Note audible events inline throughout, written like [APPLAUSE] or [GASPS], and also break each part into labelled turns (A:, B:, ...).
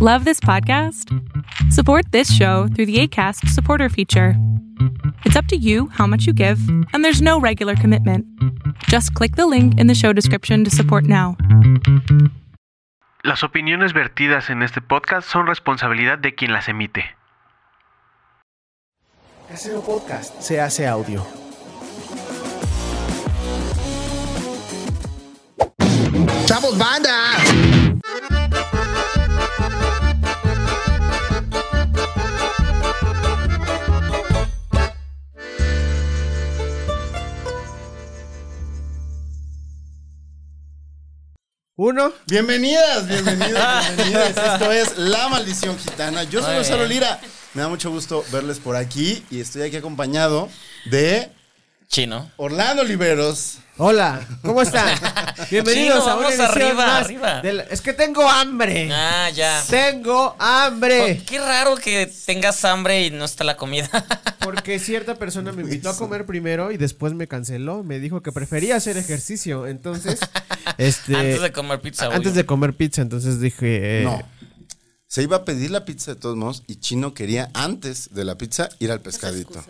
A: Love this podcast? Support this show through the ACAST supporter feature. It's up to you how much you give, and there's no regular commitment. Just click the link in the show description to support now.
B: Las opiniones vertidas en este podcast son responsabilidad de quien las emite.
C: Casero Podcast se hace audio.
D: ¡Chavos, banda!
C: Uno.
D: Bienvenidas, bienvenidas, bienvenidas. Esto es La Maldición Gitana. Yo soy Gonzalo Lira. Me da mucho gusto verles por aquí y estoy aquí acompañado de
E: Chino.
D: Orlando Oliveros.
C: Hola, ¿cómo
E: [LAUGHS]
C: están? Bienvenidos
E: Chino,
C: a una
E: vamos
C: edición
E: arriba,
C: más
E: arriba.
C: de la- Es que tengo hambre.
E: Ah, ya.
C: Tengo hambre.
E: Oh, qué raro que tengas hambre y no está la comida. [LAUGHS]
C: Porque cierta persona me invitó a
D: Eso.
C: comer primero y después me canceló. Me dijo que prefería hacer ejercicio.
E: [LAUGHS]
C: Entonces, este.
E: antes de comer pizza. güey.
C: antes de comer pizza, entonces dije. eh,
D: No. Se iba a pedir la pizza de todos modos y Chino quería antes de la pizza ir al pescadito.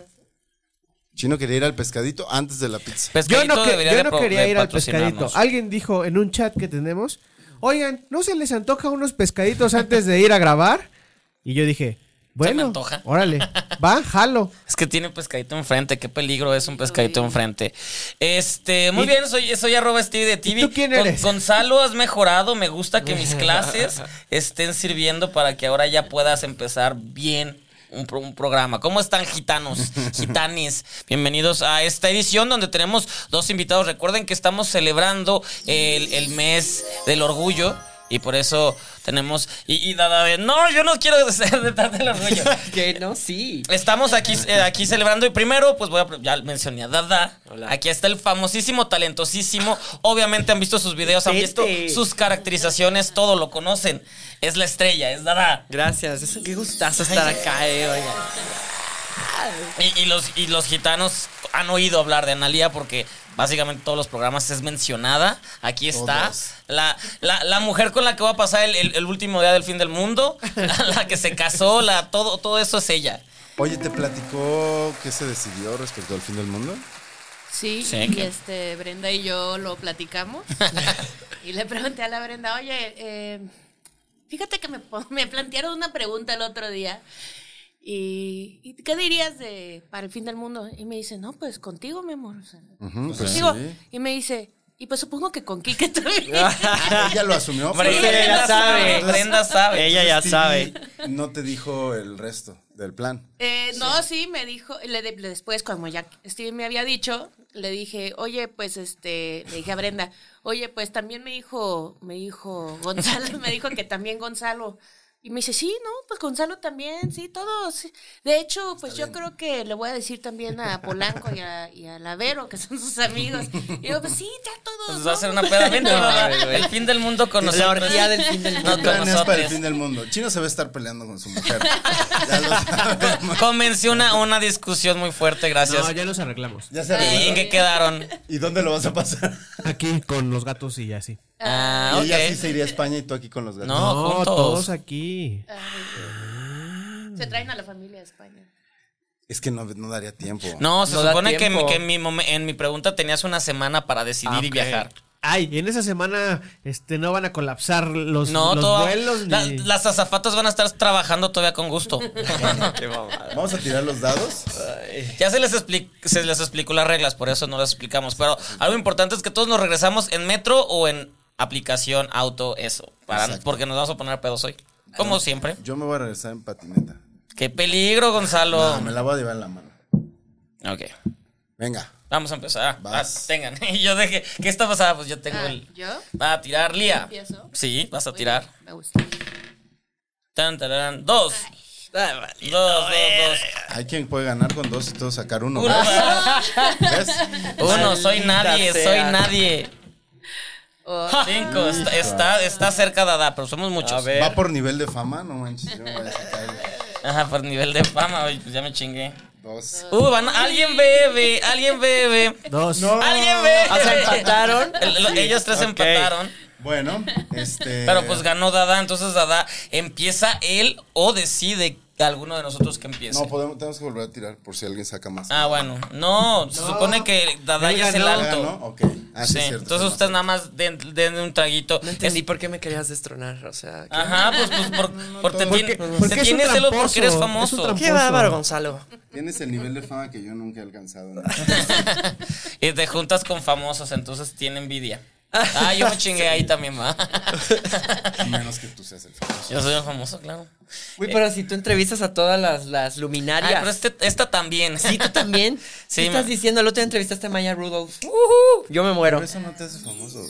D: Chino quería ir al pescadito antes de la pizza.
C: Yo
E: Pescadito
C: no, que-
E: debería
C: yo
E: de
C: no
E: pro-
C: quería
E: de
C: ir al
E: patrocinarnos.
C: pescadito. Alguien dijo en un chat que tenemos, oigan, ¿no se les antoja unos pescaditos antes de ir a grabar? Y yo dije, bueno,
E: antoja.
C: órale, va, jalo.
E: Es que tiene pescadito enfrente. Qué peligro es un pescadito enfrente. Este, muy bien, soy, soy arroba Steve de TV.
C: tú quién eres?
E: Gonzalo, has mejorado. Me gusta
C: [LAUGHS]
E: que mis clases estén sirviendo para que ahora ya puedas empezar bien. Un, pro- un programa. ¿Cómo
C: [LAUGHS]
E: están, gitanos? Gitanes. Bienvenidos a esta edición donde tenemos dos invitados. Recuerden que estamos celebrando el, el mes del orgullo y por eso tenemos. Y, y Dada de. No, yo no quiero [LAUGHS] ser detrás
C: [LAUGHS]
E: del orgullo.
F: Que no, sí.
E: Estamos aquí, eh, aquí celebrando y primero, pues voy a, ya mencioné a Dada. Aquí está el famosísimo, talentosísimo. Obviamente han visto sus videos, han visto
F: Tete.
E: sus caracterizaciones, todo lo conocen. Es la estrella, es Dada.
F: Gracias, es un qué gustazo estar acá, eh, oiga.
E: Y, y los, y los gitanos han oído hablar de Analía porque básicamente todos los programas es mencionada. Aquí está.
D: Todos.
E: La, la- la mujer con la que va a pasar el, el- el último día del fin del mundo, [LAUGHS] la, la que se casó, la, todo, todo eso es ella.
D: Oye, ¿te platicó qué se decidió respecto al fin del mundo?
G: Sí,
E: Sí,
G: y
E: que-
G: este, Brenda y yo
D: [LAUGHS]
G: lo platicamos. y le pregunté a la Brenda, oye, eh, fíjate que me, po- me plantearon una pregunta el otro día. Y, ¿y qué dirías de para el fin del mundo? Y me dice, no, pues contigo, mi amor. o sea,
D: Ujú, pues
G: contigo.
D: sí. [LAUGHS]
G: Y me dice, y pues supongo que con Kike también.
D: Ella lo asumió.
E: Brenda
F: ella sabe.
E: sabe, Brenda sabe.
F: Ella ya
D: Stevie
F: sabe.
D: No te dijo el resto del plan.
G: Eh, No, sí, me dijo, le, de- le- después cuando ya Steven me había dicho, le dije, oye, pues este, le dije a Brenda, oye, pues también me dijo, me dijo Gonzalo, me dijo que también Gonzalo. Y me dice, sí, no, pues Gonzalo también, sí, todos. sí". De hecho, pues yo creo que le voy a decir también a Polanco y a, y a Lavero, que son sus amigos. Y digo, pues sí, ya todos.
E: Pues va a
G: ¿no?".
E: ser una peda
G: [LAUGHS]
E: bien chingona.
F: Ay, güey.
E: El fin del mundo con
F: La
E: nosotros.
F: orgía del fin del mundo.
E: No,
D: ¿Qué
E: con
D: plan es para el
E: nosotros.
D: fin del mundo? Chino se va a estar peleando con su
E: [LAUGHS]
D: mujer. Ya lo sabemos.
E: Comencé una, una discusión muy fuerte, gracias.
C: ya nos arreglamos.
D: Ya se
E: ¿Y Eh, en
D: arreglaron.
E: qué quedaron?
D: ¿Y dónde lo vas a pasar?
C: Aquí con los gatos y así.
E: Ah,
D: y ella sí
E: ok.
D: se iría a España y tú aquí con los gatos.
E: No. juntos.
C: todos aquí.
G: Se traen a la familia de España.
D: Es que no, no daría tiempo.
E: No, se
F: No da
E: supone que,
F: tiempo.
E: que en, mi momen- en mi pregunta tenías una semana para decidir y viajar.
C: Ay, en esa semana este, no van a colapsar los,
E: No,
C: los
E: todo-
C: vuelos.
E: la-
C: ni-
E: las azafatas van a estar trabajando todavía con gusto.
D: Vamos a tirar los dados.
E: ya se les, expli- se les explicó las reglas, por eso no las explicamos. Pero algo importante es que todos nos regresamos en metro o en aplicación, auto, eso. para-
D: Exacto.
E: porque nos vamos a poner pedos hoy. Como siempre.
D: Yo me voy a regresar en patineta.
E: ¡Qué peligro, Gonzalo!
D: No, me la voy a llevar en la mano.
E: Ok.
D: Venga.
E: Vamos a empezar. Ah,
D: Vas.
E: tengan. [LAUGHS] Y yo dejé. ¿Qué está pasada? Pues yo tengo
G: Ah,
E: el.
G: ¿Yo?
E: Va a tirar, Lía.
G: ¿Empiezo?
E: Sí, vas a tirar.
G: Me gusta.
E: Tan, tararán. Dos. Ah, Dos, dos, dos.
D: Hay quien puede ganar con dos y todos sacar uno.
E: Uno.
D: ¿Ves? ¿Ves?
E: Uno, soy nadie,
F: sea.
E: soy nadie. Oh.
G: O-
E: Cinco, está, está, está cerca Dada, pero somos muchos.
F: A ver.
D: Va por nivel de fama, no manches. Yo me voy a sacar
E: Ajá, por nivel de fama, oye, pues ya me chingué.
D: dos.
E: Uh, van, alguien bebe, alguien bebe.
C: Dos.
D: No.
E: Alguien bebe.
F: Ah, ¿se empataron?
E: El- lo- ellos tres
F: Ok.
E: empataron. [LAUGHS]
D: Bueno, este.
E: Pero pues ganó Dada, entonces Dada empieza él o decide alguno de nosotros que empiece.
D: No,
C: pues,
D: podemos, tenemos que volver a tirar por si alguien saca más.
E: ah, bueno. No, se supone que Dada
C: Él
E: ya es el
C: ganó.
D: ¿Ya
E: alto.
D: ganó? Ok. Ah, sí,
E: Sí,
D: es cierto.
E: entonces
D: está
E: ustedes nada más den, denle un traguito.
F: No entendí por qué me querías destronar, o sea. qué-
E: Ajá, pues, pues por, por te
D: Porque-
E: tiene-
C: porque
E: te
C: es un
E: tienes celos
C: tramposo,
E: porque eres
C: es un
E: famoso.
C: tramposo.
F: Qué bárbaro, Gonzalo.
D: más. Tienes el nivel de fama que yo nunca he alcanzado.
E: [LAUGHS]
D: ¿no?
E: y te juntas con famosos, entonces tiene envidia. Ah, yo me chingué ahí también, va.
D: Menos que tú seas el famoso.
E: Yo soy el famoso, claro.
F: Uy, pero si tú entrevistas a todas las, las
E: Ay,
F: luminarias.
E: pero este- esta también.
F: Ah, Sí, tú [LAUGHS] también.
E: Sí,
F: ¿Qué estás
E: ma-
F: diciendo? El otro día entrevistaste a Maya Rudolph. Ujú, Yo me muero.
D: Por
C: Pues
D: eso no te haces
E: [LAUGHS]
D: famoso.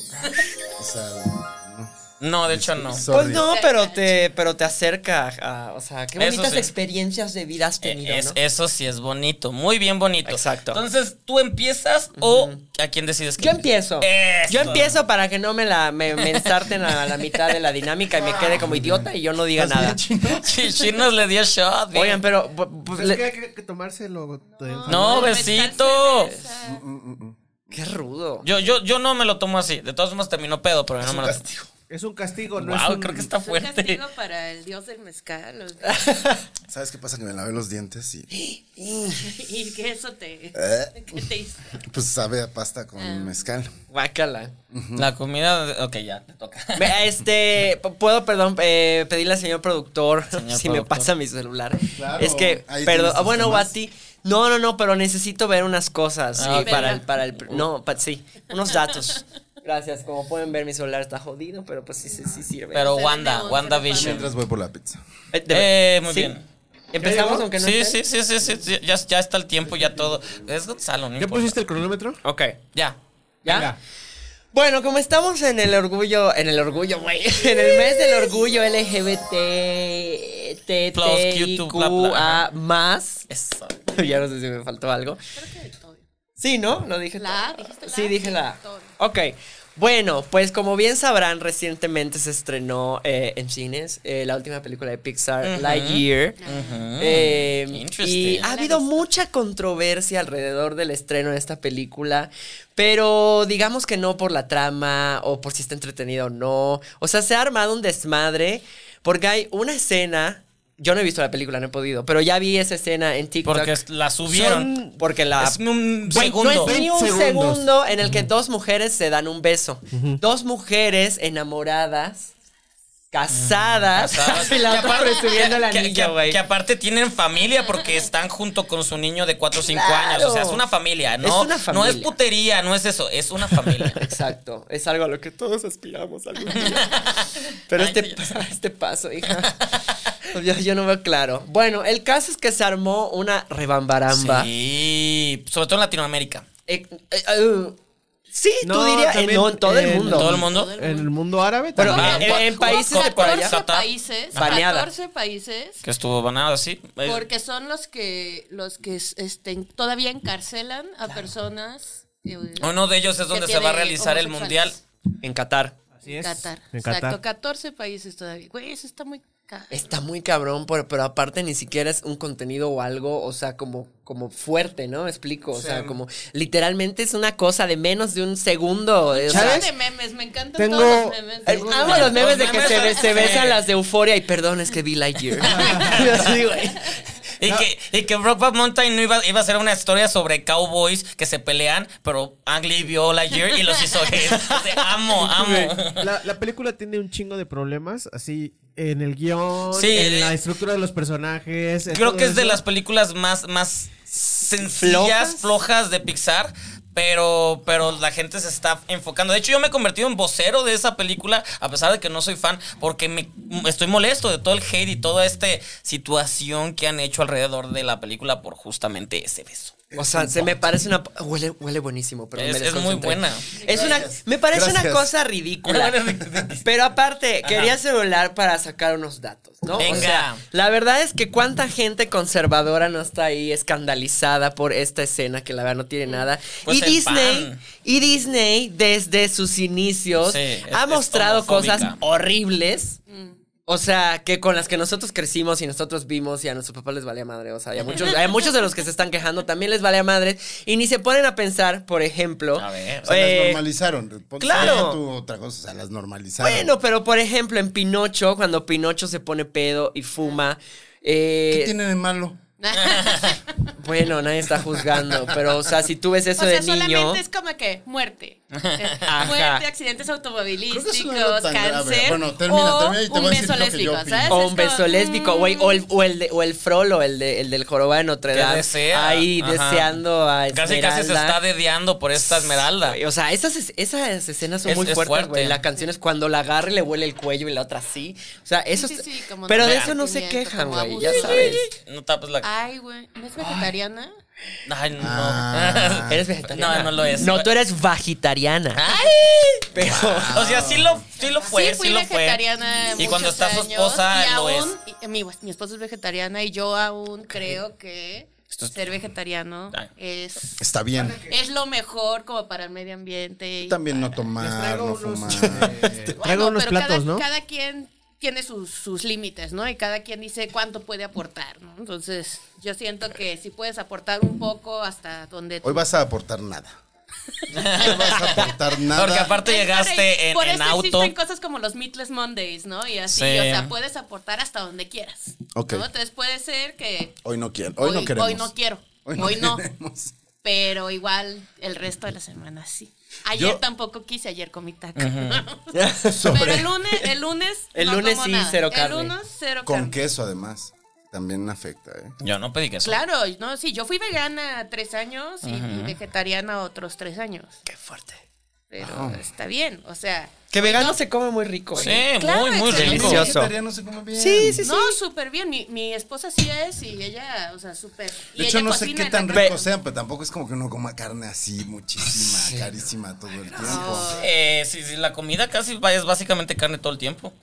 D: O sea, no.
E: [LAUGHS] No, de hecho no.
F: Pues
D: Sorry.
F: no, pero te, pero te acerca. a- o sea, qué
E: Eso
F: bonitas
E: sí.
F: experiencias de vida has tenido,
E: Eh, es-
F: ¿no?
E: Eso sí es bonito, muy bien bonito.
F: Exacto.
E: Entonces, ¿tú empiezas o a quién decides que
F: Yo empiezo.
E: Eso.
F: Yo empiezo para que no me la me, me ensarten a la mitad de la dinámica y me quede como idiota y yo no diga nada.
E: [LAUGHS] Sí, Chinos le dio shot. bien.
F: Oigan, pero bu- bu-
C: Pues es
F: le-
C: que hay que- que tomárselo. eh, del-
E: No,
G: besito.
E: besito.
F: Mm, qué rudo.
E: Yo, yo, yo no me lo tomo así. De todos modos terminó pedo, pero yo no me lo tomo.
C: Es un castigo, no es
E: Wow,
C: un...
E: creo que está
G: Es Pues, un
E: fuerte.
G: castigo para el dios del mezcal.
E: [LAUGHS]
G: o-
D: ¿Sabes qué pasa? Que me lavé los dientes y.
E: [GASPS]
G: Y que eso te.
D: Eh,
G: ¿Qué te hizo?
D: pues sabe a pasta
E: Ah.
D: con mezcal.
F: Guácala.
E: La comida. Ok, ya, te toca.
F: Ve, Este, p- puedo, perdón, eh, pedirle al señor productor [LAUGHS] si me
E: productor.
F: pasa mi celular.
D: Claro.
F: Es que,
D: Ahí
F: perdón,
D: tienes
F: ah,
D: tus
F: bueno, o a
D: temas.
F: ti. No, no, no, pero necesito ver unas cosas
E: Ah,
F: sí,
E: ok.
F: para el, para el, no, pa- sí, unos datos. Gracias, como pueden ver mi celular está jodido, pero pues sí, sí, sí
E: [LAUGHS]
F: sirve.
E: Pero
G: Se
E: Wanda,
G: viene otra
E: Wanda
G: para-
E: Vision.
D: Mientras voy por la pizza.
F: Eh, de-
E: Eh, muy
F: sí.
E: bien.
F: Empezamos aunque no
E: Sí,
F: esté?
E: sí, sí, sí, sí, sí, Ya, ya está el tiempo, ya todo. Es Gonzalo, no
C: ¿Ya
E: importa.
C: pusiste el cronómetro?
F: Ok.
E: Ya.
F: ¿Ya?
C: Venga.
F: Bueno, como estamos en el orgullo, en el orgullo, güey, [LAUGHS] en el mes del orgullo LGBT,
E: Plus, Q, bla, bla.
F: más,
E: Eso.
F: [LAUGHS] ya no sé si me faltó algo. Sí, ¿no? Lo dije.
G: La A,
F: todo.
G: dijiste la
F: Sí,
G: A,
F: dije
G: sí,
F: la. A.
G: todo.
F: Ok. Bueno, pues como bien sabrán, recientemente se estrenó eh, en cines eh, la última película de Pixar, Lightyear. Eh, y
E: Interesting.
F: ha habido mucha controversia alrededor del estreno de esta película, pero digamos que no por la trama o por si está entretenida o no. O sea, se ha armado un desmadre porque hay una escena. Yo no he visto la película, no he podido, pero ya vi esa escena en TikTok.
E: Porque la subieron. [LAUGHS]
F: Son- porque la
E: Es un
F: Güey,
E: segundo.
F: No es ni un
C: 20
F: segundo
C: segundos.
F: en el que dos mujeres se dan un beso. Dos mujeres enamoradas, casadas.
E: Casadas.
F: [LAUGHS] y la
E: Que
F: otra
E: aparte-
F: presumiendo el
E: que- que-
F: anillo, güey.
E: Que aparte tienen familia porque están junto con su niño de 4 o 5
F: Claro.
E: años. O sea, es una familia. No
F: Es una
E: no
F: familia.
E: es putería, no es eso. Es una
F: [LAUGHS]
E: familia.
F: Exacto, es algo a lo que todos aspiramos algún
E: [LAUGHS]
F: día. Pero
E: Ay,
F: este,
E: no, ya
F: pa- este paso, hija. Pues Yo, yo no veo claro. Bueno, el caso es que se armó una rebambaramba. Sí,
E: Sí, sobre todo en Latinoamérica.
F: eh, uh, sí tú
C: No,
F: dirías. eh,
C: también,
F: no, en todo el
C: eh,
F: mundo.
E: Todo el mundo.
C: En el mundo árabe
F: Pero,
C: también.
E: Ah,
F: en, en
E: cua-
F: países de por allá.
G: 14
E: Satán.
G: países.
F: Baneada.
G: 14 países.
E: Que estuvo banado así.
G: Porque son los que, los que este, todavía encarcelan a personas. eh,
E: Uno de ellos es
G: que
E: donde se
G: tienen
E: va a realizar el mundial.
G: homosexuales.
F: En Qatar.
C: Así es.
G: Qatar.
C: En
G: Exacto,
C: Qatar.
G: 14 países todavía. Güey, eso está muy caro.
F: Está muy cabrón, por- pero aparte ni siquiera es un contenido o algo, o sea, como, como fuerte, ¿no? Me explico, o sea, como literalmente es una cosa de menos de un segundo. o sea,
C: ¿Sabes?
G: de memes, me encantan
C: Tengo-
G: todos los memes.
F: eh, amo los memes de que
E: memes
F: se, be-
E: son-
F: se besan
E: sí.
F: las de euforia y perdón, es que vi
E: [LAUGHS]
F: Lightyear. Así, güey.
E: Y, que, y que Rock Band Mountain no iba, iba a ser una historia sobre cowboys que se pelean, pero Ang Lee vio la year y los hizo gays. O sea, amo, amo.
C: La, la película tiene un chingo de problemas, así en el guión,
E: Sí,
C: en
E: eh,
C: la estructura de los personajes. en
E: Creo
C: todo
E: que es de
C: eso.
E: las películas más, más sencillas,
F: ¿Flojas?
E: ¿Flojas? de Pixar. Pero, pero la gente se está enfocando. De hecho, yo me he convertido en vocero de esa película, a pesar de que no soy fan, porque me, estoy molesto de todo el hate y toda esta situación que han hecho alrededor de la película por justamente ese beso.
F: O sea, se me parece una. Huele, huele buenísimo, pero me
E: Es- es
F: desconcentré.
E: muy buena.
F: Es una,
D: Gracias.
F: me parece una
D: Gracias.
F: cosa ridícula.
E: [LAUGHS]
F: pero aparte, quería celular para sacar unos datos, ¿no? O
E: Venga.
F: sea, la verdad es que cuánta gente conservadora no está ahí escandalizada por esta escena que la verdad no tiene nada.
E: Pues
F: y
E: el
F: Disney,
E: pan.
F: y Disney, desde sus inicios,
E: Sí, es-
F: ha
E: es
F: mostrado cosas
E: homofóbica.
F: horribles. O sea, que con las que nosotros crecimos y nosotros vimos y a nuestros papás les valía madre. O sea, y a muchos, a muchos de los que se están quejando también les valía madre. Y ni se ponen a pensar, por ejemplo.
E: A ver,
D: O sea,
F: eh,
D: las normalizaron. Pon-
F: claro.
D: deja tú otra cosa, o sea, las normalizaron.
F: Bueno, pero por ejemplo, en Pinocho, cuando Pinocho se pone pedo y fuma. eh,
D: ¿Qué tienen de malo?
E: [LAUGHS]
G: [LAUGHS]
F: Bueno, nadie está juzgando, pero o sea, si tú ves
G: O
F: eso
G: sea,
F: de niño.
G: solamente es como que muerte.
F: Ajá.
G: Muerte, accidentes
D: Creo que eso
G: automovilísticos,
D: no era tan grave.
G: cáncer.
D: Bueno, termina,
G: o
D: termina y te voy
G: un
D: a decir
G: beso
D: lo que yo
G: lésbico,
D: opino.
G: ¿sabes?
F: O
G: Es
F: un beso
G: como, mm,
F: lésbico, güey, o el, o el, de- o el frolo, el, de, el del jorobado de Notre
E: Que
F: Dame.
E: desea,
F: Ahí
E: ajá.
F: deseando a
E: Casi, casi se
F: Esmeralda.
E: está dedeando por esta esmeralda.
F: Güey, O sea, esas, es- esas escenas son
E: Es-
F: muy
E: es
F: fuertes, güey.
E: fuerte.
F: La canción es cuando la agarra y le huele el cuello y la otra sí. O sea, eso
G: sí,
F: es-
G: sí, como
F: Pero de
G: de
F: eso no se
G: sentimiento,
F: quejan,
G: como
F: güey, ya
G: abuso.
F: sabes.
E: No tapes la.
G: Ay, güey, ¿no es vegetariana?
E: Ay, no. [LAUGHS]
D: Ah.
F: Eres vegetariana.
E: No, no lo es.
F: No, tú eres vegetariana.
E: ¡Ay!
F: Pero.
E: O sea, sí lo, sí lo fue,
G: sí, fui
E: sí lo fue.
G: vegetariana.
E: Y cuando
G: muchos
E: está su
G: años,
E: esposa,
G: y
E: lo
G: aún, y- mi, mi esposa es vegetariana y yo aún creo que ser vegetariano
E: Ay.
G: es,
D: Está bien.
G: es lo mejor como para el medio ambiente. y-
D: También no
C: Les
D: tomar,
C: traigo
D: no
C: unos,
D: fumar. [LAUGHS]
C: eh,
G: Bueno,
C: traigo unos
G: pero
C: platos,
G: cada,
C: ¿no?
G: Cada quien tiene sus, sus límites, ¿no? Y cada quien dice cuánto puede aportar, ¿no? Entonces, yo siento que si puedes aportar un poco hasta donde...
D: Hoy vas a aportar nada. No vas a aportar nada.
E: Porque aparte
G: Es que
E: llegaste en,
G: por
E: en
G: eso
E: auto.
G: existen cosas como los Meatless Mondays, ¿no? Y así,
E: Sí.
G: o sea, puedes aportar hasta donde quieras.
D: Ok.
G: ¿no? Entonces puede ser que
D: Hoy no quiero. Hoy, no queremos.
G: hoy no quiero, hoy no,
D: queremos. [LAUGHS]
G: pero igual el resto de la semana sí. Ayer
D: Yo-
G: tampoco quise, ayer comí taco.
D: [LAUGHS]
G: Pero
D: Sobre-
G: el lunes, el lunes,
F: El
G: no
F: lunes
G: como
F: sí,
G: nada.
F: cero carne.
G: El lunes cero
D: Con
G: carne.
D: queso, además. También afecta, ¿eh?
E: Yo no pedí que eso.
G: Claro, no, sí, yo fui vegana tres años y, y vegetariana otros tres años.
F: Qué fuerte.
G: Pero está bien, o sea,
F: Que vegano se come muy rico, güey.
E: Sí,
G: Claro,
E: muy, muy
G: excelente.
E: rico.
F: Delicioso.
D: Vegetariano se come bien.
F: Sí, sí, sí.
G: no, súper bien. Mi, mi esposa sí es y ella, o sea, súper. y
D: De hecho,
G: ella
D: no sé
G: cocina
D: qué
G: en la
D: tan
G: casa.
D: ricos sean, pero tampoco es como que uno coma carne así, muchísima, carísima todo el tiempo.
E: Eh, sí, sí, la comida casi va- es básicamente carne todo el tiempo.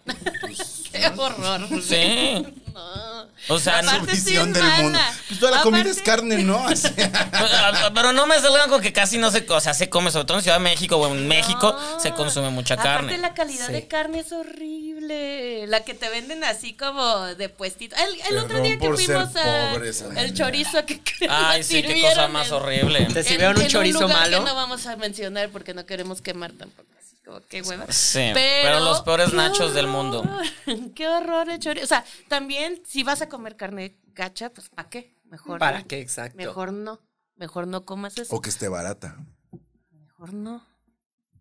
G: Qué [LAUGHS] horror.
E: [LAUGHS] Sí.
G: No.
E: O sea, [LAUGHS] no-
G: Aparte, sí
D: Visión
G: es
D: del
G: mala.
D: mundo. Pues toda la comida es
G: Aparte-
D: carne,
G: [LAUGHS]
D: ¿no? Así.
E: pero- pero no me salgan con que casi no se, o sea, se come, sobre todo en Ciudad de México o en México,
G: No.
E: se consume mucha
G: Aparte,
E: carne.
G: la calidad
F: Sí.
G: de carne es horrible. La que te venden así como de puestito. El, el
D: Perdón
G: otro día que
D: por ser
G: fuimos a.
D: pobres, amiga.
G: el chorizo que [LAUGHS] que
E: Ay,
G: nos
E: sí, qué
G: sirvieron
E: cosa más
G: en-
E: horrible.
F: Te sirvieron
G: en-
F: un
G: en
F: chorizo
G: lugar
F: malo.
G: Que no vamos a mencionar porque no queremos quemar tampoco. Así como, qué hueva.
E: Sí, pero los peores
G: ¡qué
E: nachos del
G: horror! [LAUGHS] Qué horror el chorizo. O sea, también si vas a comer carne gacha, pues ¿para qué? Mejor.
F: ¿Para
G: no.
F: qué? Exacto.
G: Mejor no. Mejor no comas eso.
D: O que esté barata.
G: Mejor no.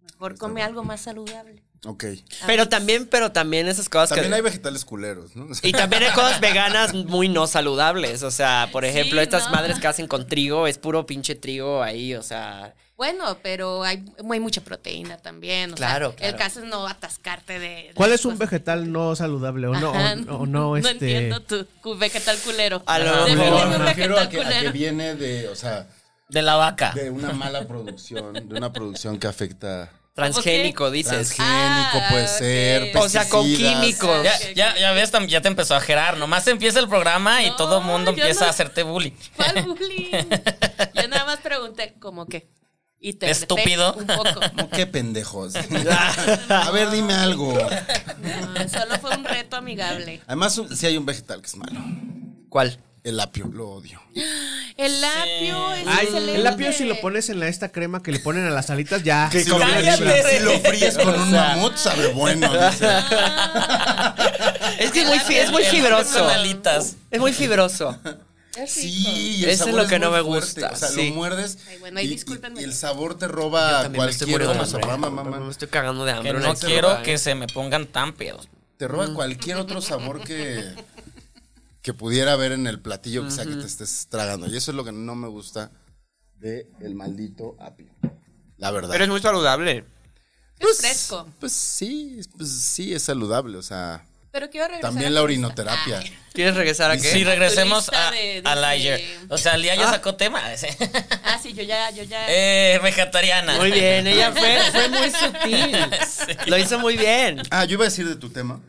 G: Mejor come algo más saludable.
D: Ok.
F: Pero también, pero también esas cosas
D: También
F: que.
D: hay vegetales culeros, ¿no?
F: Y también hay cosas veganas muy no saludables. O sea, por
G: Sí,
F: ejemplo, estas
G: no.
F: madres que hacen con trigo, es puro pinche trigo ahí, o sea.
G: Bueno, pero hay, hay mucha proteína también. o sea,
F: Claro, claro.
G: El caso es no atascarte de. de
C: ¿Cuál es un
G: cosas.
C: vegetal no saludable o no?
G: Ajá,
C: o
G: [LAUGHS]
C: no, o no, este...
G: entiendo tu cu- vegetal culero.
F: A lo
G: Defíneme
F: mejor.
G: un
D: me refiero a
G: vegetal
D: que, a que
G: culero.
D: viene de, o sea,
E: De la vaca.
D: de una mala producción, de una producción que afecta
F: Transgénico, dices.
D: transgénico,
G: Ah,
D: puede
G: ok.
D: ser,
F: O sea, con
D: pesticidas.
F: químicos.
E: Ya, ya, ya ves, tam- ya te empezó a gerar. Nomás empieza el programa y
G: No,
E: todo el mundo
G: yo
E: empieza
G: no-
E: a hacerte bullying.
G: ¿Cuál bullying? Yo nada más pregunté, ¿cómo qué? Y te reté
E: Estúpido. [LAUGHS]
G: Un poco.
D: Como, Qué
F: [LAUGHS]
D: pendejos. a ver, dime algo.
G: No, solo fue un reto amigable.
D: Además, si hay un vegetal que es malo.
F: ¿Cuál?
D: El apio, lo odio.
G: El apio es
C: Ay,
G: excelente.
C: el apio si lo pones en la, esta crema que le ponen a las alitas ya.
D: Que
C: Sí,
D: como-
E: cállate.
D: si lo fríes con un mamut, sabe bueno.
G: [LAUGHS]
D: dice.
F: Es que es muy, fi- es muy
E: El- el-
F: fibroso.
E: Con alitas.
F: Es muy fibroso.
D: Sí, y
F: Eso es
D: sabor
F: lo que no
D: muy
F: me gusta,
D: O sea,
F: sí.
D: lo muerdes.
G: Ay, bueno, ahí
D: y- y-
G: discúlpenme.
D: Y, el sabor te roba
F: También me estoy
D: cualquier
F: muriendo de
D: otro
F: hambre. ¿eh?
D: sabor. mamá,
F: Me
D: mamá.
F: estoy cagando de hambre.
E: Que
F: una
E: no
F: vez que
E: quiero
F: lo haga.
E: que se me pongan tan pedos.
D: Te roba cualquier otro sabor que, que pudiera haber en el platillo que sea que te estés tragando. Y eso es lo que no me gusta de el maldito apio. La verdad.
F: Pero es muy saludable.
G: Es fresco.
D: Pues sí, pues sí, es saludable. O sea,
G: Pero quiero regresar. a
D: también
G: tu
D: la
G: lista.
D: orinoterapia.
G: Ay,
F: ¿Quieres regresar a qué?
E: Si regresemos
G: lista
E: a,
G: de-
E: a
G: dice-
E: Liger. O sea, Lía ya sacó tema. ese. [LAUGHS]
G: Ah, sí, yo ya, yo ya.
E: eh, vegetariana.
F: Muy bien, [LAUGHS] ella fue, fue muy sutil. Lo hizo muy bien.
D: Ah, yo iba a decir de tu tema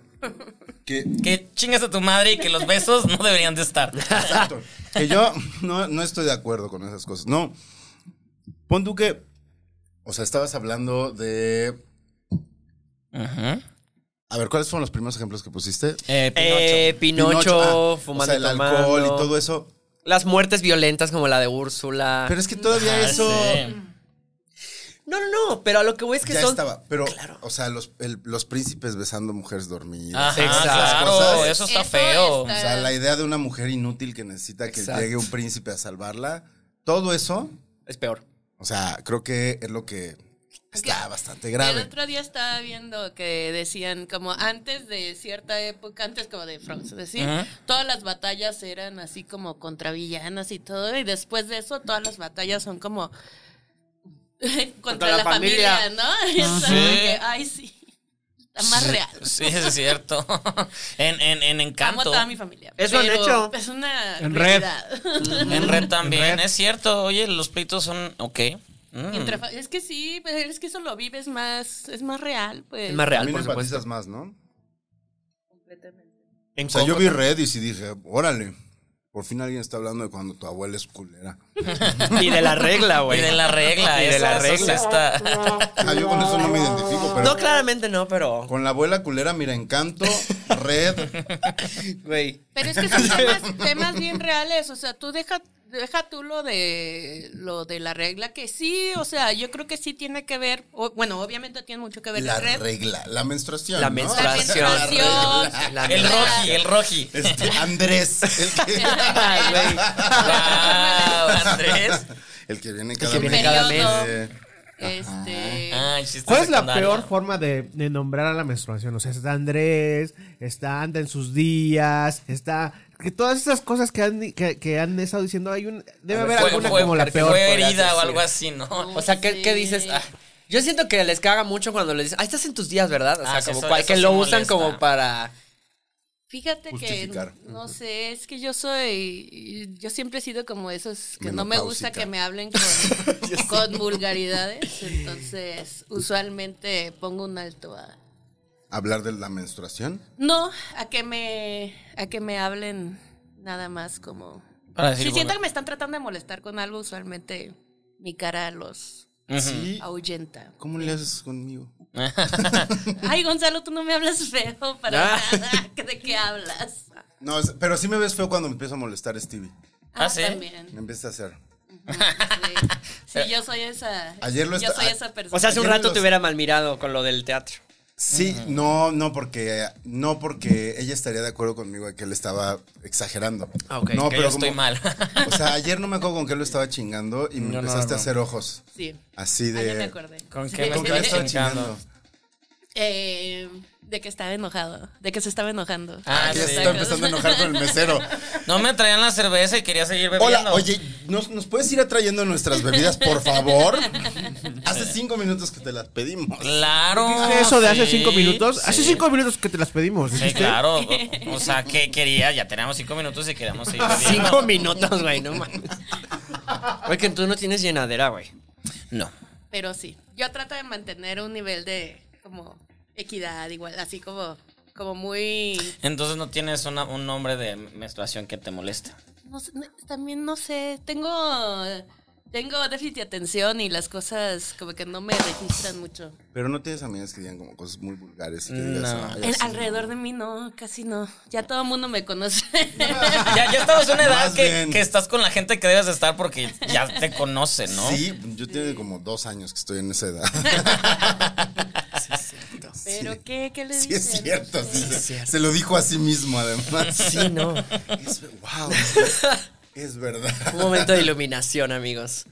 D: que
E: Que chingas a tu madre y que los besos no deberían de estar.
D: Exacto. Que yo no, no estoy de acuerdo con esas cosas. No. Pon tú que. O sea, estabas hablando de. A ver, ¿cuáles fueron los primeros ejemplos que pusiste?
E: Eh, Pinocho.
F: Eh, Pinocho,
D: ah,
F: fumando,
D: O sea, el
F: tomando.
D: alcohol y todo eso.
F: Las muertes violentas como la de Úrsula.
D: Pero es que todavía
E: Ah,
D: eso
E: sí.
F: no, no, no, pero a lo que voy es que
D: ya
F: son...
D: estaba. Pero,
F: Claro.
D: o sea, los, el- los príncipes besando mujeres dormidas.
E: Ajá,
F: Exacto.
E: claro,
D: Cosas-
E: eso está
G: Eso
E: feo.
D: O
G: está-
D: sea, la idea de una mujer inútil que necesita que
F: Exacto.
D: llegue un príncipe a salvarla. Todo eso,
F: Es peor.
D: o sea, creo que es lo que está
G: Aunque-
D: bastante grave.
G: El otro día estaba viendo que decían como antes de cierta época, antes como de France, es decir,
E: Ajá.
G: todas las batallas eran así como contra villanas y todo, y después de eso todas las batallas son como [LAUGHS] contra,
F: la
G: la, familia,
F: familia.
G: ¿no? [LAUGHS] Y es como que, ay, sí, está más real.
E: Sí, es cierto. [LAUGHS] en, en, en
G: Amo a
E: Encanto.
G: toda mi familia.
F: Eso han
G: pero
F: hecho.
G: Es una
C: En red.
G: realidad.
E: En Red también, es cierto. Oye, los pleitos son. Ok.
G: [LAUGHS]
E: Mm.
G: Entre fa- es que sí, pero es que eso lo vives más, es más real, pues.
F: Es más
D: A
F: real,
D: mí me
F: por supuesto.
D: empatizas más, ¿no?
G: Completamente.
D: O sea, yo vi Reddit y dije, órale, por fin alguien está hablando de cuando tu abuela es culera.
F: Y de la regla, güey.
E: Y de la regla,
F: Y de la
E: esa- esa sí
F: regla.
E: está-
D: Ah, yo con eso no me identifico, pero
F: No, claramente no, pero...
D: con la abuela culera, mira, encanto, red.
F: Güey.
G: Pero es que son temas, temas bien reales, o sea, tú deja, deja tú lo de lo de la regla que sí, o sea, yo creo que sí tiene que ver, o- bueno, obviamente tiene mucho que ver la,
D: La
G: red.
D: regla, la menstruación.
F: La
D: ¿no?
F: menstruación.
G: La
D: La regla.
G: menstruación.
F: La
E: Ah, El
F: regla.
E: Roji, el Roji.
D: Este, Andrés, el que,
F: Ay, güey.
E: Wow, Andrés.
D: el que viene
F: que
D: cada
F: viene
D: mes.
F: cada
G: mes.
D: Eh,
G: Este,
E: Ay, chiste
C: ¿Cuál es la
E: secundario.
C: peor forma de, de nombrar a la menstruación? O sea, está Andrés, está anda en sus días, está... Que todas esas cosas que han, que, que han estado diciendo, hay un, debe haber
E: Fue-
C: alguna
E: fue-
C: como la
E: porque
C: peor.
E: Fue
F: podrías
E: herida o
F: decir.
E: algo así, ¿no?
F: O sea, ¿qué, qué dices? Ah, yo siento que les caga mucho cuando les dicen, ah, estás en tus días, ¿verdad? O sea,
E: Ah, sí,
F: como
E: eso-
F: cual-
E: eso
F: que
E: sí
F: lo usan
E: molesta.
F: como para...
G: fíjate que
D: Justificar.
G: no sé, es que yo soy yo siempre he sido como esos que no me
D: Menopáusica.
G: gusta que me
D: [LAUGHS]
G: hablen con, con
D: [LAUGHS]
G: vulgaridades, entonces usualmente pongo un alto a
D: Hablar de la menstruación.
G: No, a que me a que me hablen nada más como
E: Para decir,
G: si
E: bueno.
G: siento que me están tratando de molestar con algo, usualmente mi cara los
D: Sí.
G: ahuyenta.
D: ¿Cómo le haces conmigo?
G: Ay, Gonzalo, tú no me hablas feo
E: Ah.
G: para nada. [LAUGHS] ¿De qué hablas?
D: No, es- pero sí me ves feo cuando me empiezo a molestar Stevie.
E: Ah, ¿sí?
G: también. Ah,
D: Me empieza a hacer.
G: Sí,
E: Eh.
G: Sí, yo soy esa.
D: Ayer lo
G: yo
D: esta-
G: soy
D: a-
G: esa persona.
F: O sea, hace un
D: Ayer
F: rato
D: los-
F: te hubiera mal mirado con lo del teatro.
D: Sí, no, no porque no porque ella estaría de acuerdo conmigo de que él estaba exagerando.
F: Ah, ok,
D: No,
E: que yo estoy mal.
D: O
E: [LAUGHS]
D: sea, ayer no me acuerdo con qué lo estaba chingando y me
E: Yo no,
D: empezaste a
E: no.
D: hacer ojos.
G: sí.
D: Así
G: Ah,
D: de
G: ya me acordé.
E: ¿Con
G: Sí.
E: qué me
D: ¿Con qué lo estaba chingando?
G: Eh, de que estaba enojado, de que se estaba enojando.
E: Ah,
D: Ah, que ya
E: sí.
D: se está empezando a enojar con el
E: [LAUGHS]
D: mesero.
E: No me traían la cerveza y quería seguir bebiendo.
D: Hola, oye, ¿nos, nos puedes ir atrayendo nuestras bebidas, por favor? Hace cinco minutos que te las pedimos.
E: Claro.
C: ¿Dijiste eso de hace
E: sí,
C: cinco minutos? Hace
E: sí.
C: cinco minutos que te las pedimos.
E: Sí,
C: ¿dijiste?
E: claro. O- O sea, que quería, ya teníamos cinco [LAUGHS] minutos y queríamos
C: [LAUGHS]
E: seguir bebiendo.
F: Cinco minutos, güey, no mames. Güey, que tú no tienes llenadera, güey.
E: No.
G: Pero sí, yo trato de mantener un nivel de como equidad, igual, así como, como muy...
E: Entonces no tienes una- un nombre de menstruación que te moleste.
G: no sé, no- también no sé, tengo, tengo déficit de atención y las cosas como que no me registran mucho.
D: Pero no tienes amigas que digan como cosas muy vulgares y que digas,
E: No.
D: "Ay,
G: En-
D: así".
G: alrededor de mí no, casi no. Ya todo el mundo me conoce.
D: [LAUGHS]
E: Ya, ya estamos en una edad
D: Más
E: que,
D: bien.
E: que estás con la gente que debes de estar porque ya te conocen, ¿no?
D: Sí, yo tiene como dos años que estoy en esa
F: [LAUGHS]
D: edad.
G: Pero
D: Sí.
G: ¿qué? ¿Qué le
D: Sí,
G: dicen?
D: es cierto.
G: No
D: sí,
G: sé.
D: se- Se lo dijo a sí mismo, además.
F: Sí, no.
D: Es, wow.
G: [LAUGHS]
D: Es
F: Un
D: verdad.
F: momento de iluminación, amigos.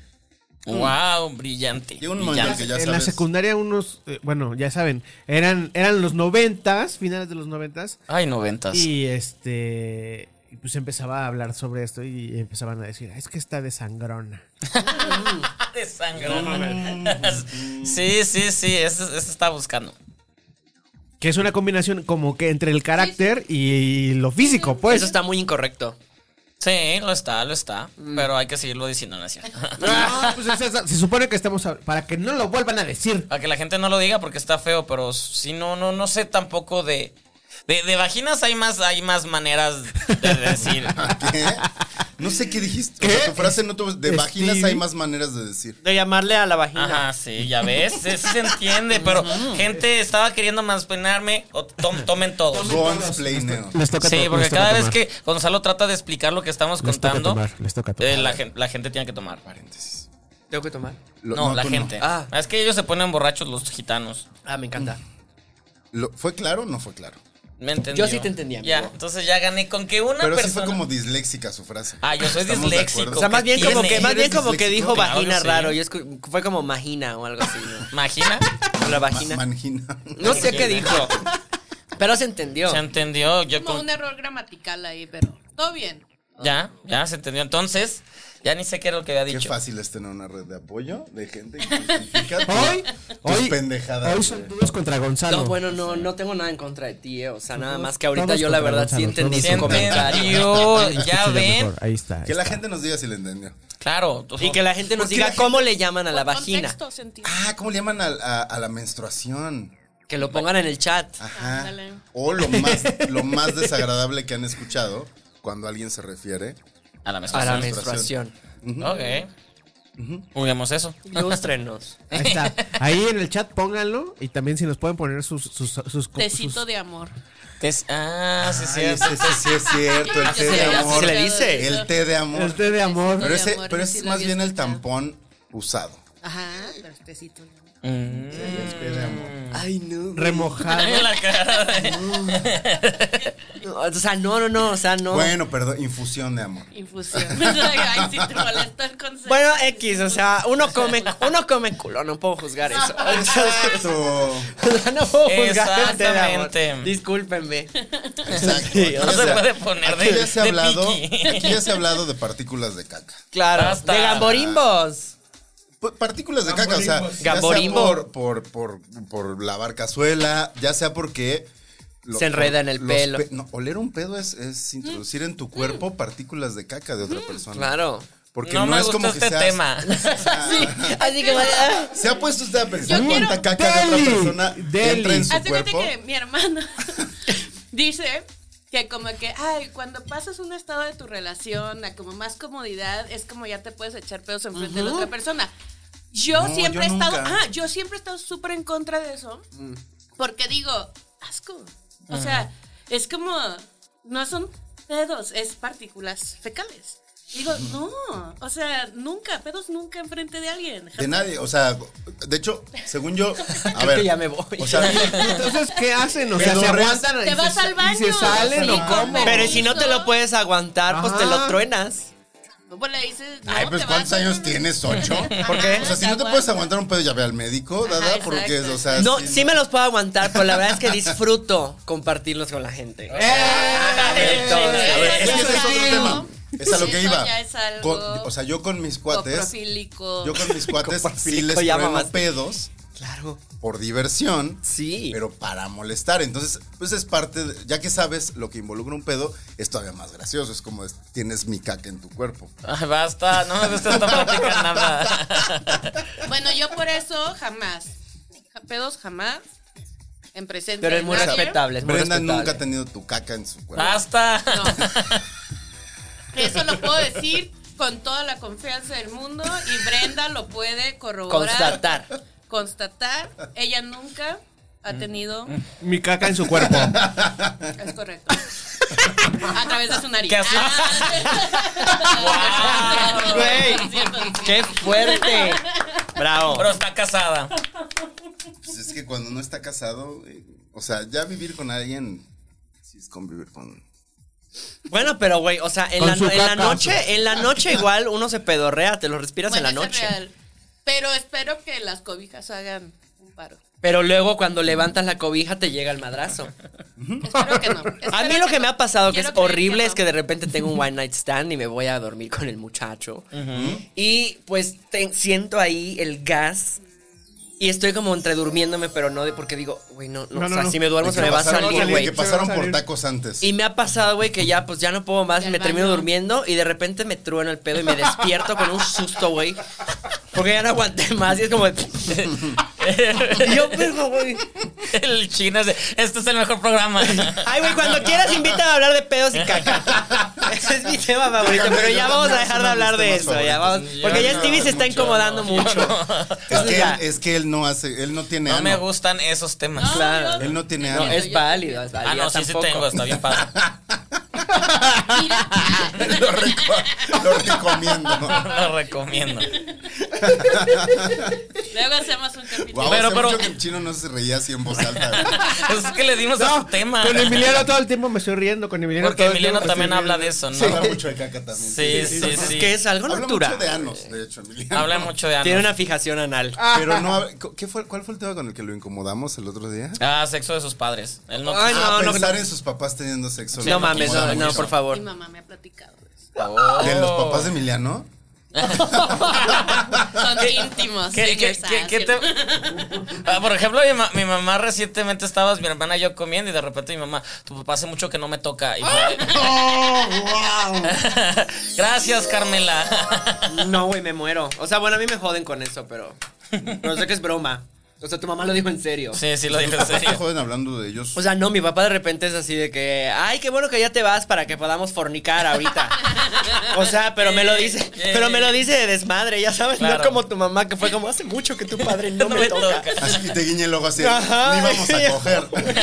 E: Wow, brillante.
D: Llega un momento en
E: brillante.
D: que ya
C: en
D: sabes.
C: la secundaria unos, eh, bueno, ya saben, eran, eran los noventas, finales de los noventas,
E: Ay, noventas.
C: y este, y pues empezaba a hablar sobre esto y empezaban a decir, "Ah, es que está de sangrona.
E: Ah, de sangre.
D: Mm.
E: sí, sí, sí, eso, eso está buscando.
C: Que es una combinación como que entre el carácter y lo físico, pues.
F: Eso está muy incorrecto.
E: Sí, lo está, lo está. Pero hay que seguirlo diciendo, ¿no es cierto? [LAUGHS]
C: No, pues, es- es- se supone que estamos a- para que no lo vuelvan a decir.
E: Para que la gente no lo diga porque está feo, pero si no, no, no sé tampoco de.
D: [LAUGHS]
E: De, de vaginas hay más, hay más maneras de decir.
D: Ah, ¿Qué? No sé qué dijiste. O sea, tu frase no tuvo.
F: Este-
D: De vaginas hay más maneras de decir.
F: De llamarle a la vagina.
E: Ajá, sí, ya ves, sí se entiende, pero gente estaba queriendo manspenarme, o tom- tomen todos.
D: Gonsplaineo.
H: Les toca
E: Sí,
H: to-
E: porque
H: les toca
E: cada vez
H: tomar.
E: que Gonzalo trata de explicar lo que estamos
H: Les toca
E: contando,
H: tomar, les toca tomar.
E: eh, la, gen- la gente tiene que tomar.
D: Paréntesis.
F: Tengo que tomar.
D: Lo-
E: No, la
D: tú
E: gente.
F: Ah.
E: Es que ellos se ponen borrachos los gitanos.
F: Ah, me encanta.
D: Lo- ¿Fue claro o no fue claro?
E: ¿Me entendió?
F: Yo sí te entendí, amigo.
E: Ya, entonces ya gané con que una
D: Pero sí
E: persona...
D: fue como disléxica su frase.
E: Ah, yo soy
D: ¿Estamos de
E: disléxico.
D: acuerdo?
F: O sea, más bien como
E: tiene?
F: que, más bien
D: ¿Eres
F: como que
D: disléxico?
F: dijo
E: Claro,
F: vagina
E: sí.
F: raro. Yo escu- fue como magina o algo así.
E: [LAUGHS]
F: ¿no?
E: Imagina.
F: La
D: Ma-
F: vagina.
D: mangina.
F: No sé qué dijo, pero se entendió.
E: Se entendió. Yo
G: Como
E: con-
G: un error gramatical ahí, pero todo bien.
E: Ya, ya se entendió. Entonces, ya ni sé qué era lo que había
D: Qué
E: dicho.
D: fácil es tener una red de apoyo de gente que justifica tu-
H: Hoy,
D: tus
H: hoy,
D: pendejadas.
H: hoy son todos contra Gonzalo.
F: No, bueno, no, no tengo nada en contra de ti, eh, o sea, nada
H: Todos-
F: más que ahorita
H: todos
F: yo la
H: contra
F: verdad sí
H: Gonzalo,
F: entendí
H: todos
F: su
H: contra
F: comentario.
E: Entendió,
H: Ahí
E: ya
H: escucha
E: ven.
H: Ah, mejor, Ahí está. ahí
D: que la
H: está.
D: gente nos diga si le entendió.
E: Claro. tú-
F: Y que la gente nos
D: Porque
F: diga
D: la gente-
F: cómo le llaman a la
G: Por
F: vagina.
G: contexto, sentido.
D: Ah, ¿cómo le llaman a, a- a la menstruación?
F: Que lo pongan en el chat.
D: Ajá.
G: Ándale.
D: O lo más, lo más desagradable que han escuchado cuando alguien se refiere.
E: A la
H: Ah,
E: mesa.
F: A la
D: menstruación.
F: menstruación.
E: Ok. Juguemos eso.
F: Ilústrenos.
C: Ahí está. Ahí en el chat pónganlo y también si nos pueden poner sus sus sus,
G: Tecito
C: sus-
G: de amor.
E: Tes- ah, sí, sí.
D: Ay,
E: es-
D: ese sí es cierto, el
G: Yo
D: té
G: sí
D: de
G: había
D: amor.
F: se
G: escuchado
F: le dice.
G: de
D: El
G: eso.
D: té de amor.
C: el té de amor.
D: Pero
G: de
D: ese,
G: amor,
D: pero
G: yo
D: ese
G: sí
D: es
G: lo
D: más
G: había
D: bien el
G: escuchado.
D: tampón usado.
G: Ajá, pero es tecito de amor.
E: Mm.
D: El té de amor.
F: Ay, no.
C: remojado.
E: La cara de-
F: No, O sea, no, no, no, o sea, no. Bueno,
D: Bueno, perdón, infusión de amor.
G: Infusión. [LAUGHS] Ay, sí te molestó el concepto.
F: X, o sea, uno come, uno come culo, no puedo
E: [LAUGHS]
F: juzgar eso.
D: Exacto.
C: [LAUGHS]
F: O sea, no puedo juzgar el té de amor.
E: Exactamente.
F: Discúlpenme.
D: Exacto.
F: Sí,
E: No
D: Aquí
E: se
D: ya-
E: puede poner
D: aquí
E: de-
D: ya se ha
E: de
D: hablado,
E: piqui.
D: aquí ya se ha hablado de partículas de caca.
F: Claro.
E: Basta.
F: De gamborimbos.
D: P- Partículas de caca, o sea, ya sea
F: Gamborimbo.
D: por, por, por, por lavar cazuela, ya sea porque... lo-
F: Se enreda en el
D: los
F: pelo.
D: pe- no, oler un pedo es, es introducir en tu cuerpo partículas de caca de otra persona.
F: Claro.
D: Porque no,
E: no, me
D: es
E: gusta
D: como que
E: este
D: seas- [LAUGHS]
E: tema.
F: Así que. ah,
D: Se ha puesto usted a pensar
G: Yo
D: cuánta
G: quiero-
D: caca de
C: Deli,
D: otra persona entra
C: deli.
D: en su
G: Hace cuenta
D: cuerpo.
G: que mi hermana [LAUGHS] dice que como que, ay, cuando pasas un estado de tu relación a como más comodidad, es como ya te puedes echar pedos enfrente de la otra persona. Yo
D: No,
G: siempre
D: yo
G: he estado,
D: nunca.
G: ah, yo siempre he estado súper en contra de eso, porque digo, asco. O sea, es como, no son pedos, es partículas fecales. Digo, no, o sea, nunca, pedos nunca enfrente de alguien.
D: De nadie, o sea, de hecho, según yo, a
F: Creo
D: ver,
F: que ya me voy.
D: o sea,
C: Entonces, ¿qué hacen? O sea,
D: Pero
C: se
D: re-
C: aguantan y
G: Te
C: se-
G: vas al baño.
C: y se salen
G: sí,
C: o
G: con
C: cómo?
F: Pero si no te lo puedes aguantar, pues te lo
C: Ajá.
F: truenas.
G: Pues le dices, no,
D: ay, pues
G: te
D: ¿cuántos
G: vas a-
D: años tienes? ¿Ocho?
G: [LAUGHS] ¿Por qué?
D: O sea, si no te puedes
G: [LAUGHS]
D: aguantar un pedo, ya ve al médico,
G: Ajá,
D: dada, porque,
G: exacto.
D: o sea,
F: No,
D: si-
F: sí me los puedo aguantar, pero la verdad es que disfruto compartirlos con
C: [LAUGHS]
F: la gente.
C: Eh.
D: Entonces, a ver, es que
G: Eso
D: ese es
G: ya
D: otro
G: es
D: tema.
G: algo.
D: Es a lo que
G: Eso
D: iba.
G: ya es algo
D: Con- o sea, yo con mis cuates,
G: Coprofílico.
D: yo con mis
F: [LAUGHS]
D: cuates sí
F: Coprofílico,
D: les
F: ya
D: trueno
F: mamaste.
D: pedos
F: Claro.
D: por diversión,
F: Sí.
D: pero para molestar. Entonces, pues es parte, de- ya que sabes lo que involucra un pedo, es todavía más gracioso. Es como es- tienes mi caca en tu cuerpo.
E: Ay, basta, no me gusta esta práctica nada.
G: Bueno, yo por eso jamás. Ja- Pedos jamás. En presente.
F: Pero
G: de
F: es muy
G: nadie.
F: respetable, es muy
D: Brenda
F: respetable. Ah,
D: nunca ha tenido tu caca en su cuerpo.
E: Basta.
G: Eso lo puedo decir con toda la confianza del mundo y Brenda lo puede corroborar.
F: Constatar.
G: Constatar. Ella nunca ha tenido.
C: Mi caca en su
E: [LAUGHS]
C: cuerpo.
G: Es correcto. A través de su nariz.
E: ¿Qué así?
G: Ah.
E: Guau,
F: güey.
G: Sí, cierto, sí, cierto.
F: ¡Qué fuerte! Bravo.
E: Pero está casada.
D: Pues es que cuando no está casado, eh, o sea, ya vivir con alguien, sí es convivir con...
F: Bueno, pero güey, o sea, en
C: Con
F: la,
C: su
F: en la
C: caca.
F: noche, en la noche igual uno se pedorrea, te lo respiras
G: Bueno,
F: en la
G: eso es
F: noche.
G: real. Pero espero que las cobijas hagan un paro.
F: Pero luego cuando levantas la cobija te llega el madrazo.
G: Espero que no.
F: ¿Mm? [LAUGHS] A
G: Espero
F: mí lo que
G: no.
F: me ha pasado que
G: Quiero
F: es
G: creer
F: horrible
G: no.
F: es que de repente tengo un one night stand y me voy a dormir con el muchacho. Y pues te- siento ahí el gas y estoy como entre durmiéndome, pero no de porque digo, güey, no, no,
C: No,
F: o
C: no,
F: sea,
C: no.
F: si me duermo
D: De
F: se
D: que
F: me va a
D: pasaron-
F: salir, güey.
D: De que
C: Se va a
D: pasaron por
C: salir.
D: tacos antes.
F: Y me ha pasado, güey, que ya, pues ya no puedo más,
G: Del
F: me termino
G: baño.
F: durmiendo y de repente me trueno el pedo y me despierto con un susto, güey. Porque ya no aguanté más y es como, de- [LAUGHS] Y yo, pero, güey.
E: El chino es de, este es el mejor programa.
F: Ay, güey, cuando quieras invítame a hablar de pedos y
D: [LAUGHS]
F: caca. Ese es mi tema favorito, pero ya vamos a dejar de hablar de eso. Ya vamos, porque ya Stevie se está incomodando mucho.
D: Es
F: Entonces,
D: que,
F: ya.
D: él, es que él no hace, él no tiene
E: No me
D: ano.
E: gustan esos temas.
F: Claro.
D: Él no tiene
F: No,
D: ano.
F: es válido, es válido.
E: Ah, no, sí, sí
F: tampoco.
E: tengo, está bien padre.
D: [LAUGHS] lo, reco- lo recomiendo.
E: [LAUGHS] Lo recomiendo.
G: Luego hacemos un capítulo.
D: Guau,
E: Pero,
D: hace
E: pero-
D: mucho que el chino no se reía así en voz alta. güey.
E: Pues es que le dimos a su tema.
C: Con Emiliano todo el tiempo me estoy riendo. Con Emiliano
E: Porque
C: todo el
E: Emiliano
C: tiempo me estoy
E: también habla
C: riendo.
E: de eso, ¿no?
D: Habla mucho de caca también.
E: Sí, sí,
F: Es
E: sí.
F: que es algo
D: Habla
F: natural.
D: mucho de Ah, anos, de hecho, Emiliano.
E: Habla mucho de ano.
F: Tiene una fijación anal.
D: [LAUGHS] Pero no, hab- ¿qué fue, ¿cuál fue el tema con el que lo incomodamos el otro día?
E: Ah, sexo de sus padres. Él no
F: Ay,
E: quiso.
D: Ah,
F: no, no,
D: pensar
F: no.
D: en sus papás teniendo sexo.
F: No mames,
D: incomoda
F: no, no,
D: mucho.
F: por favor.
G: Mi mamá me ha platicado de eso.
D: ¿De los papás de Emiliano?
G: Son
E: ¿Qué-
G: íntimos.
E: ¿Qué, qué,
G: señores,
E: qué-
G: ah,
E: qué te-
G: cierto.
E: [LAUGHS] Ah, por ejemplo, mi, ma- mi mamá recientemente estabas, mi hermana y yo comiendo, y de repente mi mamá, tu papá hace mucho que no me toca. Y fue- [LAUGHS] Gracias, Carmela.
F: [LAUGHS] No, güey, me muero. O sea, bueno, a mí me joden con eso, pero. Pero sé que es broma. O sea, tu mamá lo dijo en serio.
E: sí, sí, lo dijo en
D: Papás te
E: serio. [LAUGHS]
D: joden hablando de ellos.
F: O sea, no, mi papá de repente es así de que, ay, qué bueno que ya te vas para que podamos
E: [LAUGHS]
F: fornicar ahorita. O sea, pero me lo dice,
E: Yeah.
F: pero me lo dice de desmadre, ya sabes,
E: Eh, Claro.
F: no como tu mamá que fue como hace mucho que tu padre
E: [LAUGHS]
F: no, me toca.
D: Así que te guiñe el ojo así.
F: Ajá.
D: Ni vamos a
F: [LAUGHS]
D: coger. [LAUGHS]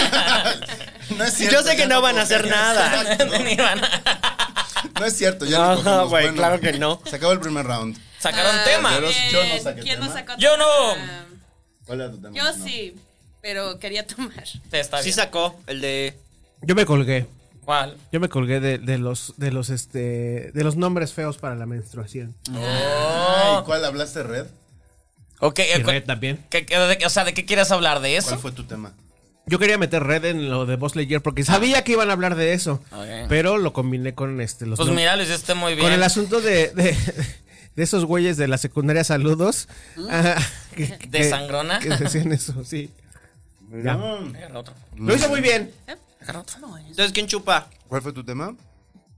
D: No es cierto.
F: Yo sé que
D: ya
F: no van a hacer
D: coges.
F: nada. [LAUGHS]
D: Exacto.
E: Ni van a-
D: No es cierto, ya
F: Ajá,
D: no cogemos.
F: güey,
D: Bueno,
F: claro que no.
D: Se acabó el primer round.
E: Sacaron
G: Ah,
E: tema.
D: pero-
G: bien.
D: Yo no saqué
G: ¿Quién
D: tema.
G: sacó
E: Yo no.
G: tema?
D: ¿Cuál era tu tema?
G: Yo
D: No.
G: sí, pero quería tomar.
E: Está
F: Sí
E: bien.
F: sacó el de
C: Yo me colgué.
E: ¿Cuál?
C: Yo me colgué de, de los de los este de los nombres feos para la menstruación.
D: Ay, ¿cuál hablaste de red?
E: Oh, Ok, eh,
C: Y
E: cu-
C: red también.
E: ¿qué- qué- de- o sea, ¿de qué quieres hablar? ¿De
D: ¿Cuál
E: eso?
D: fue tu tema?
C: Yo quería meter red en lo de Boss Lightyear porque sabía que iban a hablar de eso.
E: Ah, Ok.
C: Pero lo combiné con este los
E: Pues
C: nom-
E: mira, lo hiciste muy bien.
C: con el asunto de, de, de esos güeyes de la secundaria saludos. ah, [LAUGHS] que- que-
E: Mm. ¿De sangrona?
C: Que decían eso, sí. Ya.
E: [LAUGHS]
D: Mm.
E: El otro.
C: Lo hice muy bien.
F: Entonces quién chupa?
D: ¿Cuál fue tu tema?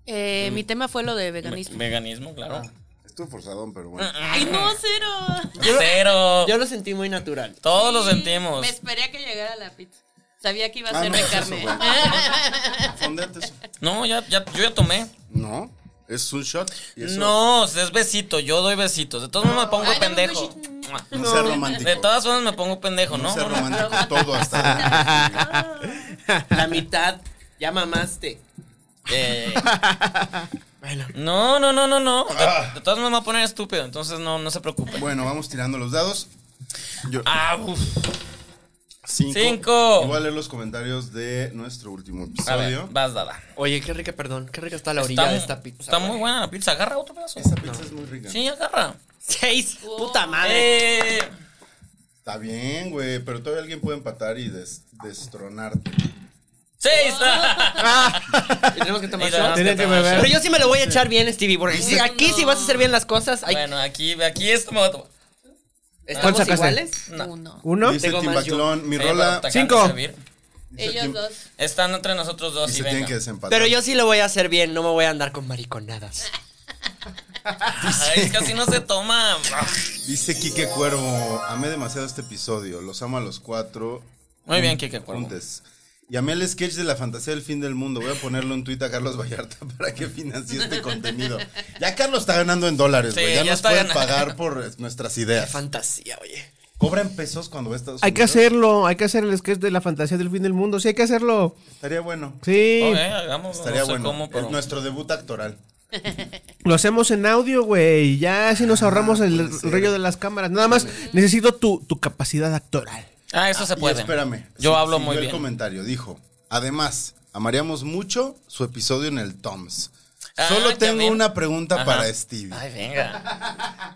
G: Eh, Mi tema fue lo de veganismo.
E: Veganismo, claro. Mm,
D: Estuvo forzadón, pero
E: Ah,
D: bueno.
G: ¡Ay, no, cero!
E: Cero.
F: Yo lo sentí muy natural.
E: Todos lo sentimos.
G: Me esperé a que llegara la pizza. Sabía que iba a
D: Ah,
G: ser
D: no,
G: de
D: es eso,
G: carne.
D: güey.
E: ah,
D: Fondate eso.
E: No, ya, ya, yo ya tomé.
D: No, es un shot. y eso
E: No, es besito, yo doy besitos. De todas formas me pongo
G: Ay, no,
E: pendejo.
D: No, sea romántico.
E: De todas formas me pongo pendejo,
D: no,
E: ¿no?
D: sea
E: [LAUGHS]
D: romántico todo hasta.
E: Ah.
F: [LAUGHS] La mitad ya mamaste.
E: Eh, No, no, no, no, no.
D: Ah.
E: De, de todas formas me voy a poner estúpido, entonces no, no se preocupen.
D: bueno, vamos tirando los dados. Yo,
E: Ah, uf.
D: cinco.
E: cinco.
D: Y Voy a leer los comentarios de nuestro último
E: A ver,
D: episodio.
E: vas dada.
F: Oye, qué rica, perdón, qué rica está la orilla
E: Está,
F: de
E: mu-
F: esta pizza.
E: está muy
F: güey.
E: buena la pizza. Agarra otro pedazo.
D: Esa pizza es muy rica.
E: Sí, agarra.
F: Seis, puta madre.
E: Eh,
D: Está bien, güey, pero todavía alguien puede empatar y des- destronarte.
E: seis.
F: [LAUGHS] Tenemos que tomar
E: Y tenemos
F: shot.
C: Tiene que
E: tomar
C: beber.
E: shot.
F: Pero yo sí me lo voy a echar bien, Stevie, porque si-
G: No,
F: aquí
G: no.
F: si vas a hacer bien las cosas, hay,
E: Bueno, aquí, aquí esto me va a tomar.
C: ¿Cuál
F: ¿estamos
C: sacaste?
F: iguales?
E: [LAUGHS]
G: Uno.
C: Uno.
D: Dice
F: Tengo más yo.
D: Timbaclón, mi
E: Sí,
D: rola.
E: para atacar,
C: Cinco.
E: servir.
D: dice
G: Ellos
D: Tim-
G: dos.
E: Están entre nosotros
D: Y
E: dos y,
D: se tienen
E: [LAUGHS] venga.
D: que desempatar.
F: Pero yo sí lo voy a hacer bien, no me voy a andar con mariconadas.
E: Ay, casi no se toma.
D: Dice Quique Cuervo, amé demasiado este episodio, los amo a los cuatro.
E: Muy bien, Kike Cuervo.
D: Juntes. Llamé el sketch de la fantasía del fin del mundo. Voy a ponerlo en Twitter a Carlos Vallarta [LAUGHS] para que financie este contenido. Ya Carlos está ganando en dólares,
E: Sí,
D: güey. ya,
E: ya
D: nos
E: está
D: pueden
E: ganando.
D: pagar por nuestras
F: Qué
D: ideas.
F: fantasía, oye.
D: Cobra en pesos cuando va a Estados
C: Hay que
D: Unidos.
C: hacerlo, hay que hacer el sketch de la fantasía del fin del mundo. Sí, hay que hacerlo.
D: Estaría bueno.
C: Sí.
E: Ok, hagamos,
D: Estaría
E: no sé
D: bueno.
E: cómo, pero-
D: Es nuestro debut actoral.
C: Lo hacemos en audio, güey. Ya si nos ahorramos el
D: Ah, puede ser.
C: rollo de las cámaras. Nada más necesito tu, tu capacidad actoral.
E: Ah, eso se
D: Y
E: puede.
D: espérame.
E: Yo
D: sí,
E: hablo
D: siguió
E: muy
D: el
E: bien.
D: comentario dijo, además, amaríamos mucho su episodio en el Toms.
E: Ah,
D: Solo
E: ya
D: tengo
E: ven.
D: una pregunta
E: Ajá.
D: para Stevie.
E: Ay, venga.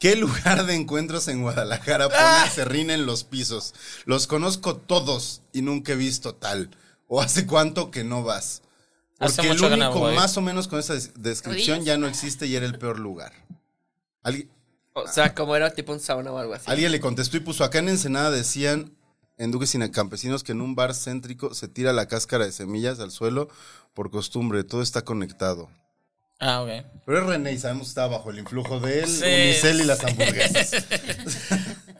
D: ¿Qué lugar de encuentros en
E: [LAUGHS] Ah.
D: Guadalajara pone serrín en los pisos? Los conozco todos y nunca he visto tal. ¿O hace cuánto que no vas?
E: Hace
D: Porque el
E: mucho que no
D: único
E: voy.
D: más o menos con esa des- descripción ya no existe y era el peor lugar. Alguien,
F: O sea, como era tipo un sauna o algo así.
D: alguien le contestó y puso, acá en Ensenada decían en Duques y Campesinos que en un bar céntrico se tira la cáscara de semillas al suelo por costumbre, todo está conectado.
E: Ah, ok.
D: Pero es René y sabemos que estaba bajo el influjo del
E: Sí. [LAUGHS]
D: unicel y las hamburguesas.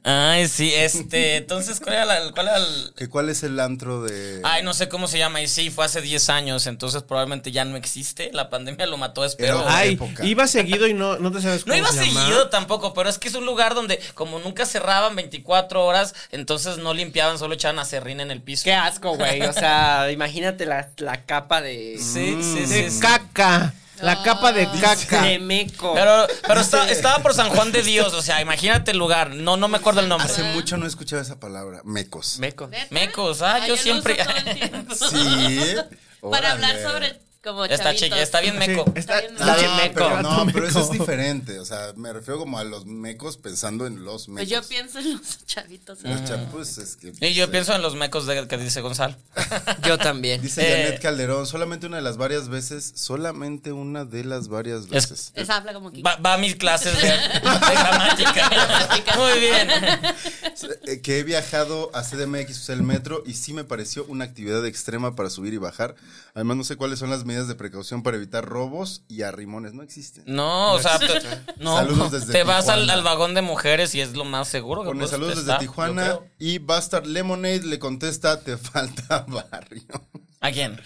E: Ay, sí, este. Entonces, ¿cuál era, la- cuál era el.?
D: ¿Que ¿Cuál es el antro de...?
E: Ay, no sé cómo se llama. Y sí, fue hace 10 años. Entonces, probablemente ya no existe. La pandemia lo mató, espero.
D: Pero-
C: Ay,
D: época.
C: iba seguido y no, no te sabes
E: No
C: cómo
E: iba
C: se llama.
E: seguido tampoco, pero es que es un lugar donde, como nunca cerraban 24 horas, entonces no limpiaban, solo echaban acerrín en el piso.
F: Qué asco, güey. O sea, imagínate la, la capa de. Mm.
E: Sí, sí, sí.
C: Mm. De
E: sí.
C: caca.
E: Ah.
C: La capa de caca.
F: De meco.
E: Pero, pero está- estaba por San Juan de Dios, o
D: [LAUGHS]
E: sea, imagínate el lugar. No, no me acuerdo el nombre.
D: Hace mucho no he escuchado esa palabra, mecos.
F: Meco.
G: ¿Neta?
E: Mecos, ah, yo
G: lo
E: siempre- [LAUGHS]
G: uso todo el tiempo.
D: Sí.
G: [LAUGHS] Para hablar
D: órale.
G: sobre como
E: Está
G: chavitos.
E: chica, está bien
C: Sí,
E: meco.
C: está,
G: Está bien
D: No,
E: Está bien meco.
D: pero, no,
C: Gato
D: pero eso es
C: meco.
D: diferente. O sea, me refiero como a los mecos pensando en los mecos.
G: Pues yo pienso en los [LAUGHS] chavitos. ¿eh?
D: Los chapus es que... pues,
E: Y yo
D: sí.
E: pienso en los mecos de- que dice
G: [LAUGHS]
E: Gonzalo.
F: Yo también.
D: Dice
E: Eh.
D: Janet Calderón, solamente una de las varias veces, solamente una de las varias veces.
G: Les habla como que.
E: Va, va a mis clases de, de
G: [LAUGHS]
E: gramática. Muy bien.
D: Eh, Que he viajado a CDMX, o sea, el metro, y sí me pareció una actividad extrema para subir y bajar. Además, no sé cuáles son las medidas de precaución para evitar robos y arrimones. No existen.
E: No, o sea, te, no,
D: Saludos desde
E: te vas al,
D: Tijuana.
E: al vagón de mujeres y es lo más seguro que
C: Pues,
D: Pone
E: puedes
D: saludos desde
E: estar, yo
D: Tijuana
E: creo.
D: y Bastard Lemonade le contesta, te falta [LAUGHS] barrio.
E: ¿A quién?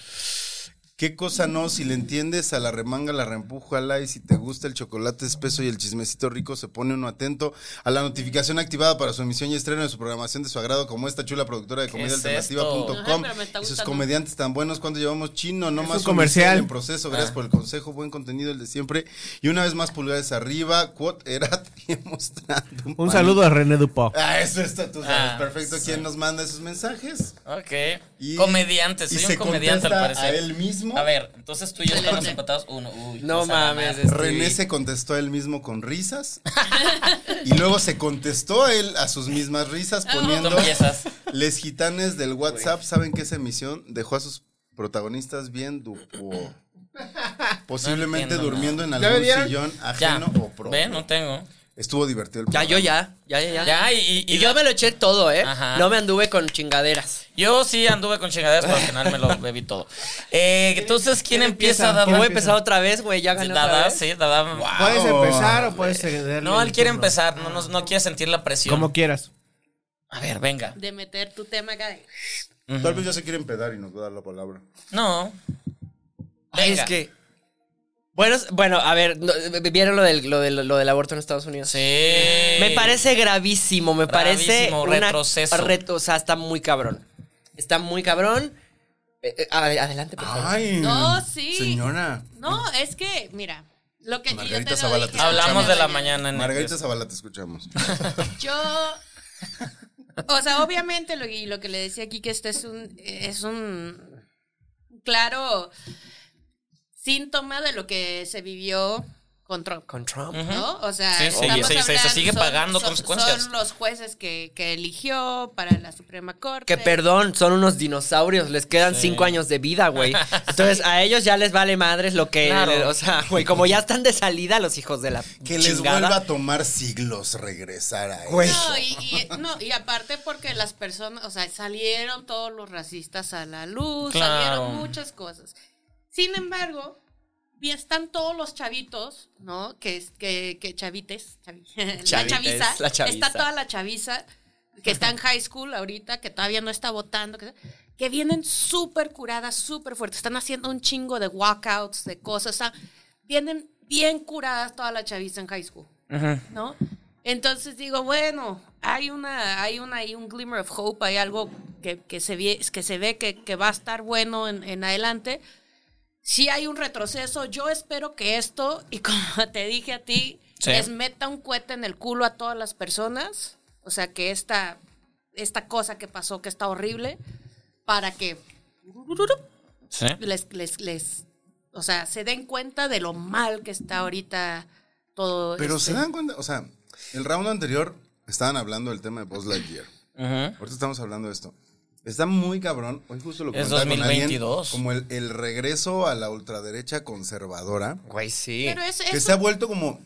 D: ¿Qué cosa no? Si le entiendes a la remanga, la reempújala y si te gusta el chocolate espeso y el chismecito rico, se pone uno atento a la notificación activada para su emisión y estreno de su programación de su agrado, como esta chula productora de
E: ¿Qué
D: comedia
E: es
D: alternativa.com
G: esto? Ajá, pero me está
D: y sus
G: gustando.
D: comediantes tan buenos cuando llevamos chino, no
C: Es
D: más
C: un comercial. Ah.
D: en proceso. Gracias por el consejo, buen contenido el de siempre. Y una vez más, pulgares arriba, quot [LAUGHS] erat y mostrando.
C: Un saludo a René Dupont.
D: Ah, eso está, tú sabes
E: Ah,
D: perfecto quién nos manda esos mensajes.
E: Ok.
D: Y-
E: comediante, soy
D: y
E: un
D: se
E: comediante al
D: contesta
E: parecer.
D: a él mismo.
E: A ver, entonces tú y yo estamos empatados uno. Uy,
F: No
E: vas a ganar.
F: mames.
D: René
F: Stevie.
D: se contestó a él mismo con risas [LAUGHS] y luego se contestó a él a sus mismas risas poniendo
E: Tú empiezas.
D: les gitanes del WhatsApp saben que esa emisión dejó a sus protagonistas bien dupo posiblemente
E: entiendo
D: durmiendo en
C: ¿Ya
D: algún
C: bebieron?
D: sillón
E: Ya.
D: ajeno o propio.
E: Ve, no tengo.
D: Estuvo divertido el
F: Ya, yo
D: programa.
F: ya. Ya, ya, ya.
E: Ya, y, y- y
F: Y yo me lo eché todo, ¿eh?
E: Ajá.
F: No me anduve con chingaderas.
E: yo sí anduve con chingaderas, pero al final me
F: [LAUGHS]
E: lo bebí todo. Eh, entonces, ¿quién, empieza,
C: empieza?
E: Dada?
F: Voy a
E: Voy-
F: empezar otra vez, güey. Ya gané otra
E: Dada,
F: vez.
E: sí, Dada.
C: Puedes
D: Oh.
C: empezar o puedes ceder.
E: No, él quiere empezar, no, no, no quiere sentir la presión.
C: Como quieras.
E: A ver, venga.
G: De meter tu tema acá. de-
D: Tal vez ya se quiere empedar y nos va a dar la palabra.
E: No.
F: Ay,
E: Venga.
F: es que. Bueno, es- bueno, a ver, no, ¿vieron lo del, lo, del, lo del aborto en Estados Unidos?
E: Sí.
F: Me parece gravísimo, me parece.
E: Gravísimo, retroceso.
F: reto- o sea, está muy cabrón. Está muy cabrón. Eh, eh, a- adelante, por favor.
D: Ay,
G: No, sí.
D: señora.
G: No, es que, mira. Lo que y yo
D: Margarita
G: te lo
D: Zavala,
G: dije.
D: te
E: Hablamos de la mañana. en el-
D: Margarita Zavala, te escuchamos.
G: Yo. O sea, obviamente, lo, y lo que le decía aquí, que este es un. Es un claro síntoma de lo que se vivió con Trump.
F: Con Trump.
G: ¿no? O sea,
E: Sí, sí,
G: estamos
E: sí, sí, se
G: hablando-
E: sigue pagando consecuencias.
G: Son los jueces que, que eligió para la Suprema Corte.
F: Que perdón, son unos dinosaurios, les quedan cinco años de vida, [LAUGHS] güey. Entonces a ellos ya les vale madres lo que...
E: Claro.
F: O sea, güey, como ya están de salida los hijos de la...
D: Que les
F: chingada.
D: vuelva a tomar siglos regresar a él.
F: Güey.
G: No y, y- no, y aparte porque las personas, o sea, salieron todos los racistas a la luz,
E: Claro.
G: salieron muchas cosas. Sin embargo, y están todos los chavitos, ¿no? Que, es- que, que chavites, chavi- [LAUGHS] la
F: Chavites,
G: chaviza,
F: la chaviza.
G: está toda la chaviza que está en high school ahorita, que todavía no está votando, que, que vienen súper curadas, súper fuertes, están haciendo un chingo de walkouts, de cosas, o sea, vienen bien curadas toda la chaviza en high school. ¿no? Entonces digo, bueno, hay una, hay una, hay un glimmer of hope, hay algo que, que se, vie- que se ve que, que va a estar bueno en, en adelante. Si hay un retroceso, yo espero que esto, y [LAUGHS] como te dije a ti,
E: Sí.
G: les meta un cohete en el culo a todas las personas. O sea, que esta, esta cosa que pasó, que está horrible, para que
E: Sí.
G: les, les, les, o sea, se den cuenta de lo mal que está ahorita todo.
D: Pero se
G: este-
D: dan cuenta, o sea, el round anterior estaban hablando del tema de Buzz Lightyear.
E: Ujú.
D: Ahorita estamos hablando de esto. Está muy cabrón. Hoy justo lo
E: Es
D: comentaba con alguien,
E: 2022.
D: como el, el regreso a la ultraderecha conservadora,
F: Güey, sí.
G: Pero es,
D: que
G: es
D: se ha vuelto como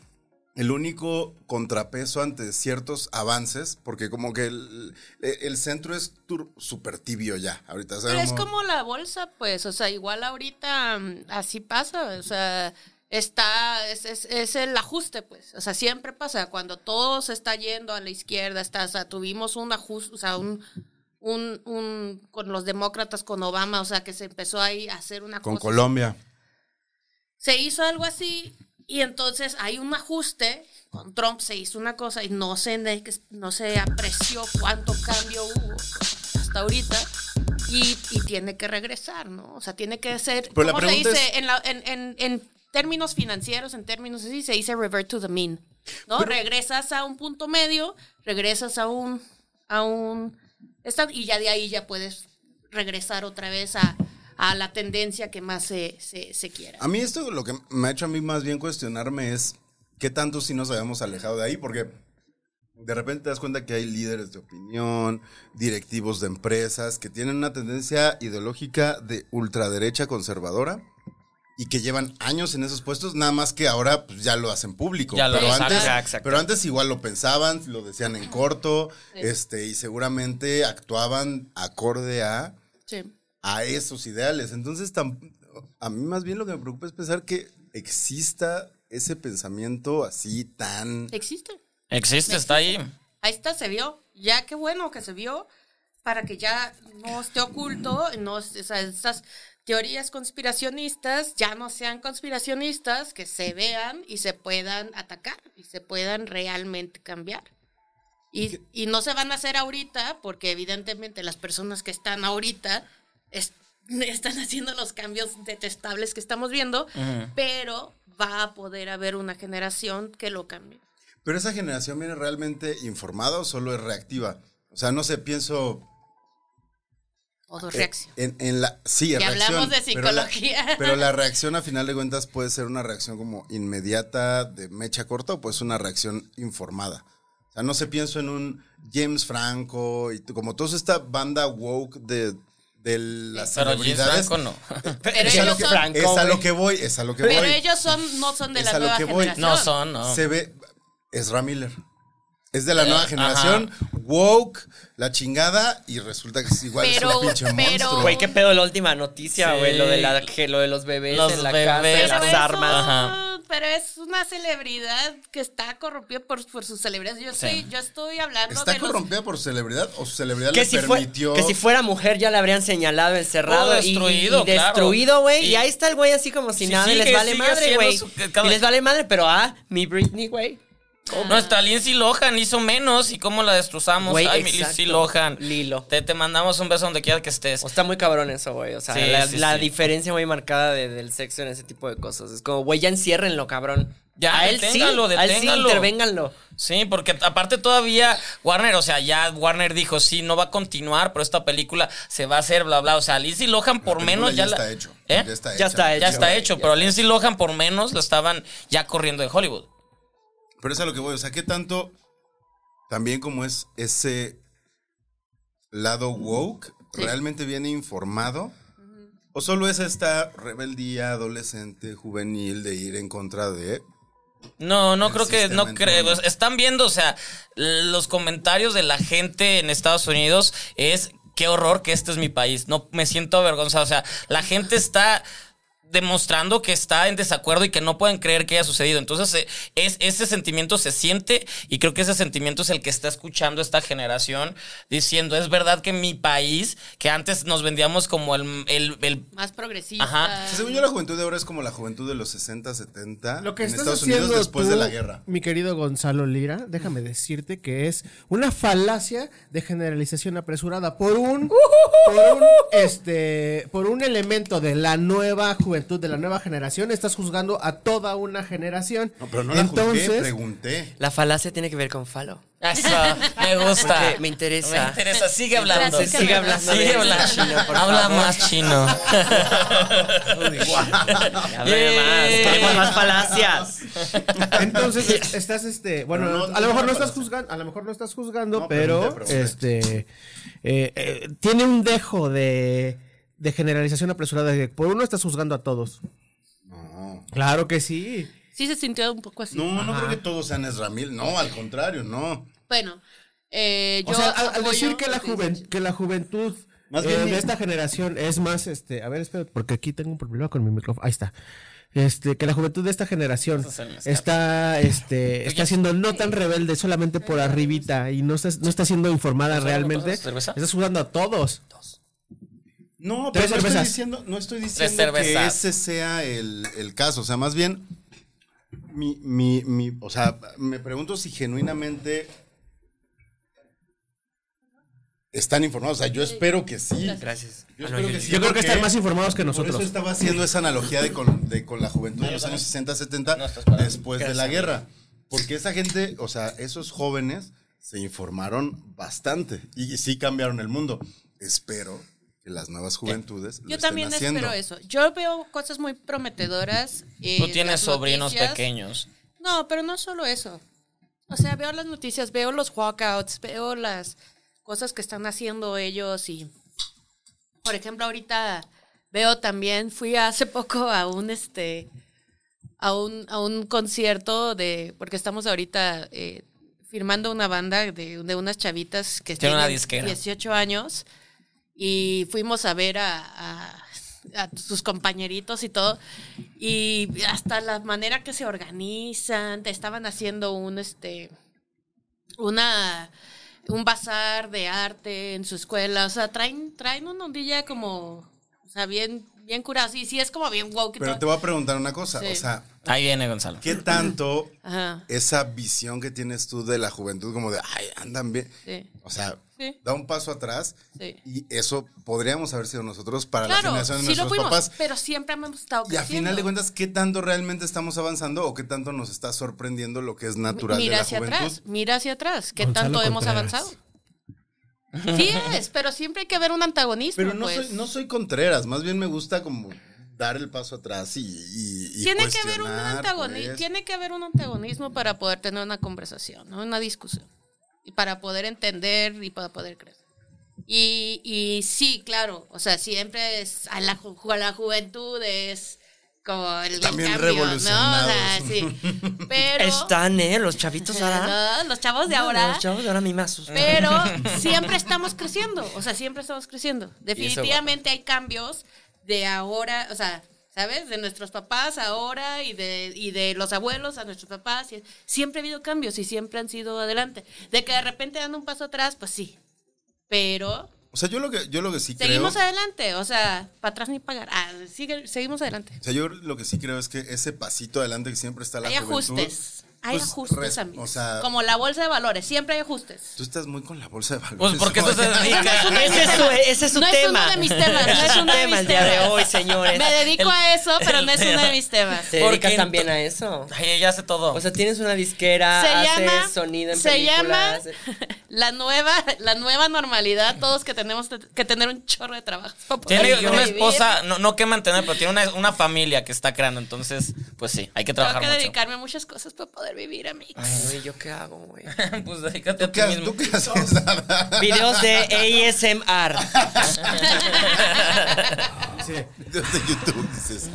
D: el único contrapeso ante ciertos avances, porque como que el, el centro es tur- súper tibio ya. Ahorita o sea,
G: Pero es como la bolsa, pues, o sea, igual ahorita mm, así pasa, o sea, está, es, es- es el ajuste, pues. O sea, siempre pasa, cuando todo se está yendo a la izquierda, está, o sea, tuvimos un ajuste, o sea, un, un, un- con los demócratas, con Obama, o sea, que se empezó ahí a hacer una
D: Con
G: cosa.
D: Colombia.
G: Se hizo algo así y entonces hay un ajuste. Con Trump se hizo una cosa y no se, ne- no se apreció cuánto cambio hubo hasta ahorita. Y, y tiene que regresar, ¿no? O sea, tiene que ser.
D: Pero la
G: ¿Cómo se
D: pregunta
G: dice?
D: es-
G: En, la- en- en- en términos financieros, en términos así, se dice revert to the mean. ¿No? regresas a un punto medio, regresas a un. a un. esta- y ya de ahí ya puedes regresar otra vez a, a la tendencia que más se, se, se quiera.
D: A mí esto lo que me ha hecho a mí más bien cuestionarme es qué tanto sí nos habíamos alejado de ahí, porque de repente te das cuenta que hay líderes de opinión, directivos de empresas que tienen una tendencia ideológica de ultraderecha conservadora y que llevan años en esos puestos, nada más que ahora pues, ya lo hacen público.
E: Ya lo
D: pero,
E: hacen,
D: antes,
E: ya, exacto.
D: pero antes igual lo pensaban, lo decían en corto, este, y seguramente actuaban acorde a
G: Sí.
D: a esos ideales. Entonces, tam- a mí más bien lo que me preocupa es pensar que exista ese pensamiento así tan...
G: Existe.
E: Existe, está ahí.
G: Ahí está, se vio. Ya qué bueno que se vio para que ya no esté oculto, no, o sea, esas teorías conspiracionistas ya no sean conspiracionistas, que se vean y se puedan atacar y se puedan realmente cambiar. Y, y no se van a hacer ahorita porque evidentemente las personas que están ahorita es- [LAUGHS] están haciendo los cambios detestables que estamos viendo, pero va a poder haber una generación que lo cambie.
D: Pero esa generación viene realmente informada o solo es reactiva. O sea, no sé, pienso...
G: Todo
D: eh,
G: reacción.
D: En, en la, sí,
G: Ya
D: reacción,
G: hablamos de
D: pero la-
G: psicología.
D: [LAUGHS] Pero la, reacción a final de cuentas puede ser una reacción como inmediata de mecha corta o pues una reacción informada. O sea, no se pienso en un James Franco y t- como toda esta banda woke de, de las
E: Pero James
D: celebridades. [LAUGHS]
E: Franco no.
G: Pero
D: es, a lo
G: ellos
D: que,
G: son,
D: es a lo que voy, es a lo que
G: pero
D: voy.
G: ellos son, no son de
D: Es
G: la
D: a lo
G: nueva
D: que voy.
G: generación.
E: No son, no.
D: Se ve. Ezra Miller. Es de la nueva
E: ajá.
D: generación, woke, la chingada, y resulta que es igual, es
G: Pero-
D: un pinche
G: pero-
D: monstruo.
F: Güey, qué pedo la última noticia,
E: Sí.
F: güey. Lo, de la, que lo de los bebés
E: Los
F: en la
E: bebés.
F: casa,
G: Pero
F: las
G: eso-
F: armas.
E: Ajá.
G: Ah, Pero es una celebridad que está corrompida por, por sus celebridades. Yo,
E: Sí.
G: estoy, yo estoy hablando
D: ¿Está
G: de los-
D: corrompida por su celebridad o su celebridad
F: Que
D: le
F: si, fue-
D: permitió?
F: que si fuera mujer ya la habrían señalado, encerrado
E: O
F: y-
E: Oh, destruido,
F: y, y
E: claro.
F: destruido, güey. Y,
E: Y-
F: ahí está el güey así como si
E: Sí,
F: nada y
E: sigue-
F: les vale
E: sigue
F: madre,
E: haciendo
F: güey.
E: su- que cada-
F: Y les vale madre, pero ah, mi Britney, güey.
E: Nuestra Lindsay Lohan hizo menos y cómo la destrozamos.
F: Güey,
E: Ay, mi
F: exacto.
E: Lindsay Lohan.
F: Lilo.
E: Te, te mandamos un beso donde quiera que estés.
F: O está muy cabrón eso, güey. O sea,
E: Sí,
F: la,
E: sí,
F: la
E: sí.
F: diferencia muy marcada de- del sexo en ese tipo de cosas. Es como, güey, ya enciérrenlo, cabrón.
E: Ya,
F: a él sí,
E: deténganlo,
F: a él sí,
E: deténganlo.
F: intervénganlo.
E: Sí, porque aparte todavía Warner, o sea, ya Warner dijo, sí, no va a continuar, pero esta película se va a hacer, bla, bla. O sea, Lindsay Lohan por
D: La
E: menos
D: película
E: ya,
D: ya está
E: la-
D: hecho.
E: ¿Eh?
D: Ya está
F: Ya
D: hecha.
F: está
E: Ya
F: hecho,
E: está
F: güey,
E: hecho,
F: ya
E: pero
F: está
E: Lindsay Lohan por menos la estaban ya corriendo de Hollywood.
D: Pero es a lo que voy. O sea, ¿qué tanto también como es ese lado woke realmente viene informado? ¿O solo es esta rebeldía adolescente, juvenil de ir en contra de...
E: No, no
D: El
E: creo que,
D: sistema
E: no
D: en
E: creo.
D: todo.
E: Están viendo, o sea, los comentarios de la gente en Estados Unidos es qué horror que este es mi país. No me siento avergonzado. O sea, la gente está demostrando que está en desacuerdo y que no pueden creer que haya sucedido. Entonces, eh, es, ese sentimiento se siente y creo que ese sentimiento es el que está escuchando esta generación diciendo, es verdad que mi país, que antes nos vendíamos como el- el- el [LAUGHS]
G: más progresistas.
E: Ajá.
D: O sea, según yo, la juventud de ahora es como la juventud de los 60, 70
C: Lo que
D: en
C: estás
D: Estados
C: haciendo
D: Unidos después
C: tú,
D: de la guerra.
C: Mi querido Gonzalo Lira, déjame decirte que es una falacia de generalización apresurada por un, por un, este, por un elemento de la nueva juventud, de la nueva generación. Estás juzgando a toda una generación.
D: No, pero no la
C: Entonces,
D: juzgué, pregunté.
F: La falacia tiene que ver con falo.
E: Eso, me gusta.
F: Porque me interesa.
E: Me interesa, sigue hablando.
G: Platícame
F: Sigue hablando
E: Sigue
F: de
E: hablando.
F: chino, por
E: Habla
F: favor.
E: más chino.
F: [LAUGHS] Habla más,
E: Eh.
F: queremos más falacias.
C: Entonces estás este, bueno,
D: Pero no-
C: a lo mejor
D: no
C: no estás
D: parece.
C: juzgando, a lo mejor no estás juzgando,
D: No,
C: pero,
D: pero no te preocupes.
C: este eh, eh, tiene un dejo de de generalización apresurada de que por uno estás juzgando a todos. Claro que sí.
G: Sí se sintió un poco así.
D: No, no creo que todos sean Esramil. No, al contrario, no.
G: Bueno, eh, yo
C: O sea, al, al
G: apoyo
C: decir que la,
G: lo dice
C: juven- que la juventud
D: Más
C: eh,
D: bien-
C: de esta generación es más, este, a ver, espera, porque aquí tengo un problema con mi micrófono. Ahí está. Este, que la juventud de esta generación
E: se me escapa.
C: está, este,
E: Oye.
C: está siendo no tan rebelde solamente por arribita y no está, no está siendo informada
E: ¿Estás hablando
C: realmente.
E: de cerveza?
C: Estás jugando a todos.
D: No,
C: Tres
D: pero no estoy
C: cervezas.
D: diciendo, no estoy diciendo que
E: cervezas.
D: ese sea el, el caso. O sea, más bien, mi, mi, mi, o sea, me pregunto si genuinamente están informados. O sea, yo espero que sí.
F: Gracias.
D: Yo, espero que sí,
C: Yo creo que
D: porque
C: están más informados que
D: Por eso
C: nosotros.
D: estaba haciendo esa analogía de con, de con la juventud de los años 60, 70,
E: No, estás parado.
D: después de la guerra. Porque esa gente, o sea, esos jóvenes se informaron bastante y sí cambiaron el mundo. Espero que las nuevas juventudes lo
G: Yo
D: estén
G: también
D: haciendo.
G: espero eso. Yo veo cosas muy prometedoras. eh,
E: Tú tienes
G: las
E: sobrinos
G: noticias.
E: pequeños.
G: No, pero no solo eso. O sea, veo las noticias, veo los walkouts, veo las cosas que están haciendo ellos y, por ejemplo, ahorita veo también, fui hace poco a un, este, a un, a un concierto de, porque estamos ahorita eh, firmando una banda de, de unas chavitas que
E: Tiene una
G: tienen
E: disquera.
G: 18 años y fuimos a ver a, a- a sus compañeritos y todo. Y hasta la manera que se organizan, te estaban haciendo un, este, una, un bazar de arte en su escuela. O sea, traen, traen una ondilla como, o sea, bien, bien curada. Sí, sí, es como bien wow. que
D: Pero
G: todo-
D: te voy a preguntar una cosa,
G: Sí.
D: o sea,
E: Ahí viene Gonzalo.
D: ¿qué tanto
G: Ajá,
D: esa visión que tienes tú de la juventud como de, ay, andan bien?
G: sí,
D: O sea,
G: Sí.
D: da un paso atrás
G: sí.
D: y eso podríamos haber sido nosotros para la
G: Claro,
D: generación de
G: sí lo
D: nuestros
G: fuimos,
D: papás.
G: pero siempre hemos estado
D: Y a
G: creciendo.
D: final de cuentas, ¿qué tanto realmente estamos avanzando o qué tanto nos está sorprendiendo lo que es natural de
G: mira
D: la
G: hacia
D: juventud?
G: atrás, mira hacia atrás, qué
H: Gonzalo
G: tanto hemos
H: Contreras.
G: avanzado. Sí es, pero siempre hay que ver un antagonista.
D: Pero no,
G: pues.
D: soy, no soy Contreras, más bien me gusta como dar el paso atrás y, y- y
G: tiene que haber un
D: cuestionar,
G: antagonismo,
D: pues.
G: tiene que haber un antagonismo para poder tener una conversación, ¿no? una discusión y para poder entender y para poder crecer. Y, y sí, claro, o sea, siempre es a la, ju- a la juventud es como el, el
D: También
G: cambio,
D: revolucionados.
G: ¿no? O sea, sí.
D: [LAUGHS]
G: Pero
F: [LAUGHS] Están, ¿eh? Los chavitos ahora.
G: No, los chavos de
F: No,
G: ahora.
F: Los chavos de ahora a mí me
D: [LAUGHS]
F: asustan.
G: Pero siempre estamos creciendo, o sea, siempre estamos creciendo. Definitivamente hay cambios de ahora, o sea, ¿sabes? De nuestros papás ahora y de, y de los abuelos a nuestros papás. y- Siempre ha habido cambios y siempre han sido adelante. De que de repente dan un paso atrás, pues sí. Pero
D: O sea, yo lo que, yo lo que sí creo.
G: seguimos adelante, o sea, para atrás ni pagar. Ah, sigue- seguimos adelante.
D: O sea, yo lo que sí creo es que ese pasito adelante que siempre está la
G: hay
D: juventud.
G: ajustes. Hay
D: pues,
G: ajustes,
D: res-
G: amigos.
D: O sea,
G: Como la bolsa de valores, siempre hay ajustes.
D: tú estás muy con la bolsa de valores.
E: Pues porque esto se
D: Oye, [LAUGHS]
E: dedica.
F: Ese es su, ese es su
G: no
F: tema.
G: es uno de mis temas.
F: Ese
G: No
F: [LAUGHS]
G: es uno de mis
F: tema el día de
G: temas.
F: hoy, señores.
G: Me dedico
E: El-
G: a eso, pero
E: el
G: no es uno
E: tema.
D: [LAUGHS]
G: de mis temas.
F: ¿Te
E: Porque
F: dedicas
E: ento-
F: también a eso?
E: Ay, ella hace todo.
D: Pues,
F: O sea, tienes una disquera,
G: Se
F: haces
G: llama,
F: sonido en
G: se llama
F: películas.
G: [LAUGHS] la nueva, la nueva normalidad. Todos que tenemos que tener un chorro de trabajo. para poder
E: tiene una
G: sobrevivir.
E: esposa, no, no que mantener, pero tiene una, una familia que está creando. Entonces, pues sí, hay que
G: Tengo
E: trabajar
G: que
E: mucho.
G: dedicarme a muchas cosas para poder vivir, amigos.
F: Ay, güey, ¿yo qué hago, güey?
E: [LAUGHS] pues dedícate a
D: ¿Tú
E: ti
D: qué,
E: mismo.
D: tú qué haces? Nada.
F: Videos de
D: [LAUGHS]
G: [LAUGHS]
F: ASMR.
D: de YouTube
E: [LAUGHS]
D: dices.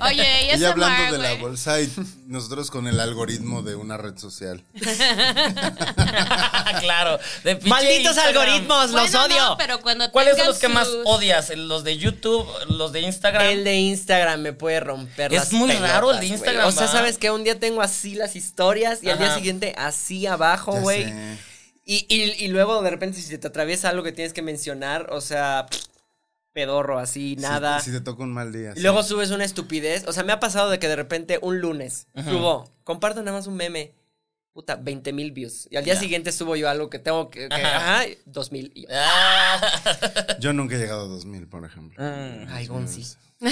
G: [LAUGHS] Oye, y
D: Y
G: esa
D: hablando de la
G: güey.
D: bolsa y nosotros con el algoritmo de una red social.
E: [LAUGHS]
D: [LAUGHS]
E: claro. de pinche
F: ¡Malditos
E: Instagram.
F: algoritmos! ¡Los
G: Bueno,
F: odio!
G: no, pero cuando
E: ¿Cuáles son
G: tengan
E: los que más
G: sus- [LAUGHS]
E: odias? ¿Los de YouTube? ¿Los de Instagram?
F: El de Instagram me puede romper
E: Es
F: las
E: muy raro el de
F: pelotas, güey.
E: Instagram,
F: O sea,
E: ¿va?
F: ¿sabes que Un día tengo así las historias y al día
E: Ajá.
F: siguiente así abajo,
D: Ya
F: güey.
D: sé.
F: Y, y- y luego de repente si se te atraviesa algo que tienes que mencionar, o sea, pedorro, así,
D: Si-
F: nada.
D: Si, te toca un mal día.
F: Y
D: sí.
F: luego subes una estupidez. O sea, me ha pasado de que de repente un lunes subo, comparto nada más un meme. Puta, 20 mil views. Y al día siguiente subo yo algo que tengo que. que-
E: Ajá.
F: ajá, 2 mil. Y yo, [LAUGHS]
E: Ah.
D: Yo nunca he llegado a 2000, por ejemplo.
F: Ay,
D: [LAUGHS]
F: Gonzi.
E: Sí,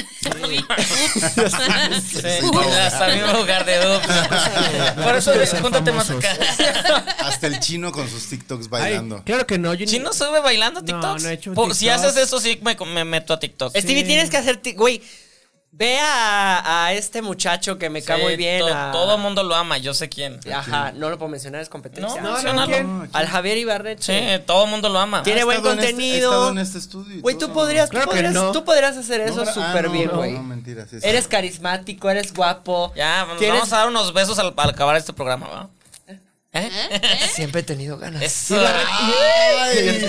E: las al mismo lugar de
C: [LAUGHS]
E: Ups. Por eso,
H: Ser
E: júntate más
H: famosos.
E: acá. [LAUGHS]
D: Hasta el chino con sus TikToks
C: Ay,
D: bailando.
C: claro que no. Yo ni-
E: ¿Chino sube bailando
C: No,
E: TikToks?
C: no he hecho
E: Por- Si
C: TikToks.
E: haces eso, sí me, me meto a TikTok.
F: Stevie, tienes que hacer. ti- Güey, ve a, a este muchacho que me cae
E: Sí,
F: muy bien.
E: to-
F: a-
E: Todo el mundo lo ama, yo sé quién.
F: Ajá, no lo puedo mencionar, es
E: No,
F: competencia.
E: no,
F: Al Javier
E: Sí,
F: Ibarreche.
E: todo el mundo lo ama.
F: Tiene
D: Ha
F: buen
D: estado en este-
F: contenido.
D: he estado en este estudio. y
F: Güey,
D: todo.
F: tú podrías,
C: Claro
F: tú,
C: que
F: podrías
C: no.
F: tú podrías hacer
D: No,
F: eso
D: pero- ah,
F: súper
D: no,
F: bien,
D: no,
F: güey.
D: No, mentira, sí, sí.
F: Eres carismático, eres guapo.
E: Ya, nos
F: Tienes-
E: vamos a dar unos besos al, al acabar este programa, ¿va? ¿Eh?
F: [LAUGHS] Siempre he tenido ganas.
E: Eso.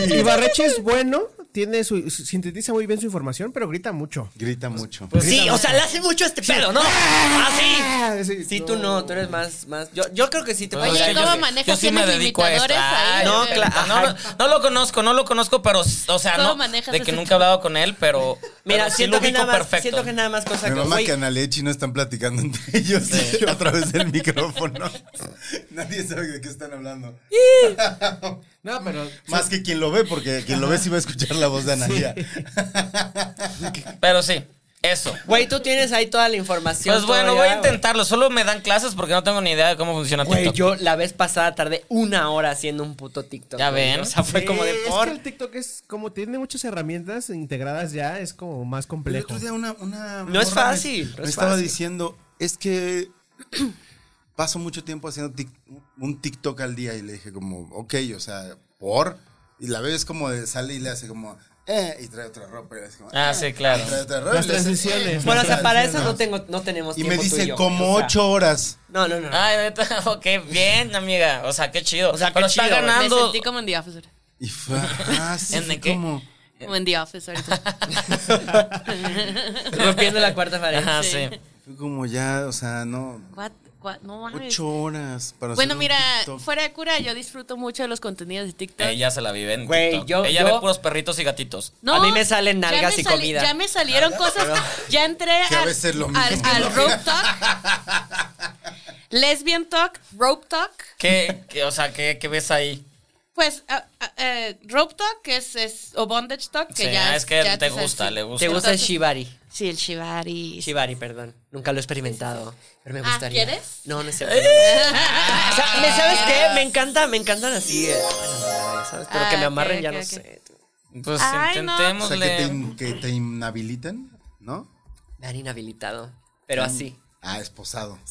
C: Ibarreche es bueno, tiene su, su- sintetiza muy bien su información, pero grita mucho.
D: Grita mucho.
F: Sí, o sea, le hace mucho este pedo, ¿no? Así.
C: Ah, sí,
F: Sí, tú no, tú eres más, más. Yo, yo creo que sí te
E: O sea,
I: Oye,
E: yo
I: ¿cómo
E: sí-
I: manejas?
E: Yo sí me
I: ¿Tienes
E: dedico a esto.
I: imitadores
E: Ay,
I: ahí?
E: no,
I: No,
E: cla-
F: claro.
E: no, no, no lo conozco, no lo conozco, pero, o sea,
I: ¿Cómo
E: no,
I: manejas
E: de que
I: ese
E: nunca he
I: tipo?
E: hablado con él, pero
F: Mira,
E: pero sí
F: siento,
E: lo
F: que
E: ubico
F: nada más,
E: perfecto.
F: siento que nada más cosa
D: Mi
F: que.
D: mamá
F: güey,
D: que Analia y Chino están platicando entre ellos [LAUGHS] a través del
F: [LAUGHS]
D: micrófono. Nadie sabe de qué están hablando. [LAUGHS]
C: No, pero.
D: Más que quien lo ve, porque quien lo ve sí va a escuchar la voz de
F: [LAUGHS]
D: Analia.
E: Pero sí, eso.
F: Güey, tú tienes ahí toda la información.
E: Pues bueno, voy
F: todavía,
E: a intentarlo. Solo me dan clases porque no tengo ni idea de cómo funciona
F: Güey, Güey,
E: TikTok.
F: yo la vez pasada tardé una hora haciendo un puto TikTok.
E: Ya
F: güey.
E: ven.
F: O sea, fue como de
C: Eh, es
F: por.
C: que el TikTok es como tiene muchas herramientas integradas ya, es como más
D: El
C: complejo.
D: otro día una, una
F: No es
D: morra me-
F: fácil, no
D: Me,
F: es
D: estaba
F: fácil.
D: diciendo, es que [CLEARS THROAT] paso mucho tiempo haciendo tic- un TikTok al día y le dije como, ok, o sea, ¿por? Y la veo es como de, sale y le hace como, eh, y trae otra ropa. Y le hace como,
E: Ah,
D: eh,
E: sí, claro.
D: y trae otra ropa,
C: Las
D: y le hace, "Eh".
C: transiciones.
F: Bueno, o sea, para eso
D: Transiciones.
F: no, tengo, no tenemos
D: Y
F: tiempo.
D: me
F: tú
D: dice
F: yo,
D: como
F: güey, o sea,
D: ocho horas.
F: No, no, no. no.
E: Ay, neta, [LAUGHS] ok, bien, amiga. O sea, qué chido.
F: O sea, qué
E: pero está
F: chido, güey.
G: Me
E: ganando.
G: sentí como en The Office.
D: Y fue, ah, sí,
E: ¿En
D: fue
E: de qué?
D: como...
G: Como en The [LAUGHS] Office ahorita.
E: [LAUGHS]
F: Rompiendo la cuarta pared.
E: Ajá, sí.
D: Fue como ya, o sea, no.
G: What- what- no mames.
D: Ocho horas para
G: Bueno,
D: hacer un
G: mira,
D: TikTok.
G: fuera de cura, yo disfruto mucho de los contenidos de TikTok.
E: Ella se la vive en
F: Güey,
E: TikTok.
F: yo-
E: Ella
F: yo-
E: ve puros perritos y gatitos.
G: No,
F: A mí me salen
G: ya
F: nalgas
G: me
F: y
G: sali-
F: comida.
G: Ya me salieron cosas. [LAUGHS] Ya entré
D: Que a
G: al-
D: veces lo mismo.
G: al, al rope talk.
D: [LAUGHS]
G: Lesbian talk, rope talk.
E: ¿Qué, qué- o sea, ¿qué, qué ves ahí?
G: Pues ah, ah, eh, rope talk es, es o bondage talk que
E: Sí,
G: ya
E: ah, es que
G: ya
E: te
G: sabes,
E: gusta,
G: sí.
E: le gusta.
F: ¿Te gusta el shibari?
G: Sí, el shibari.
F: Shibari, perdón. Nunca lo he experimentado. Pero me
G: Ah,
F: gustaría.
G: ¿quieres? Ah.
F: No, no es cierto. O sea, ¿me sabes qué? Me encanta, me encantan así. eh, ¿sabes? Pero que
G: Ah,
F: me
G: ok,
F: amarren ya
G: ok,
F: no
G: ok.
F: sé.
E: Pues
G: Ay, no.
D: O sea,
E: intentémosle.
D: que te, in- que te inhabilitan, ¿no?
F: Me han inhabilitado.
E: Mm.
F: Pero así.
D: Ah, esposado.
G: [LAUGHS]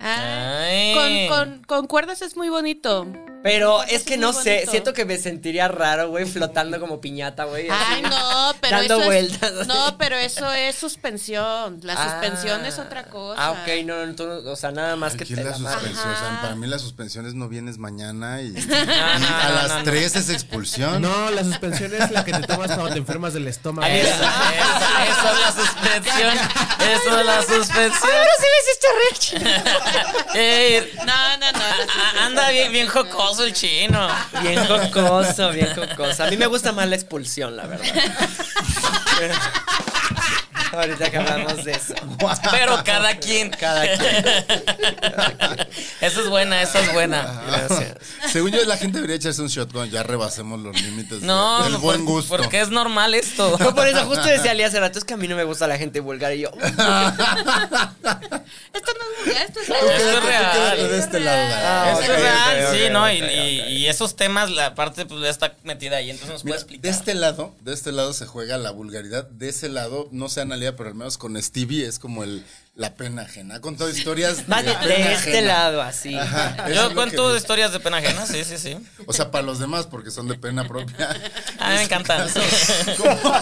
G: Ah,
E: Ay.
G: con, con, con cuerdas es muy bonito.
F: Pero
G: Aparte
F: es
G: es
F: que
G: muy
F: no sé,
G: bonito.
F: siento que me sentiría raro, güey, flotando como piñata, güey.
G: Ay,
F: así,
G: no, pero
F: dando
G: eso
F: vueltas.
G: es,
F: así.
G: No, pero eso es suspensión. La
F: Ah.
G: suspensión es otra cosa.
F: Ah, ok, no, no, tú no, o sea, nada más que
D: Aquí
F: te
D: la
F: la amarren.
D: suspensión. O sea, para mí la suspensión es no vienes mañana y, y
E: no,
D: a
E: no,
D: las
E: no.
D: 3 es expulsión.
C: No, la suspensión es la que te tomas cuando te enfermas del estómago.
E: Esa, esa, esa es la suspensión. Eso es la suspensión. [LAUGHS] Ahora Ah, sí ves [LAUGHS] este rich.
G: No, no, no. la suspensión.
E: Anda bien, bien jocoso el chino.
F: [LAUGHS] Bien cocoso, bien cocoso. A mí me gusta más la expulsión,
D: [LAUGHS]
F: la verdad. Pero- Ahorita que hablamos de eso.
E: Pero
D: [LAUGHS]
E: cada quien.
F: Cada quien.
E: Esa es buena, esa es buena.
D: Gracias. Según yo, la gente debería echarse un shot cuando ya rebasemos los límites de-
E: No,
D: del
E: no,
D: buen
E: por-
D: gusto.
E: Porque es normal esto.
F: Yo por eso justo decía Lía hace rato, es que a mí no me gusta la gente vulgar y yo. "Mm,
G: Esto no es vulgar, esto es
D: Tú quédate-
E: Esto
D: tú
E: es real.
D: quédate de este lado.
F: Ah,
E: Eso [LAUGHS]
F: ok,
E: es real,
F: ok,
E: sí,
F: ok,
E: ¿no?
F: ok,
E: y, y- y esos temas, la parte pues ya está metida ahí, entonces nos
D: Mira,
E: puede
D: de
E: explicar.
D: este lado, de este lado se juega la vulgaridad, de ese lado, no sé Analia, pero al menos con Stevie es como el la pena ajena. Ha contado historias
F: Más de,
D: pena
F: de este
D: ajena.
F: lado, así.
D: Ajá, eso es lo
E: Yo
D: que
E: cuento
D: me-
E: historias de pena ajena, sí, sí, sí.
D: O sea, para los demás, porque son de pena
F: [LAUGHS]
D: propia.
E: A mí
D: [LAUGHS]
E: me encantan.
D: Como-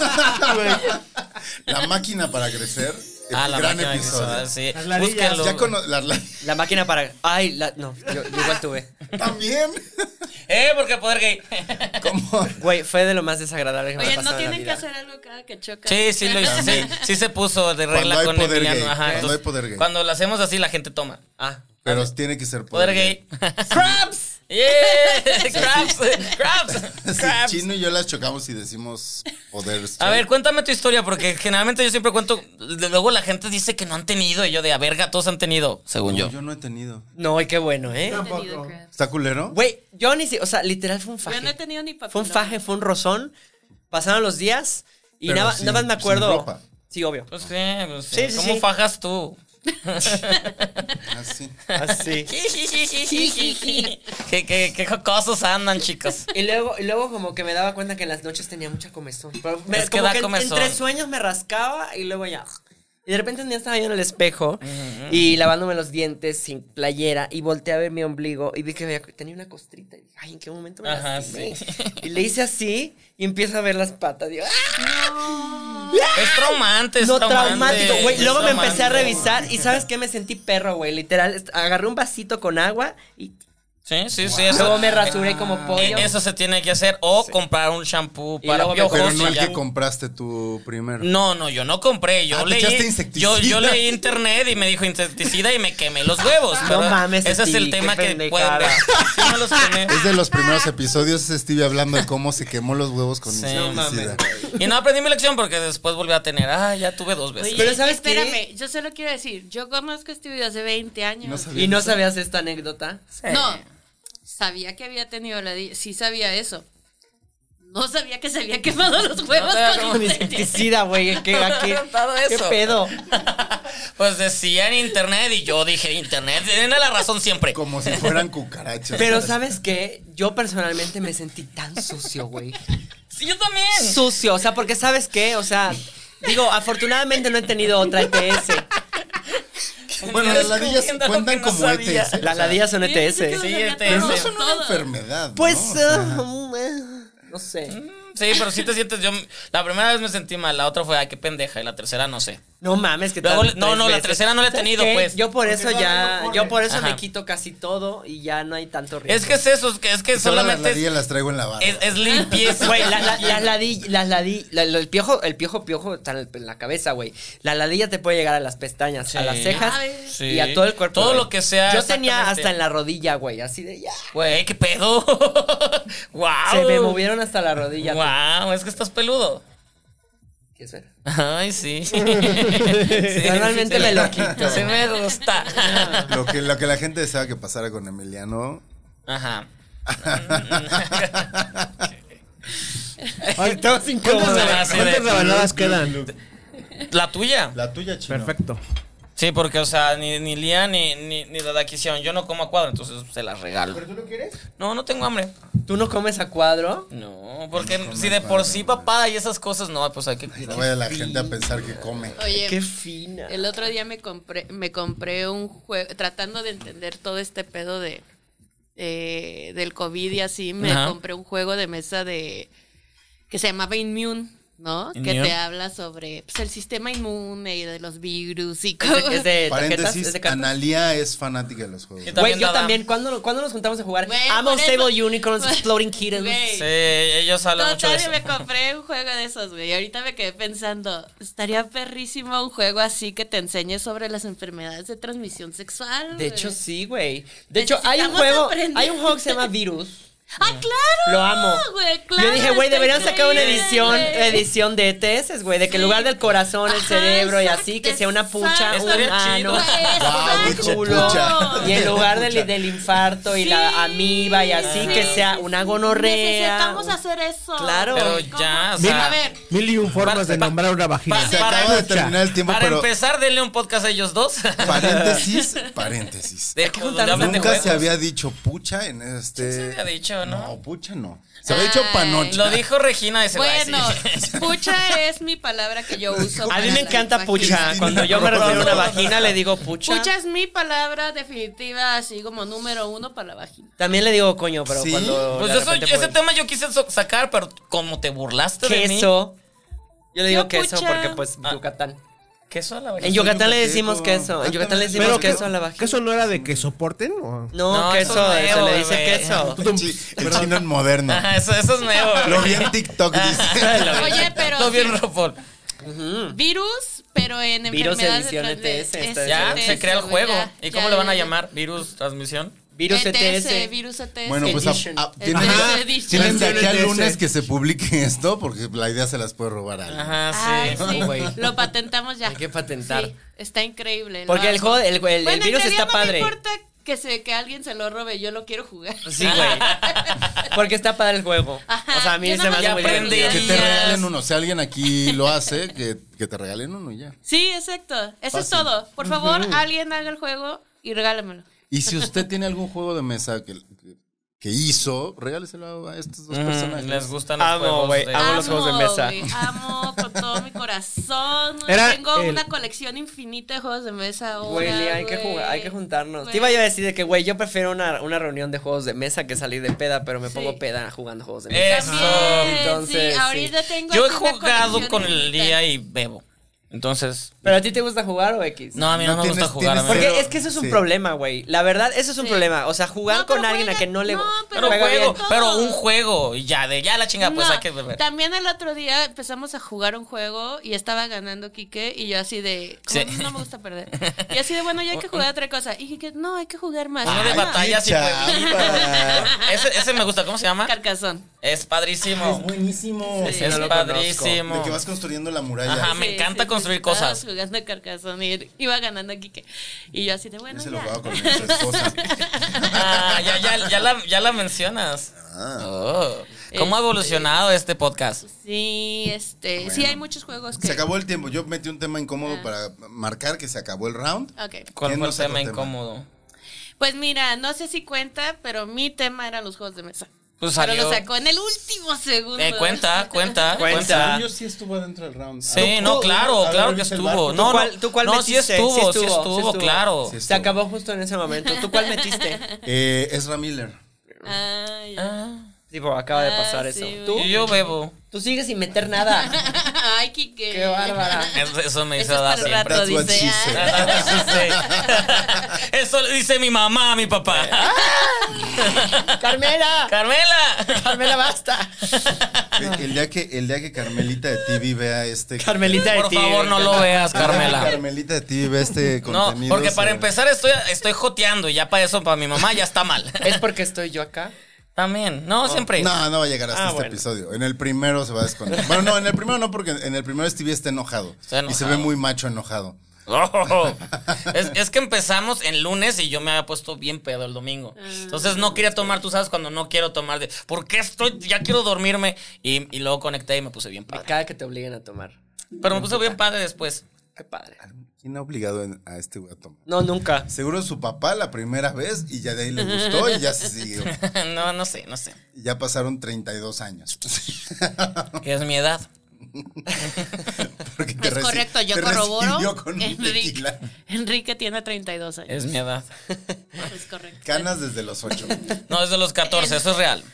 D: la máquina para crecer.
E: Ah, la
D: gran
E: máquina de
D: episodio.
E: visual, sí.
C: Las ladillas.
E: Búsquenlo.
D: Ya cono- la- la- [LAUGHS]
F: La máquina para. Ay, la- no, yo, yo igual tuve.
E: [LAUGHS]
D: También.
E: Eh, porque poder gay.
D: Como
F: Güey, fue de lo más desagradable que me ha
G: Oye,
F: pasado.
G: no
F: en la
G: tienen que
F: vida.
G: hacer algo cada que chocan.
E: Sí, sí, lo hice. Sí, sí se puso de regla
D: Cuando hay
E: con el
D: poder
E: villano.
D: gay.
E: Ajá,
D: Cuando
E: entonces,
D: hay poder gay.
E: Cuando lo hacemos así, la gente toma.
F: Ah.
D: Pero tiene que ser
E: Poder, gay. ¡Craps! [LAUGHS] ¡Yeah! ¡Craps! ¡Craps!
D: Sí,
E: ¡Craps!
D: Chino y yo las chocamos y decimos poder.
E: Ah, pues A
D: straight.
E: ver, cuéntame tu historia, porque generalmente yo siempre cuento. de- Luego la gente dice que no han tenido, y yo de a verga, todos han tenido, según
D: No,
E: yo.
D: yo no he tenido.
F: No, y qué bueno, ¿eh?
G: Tenido crabs.
D: ¿Está culero?
F: Güey, yo ni si, o sea, literal fue un faje.
G: Yo no he tenido ni papel.
F: Fue un faje, fue un rozón. Pasaron los días y
D: Pero
F: nada,
D: sin-
F: nada más me
D: sin
F: acuerdo.
D: ropa.
F: Sí, obvio.
E: Pues sí, pues sí.
F: Sí, sí,
E: ¿Cómo
F: sí.
E: fajas tú? [LAUGHS]
D: Así.
F: Así.
E: ¿Qué, qué, qué jocosos andan, chicos.
F: [LAUGHS] Y luego, y luego como que me daba cuenta que en las noches tenía mucha comezón. Pero me-
E: Es que
F: como
E: da
F: en-
E: comezón.
F: entre sueños me rascaba y luego ya. Y de repente un día estaba yo en el espejo y lavándome los dientes sin playera y volteé a ver mi ombligo y vi que había- tenía una costrita. Y dije, ay, ¿en qué momento me
E: Ajá,
F: lastimé?".
E: sí.
F: Y le hice así y empiezo a ver las patas. Digo, ¡ah!
E: Es traumante, es
F: no
E: traumante.
F: traumático, güey.
E: es
F: Luego me empecé a
E: traumante.
F: revisar y ¿sabes qué? Me sentí perro, güey. Literal, est- agarré un vasito con agua y
E: Sí, sí, sí. Eso,
F: Luego me rasuré como
E: eh,
F: pollo.
E: eso se tiene que hacer o comprar un shampoo
F: Y
E: para
F: luego me-
E: piojos.
D: Pero
E: y
D: no el
E: ya.
D: que compraste tú primero.
E: No, no, yo no compré. Yo
D: Ah, te
E: leí.
D: echaste insecticida.
E: Yo, yo leí internet y me dijo insecticida y me quemé los huevos.
F: No
E: pero
F: mames,
E: Ese es
F: Stevie,
E: el tema
F: qué
E: que pueden
F: pendejada.
E: ver. [LAUGHS] Sí, me los quemé.
D: Es de los primeros episodios es Stevie hablando de cómo se quemó los huevos con
E: Sí,
D: insecticida.
E: mames. Y no aprendí mi lección porque después volví a tener. Ah, ya tuve dos veces.
G: Oye,
F: Pero ¿sabes qué?
G: espérame, yo solo quiero decir, yo conozco a Stevie hace 20 años.
D: No
G: No,
D: sabía.
F: ¿Y no sabías esta
E: [LAUGHS]
F: anécdota?
E: Eh.
G: sabía que había tenido la... di- Sí sabía eso. No sabía que se había [LAUGHS] quemado los
E: No
G: huevos
E: sabía
G: con
E: cómo-
G: insecticida.
F: Insecticida, güey. ¿Qué, a qué-
E: Todo
F: qué
E: eso. [LAUGHS]
F: pedo?
E: Pues decía en internet y yo dije internet. Tiene la razón siempre.
D: Como si fueran cucarachas.
F: Pero ¿sabes qué? Yo personalmente me sentí tan
E: [LAUGHS]
F: sucio, güey.
E: Sí, yo también.
F: Sucio, o sea, porque ¿sabes qué? O sea, digo, afortunadamente no he tenido otra E ETS.
D: Bueno, las
E: Eres
D: ladillas
E: comiendo
D: cuentan
E: algo que no
D: como E ¿eh?
E: sabía.
D: ETS.
F: Las ladillas son ETS.
E: Sí,
G: sabía
E: este,
G: todo.
D: Pero
E: este.
D: no son una
G: Todo.
D: enfermedad. ¿no?
F: Pues,
D: O
E: eh,
D: sea,
F: ah, mm, no sé.
E: Sí, pero si te sientes. Yo la primera vez me sentí mal, la otra fue, ay, qué pendeja, y la tercera no sé.
F: No mames, que
E: Luego
F: tal-
E: le- no,
F: tres
E: no, la
F: veces.
E: tercera no la he
F: ¿Sabes
E: tenido,
F: qué?
E: pues.
F: Yo por eso ya, yo por eso
E: Ajá.
F: me quito casi todo y ya no hay tanto riesgo.
E: Es que es eso, es que, es que
D: solo las
E: solamente es,
D: ladillas las traigo en la barra.
E: es, es limpieza.
F: Güey, la- la- las ladillas, las ladi- la- la- el piojo, el piojo, piojo está en el- en la cabeza, güey. La ladilla te puede llegar a las pestañas, a
E: Sí.
F: las cejas
G: Ay.
E: Sí.
F: y a todo el cuerpo.
E: Todo
F: güey.
E: lo que sea,
F: Yo tenía
E: exactamente.
F: hasta en la rodilla, güey, así de ya.
E: Güey, qué pedo. [LAUGHS] wow.
F: Se me movieron hasta la rodilla.
E: Wow, es que estás peludo.
F: tú. ¿Quieres ver?
E: Ay,
F: [LAUGHS]
E: sí. Sí,
F: Normalmente
E: sí,
F: me
E: sí.
F: lo quito.
E: Sí me gusta.
D: Lo que, lo que la gente deseaba que pasara con
E: [LAUGHS]
D: Emiliano.
E: Ajá.
D: Estabas
E: incómodo.
C: ¿Cuántas
E: Así de-
C: cuántas rebanadas quedan?
E: La tuya.
D: La tuya, chino.
C: Perfecto.
E: Sí, porque, o sea, ni, ni Lía ni, ni, ni la de aquí hicieron. Yo no como a cuadro, entonces se las regalo. ¿Pero tú no quieres? No, no tengo hambre.
F: ¿Tú no comes a cuadro?
E: No, porque
D: come
E: si
D: a
E: de
D: cuadro,
E: por sí
D: güey.
E: papada y esas cosas, no, pues hay que.
D: No vaya la gente a pensar que come.
G: Oye,
F: Qué fina.
G: El otro día me compré, me compré un juego, tratando de entender todo este pedo de eh, del COVID y así, me
E: Ajá.
G: compré un juego de mesa de que se llamaba Immune, ¿no? Que
E: Immune.
G: te habla sobre pues, el sistema inmune y de los virus y
F: ¿Es
G: cómo.
F: de, es de tarjetas? ¿Es
D: Paréntesis,
F: de cartas?
D: Analia es fanática de los juegos.
E: ¿Qué tal?
F: Güey,
E: También
F: yo
E: nada.
F: también. ¿Cuándo, cuándo nos juntamos a jugar?
G: Güey,
F: I'm
G: por
F: Unstable
G: eso-
F: Unicorns,
G: Güey.
F: Floating Kittens.
G: Güey.
E: Sí, ellos hablan mucho de
G: Total,
E: eso.
G: y me compré un juego de esos, güey. Y ahorita me quedé pensando, estaría perrísimo un juego así que te enseñe sobre las enfermedades de transmisión sexual. güey.
F: De hecho, sí, güey. De hecho, hay un
G: Necesitamos
F: juego,
G: aprender.
F: hay un juego que se llama Virus.
G: ¡Ah, claro!
F: Lo amo.
G: güey,
F: Yo
G: claro,
F: dije, güey,
G: está
F: deberían sacar una
G: increíble,
F: edición,
G: güey.
F: edición de ETS, güey, de que en
G: Sí.
F: lugar del corazón, el
G: Ajá,
F: cerebro y así,
G: exacto,
F: que sea una pucha,
G: exacto.
F: un
E: Estaría
F: ano,
E: chido.
D: Guau,
F: un
D: dijo
F: culo,
D: pucha.
F: [LAUGHS] y en lugar
D: Pucha.
F: del, del infarto y
G: Sí,
F: la amiba y así, que
G: sí,
F: sea
G: sí,
F: una
G: sí.
F: gonorrea.
G: Necesitamos
F: un-
G: hacer eso.
F: Claro.
E: Pero
G: ¿Cómo?
E: ya, o
G: Mira,
E: sea-
G: a ver,
C: Mil y un formas
E: Para-
C: de
E: pa-
C: nombrar una vagina.
E: pa-
D: Se
E: Para
D: acaba de
E: escuchar.
D: terminar el tiempo,
E: Para
D: pero
E: empezar, denle un podcast a ellos dos. [LAUGHS]
D: paréntesis, paréntesis.
E: De donde
F: que juntarnos.
E: hablan de
D: Nunca se
E: juegos.
D: había dicho pucha en este.
E: Sí, se había dicho, ¿no?
D: No, pucha no. Se había dicho
G: Ay.
D: panocha.
E: Lo dijo Regina de
G: bueno, pucha es mi palabra que yo uso.
F: A mí
G: para
F: me
G: la
F: encanta
G: vagina.
F: pucha.
D: Cristina
F: [LAUGHS] Cuando yo me
D: Rosa.
F: refiero a una vagina, le digo pucha.
G: Pucha es mi palabra definitiva, así como número uno para la vagina.
F: También le digo coño, pero
D: Sí.
E: [LAUGHS]
F: cuando.
E: Pues
F: de
E: eso,
F: repente
E: ese
F: puedo-
E: tema yo quise so- sacar, pero como te burlaste de mí.
F: Queso. Yo le digo
G: Yo
F: queso
G: pucha.
F: porque, pues,
E: Ah.
F: Yucatán.
E: Queso a la
F: En
E: vagina.
F: Yucatán le
D: yucateco.
F: decimos queso.
D: Ah,
F: En Yucatán le
D: también.
F: decimos
D: Pero
F: queso
D: que-
F: a la vagina.
C: ¿Que eso no era de que soporten? o?
F: No,
E: No,
F: queso,
E: eso es
F: se
E: nuevo,
F: le dice
E: bebé.
F: queso.
D: [LAUGHS] El chi- el chino en moderno.
E: Ajá, eso, eso es nuevo.
D: Lo vi en TikTok, dice.
E: Lo vi-
G: Oye, pero
E: Lo vi en
G: sí.
E: RuPaul.
G: Virus, pero en
F: Hmm. Virus
G: enfermedades
F: edición E
G: trans-
F: ETS,
G: de-
F: está
E: Ya
G: ETS,
E: se crea el
G: güey,
E: juego.
G: ya,
E: ¿Y
G: ya,
E: cómo le van a
G: ya, ya.
E: llamar? ¿Virus? ¿Transmisión?
F: Virus E ETS.
G: eh, Virus E ETS.
D: Bueno, pues
F: Edition.
D: a, a- tienen,
G: Ajá.
D: tienen de aquí al
C: Edition.
D: lunes que se publique esto porque la idea se las puede robar a alguien.
G: Ah,
E: Ajá, sí.
G: Ay, sí.
F: güey.
G: Lo patentamos ya.
F: Hay que patentar.
G: Sí, está increíble. lo
F: Porque el
G: amo.
F: juego- el- el- el
G: Bueno, en
F: virus
G: realidad
F: está padre. Pues
G: No me importa que, se, que alguien se lo robe, yo lo quiero jugar.
F: Sí, güey. Porque está padre el juego.
G: Ajá,
F: O sea, a mí
G: yo
F: se
G: no
F: me hace
E: me
F: muy
E: aprendí.
F: divertido.
D: Que te
E: Yes.
D: regalen uno. Si alguien aquí lo hace, que, que te regalen uno y ya.
G: Sí, exacto. Eso
D: Fácil.
G: es todo. Por favor, alguien haga el juego y regálamelo.
D: Y si usted tiene algún juego de mesa que, que, que hizo, regáleselo a estos dos
E: Mm,
D: personajes.
E: les gustan los
F: Amo,
E: juegos.
F: güey,
E: de-
G: Ah,
F: amo los juegos de mesa.
G: güey, amo con todo mi
F: [LAUGHS]
G: corazón.
C: Era
G: Tengo
C: el-
G: una colección infinita de juegos de mesa ahora.
F: Güey, Lía, hay que
G: güey.
F: jugar, hay que juntarnos.
G: Güey.
F: Te iba yo a decir de que, güey, yo prefiero una, una reunión de juegos de mesa que salir de peda, pero me
G: Sí.
F: pongo peda jugando juegos de mesa.
E: Eso.
G: También,
F: Entonces,
G: sí,
F: sí.
G: ahorita tengo
E: Yo he
G: aquí una
E: jugado
G: colección
E: con el
G: infinita.
E: día y bebo. Entonces,
F: ¿Pero a ti te gusta jugar o X?
E: no, a mí no,
D: No
E: me gusta
D: tienes-
E: jugar.
D: tienes
E: a mí me-
F: Porque
D: Pero-
F: es que eso es un
D: sí.
F: problema, güey. La verdad, eso es un
G: Sí.
F: problema. O sea, jugar
G: No,
F: con
G: pero
F: alguien a
G: juega-
F: que no le
G: no,
E: Pero
G: Juega
E: juego,
G: bien.
E: pero un juego y ya, de ya la chinga, pues
G: No,
E: hay que beber.
G: También el otro día empezamos a jugar un juego y estaba ganando Quique y yo así de, como,
E: Sí.
G: no me gusta perder. Y así de, bueno, ya hay que jugar otra cosa. Y Quique, no, hay que jugar más.
E: Uno de
G: Ah,
E: batalla sí
D: chamba.
E: fue. Ese, ese me gusta, ¿cómo se llama?
G: Carcazón.
E: Es padrísimo.
D: Es buenísimo.
F: Sí,
E: es
F: no lo
E: padrísimo.
D: De que vas construyendo la muralla.
E: Ajá, Ah, me
G: Sí,
E: encanta
G: sí,
E: construir
G: sí,
E: cosas.
G: Estabas jugando a Carcazón y iba ganando Quique. Y yo así de, bueno,
D: Yo se lo
G: ya.
D: jugaba con mi ex esposa.
E: Ah, ya, ya, ya, la, ya la mencionas.
D: Ah.
E: Oh. ¿Cómo ha evolucionado este podcast?
G: [LAUGHS] Sí, este, sí hay muchos juegos que...
D: Se acabó el tiempo. Yo metí un tema
G: Ah.
D: incómodo para marcar que se acabó el round.
G: Ok.
E: ¿Cuál
D: ¿Quién
E: fue el
D: nos sacó
E: tema
D: tema?
E: incómodo?
G: Pues mira, no sé si cuenta, pero mi tema eran los juegos de mesa.
E: Pues
G: pero
E: salió.
G: lo sacó en el último segundo.
E: Eh,
G: [LAUGHS]
E: cuenta, cuenta,
F: Cuenta.
E: cuenta.
D: Yo sí estuvo dentro del round.
E: Sí, no, claro, claro que estuvo. No,
F: cuál-
E: no,
F: tú cuál
E: no, sí
F: metiste?
E: estuvo, sí
F: Sí
E: estuvo, sí
F: estuvo, sí
E: estuvo,
F: estuvo.
E: claro.
D: Sí.
F: Se acabó justo en ese momento. ¿Tú cuál metiste?
G: [LAUGHS]
D: Eh, Ezra Miller.
G: Ah, ya.
E: Ah,
F: Sí, bro, acaba de pasar
G: Ah,
F: eso.
G: sí,
F: ¿Tú?
E: y yo bebo.
F: Tú sigues sin
G: [LAUGHS]
F: meter nada.
G: Ay, Kike.
F: Ah. Qué bárbara.
E: Eso, eso me
G: Eso
E: hizo
G: es para
E: dar
G: el
E: siempre.
G: rato,
D: That's what
G: dice.
D: she
E: [LAUGHS]
G: Ah.
E: Sí. Eso lo dice mi mamá, mi papá.
F: ¡Carmela!
E: Carmela. [LAUGHS]
F: ¡Carmela, basta!
D: Ve, El día que, el día que Carmelita de TV vea este.
F: Carmelita de
E: Por
F: ti.
E: favor, no lo veas,
D: El día que
E: Carmela.
D: Carmelita de TV vea este
E: No,
D: contenido.
E: porque para
D: se-
E: empezar estoy, estoy joteando y ya para eso, para mi mamá, ya está mal.
F: ¿Es porque estoy yo acá?
E: También, no, siempre.
D: No, no va a llegar hasta
F: Ah,
D: este
F: bueno.
D: episodio. En el primero se va a desconectar. [LAUGHS] bueno, no, en el primero no, porque en el primero Stevie está enojado.
E: Está
D: Y se
E: enojado.
D: ve muy macho enojado.
E: Oh. Es, es que empezamos en lunes y yo me había puesto bien pedo el domingo.
G: Ah,
E: Entonces no quería tomar, tú sabes, cuando no quiero tomar. De, ¿Por qué estoy? Ya quiero dormirme. Y, y luego conecté y me puse bien
F: Me
E: padre.
F: caga que te obliguen a tomar.
E: Pero me puse bien padre después. [LAUGHS]
F: Qué padre.
D: ¿Quién ha obligado en- a este güey a tomar?
F: No, nunca.
D: Seguro su papá la primera vez y ya de ahí le gustó y ya se siguió.
E: No, no sé, no sé.
D: Y ya pasaron 32 años. [LAUGHS]
E: Que es mi edad.
D: Porque
G: [LAUGHS] Es
D: reci-
G: correcto, yo
D: te
G: corroboro.
D: recibió con un
G: Enrique,
D: tequila.
G: Enrique tiene 32 años.
E: Es mi edad.
G: Es correcto.
D: Canas desde los 8.
E: No, es de los 14, eso es real.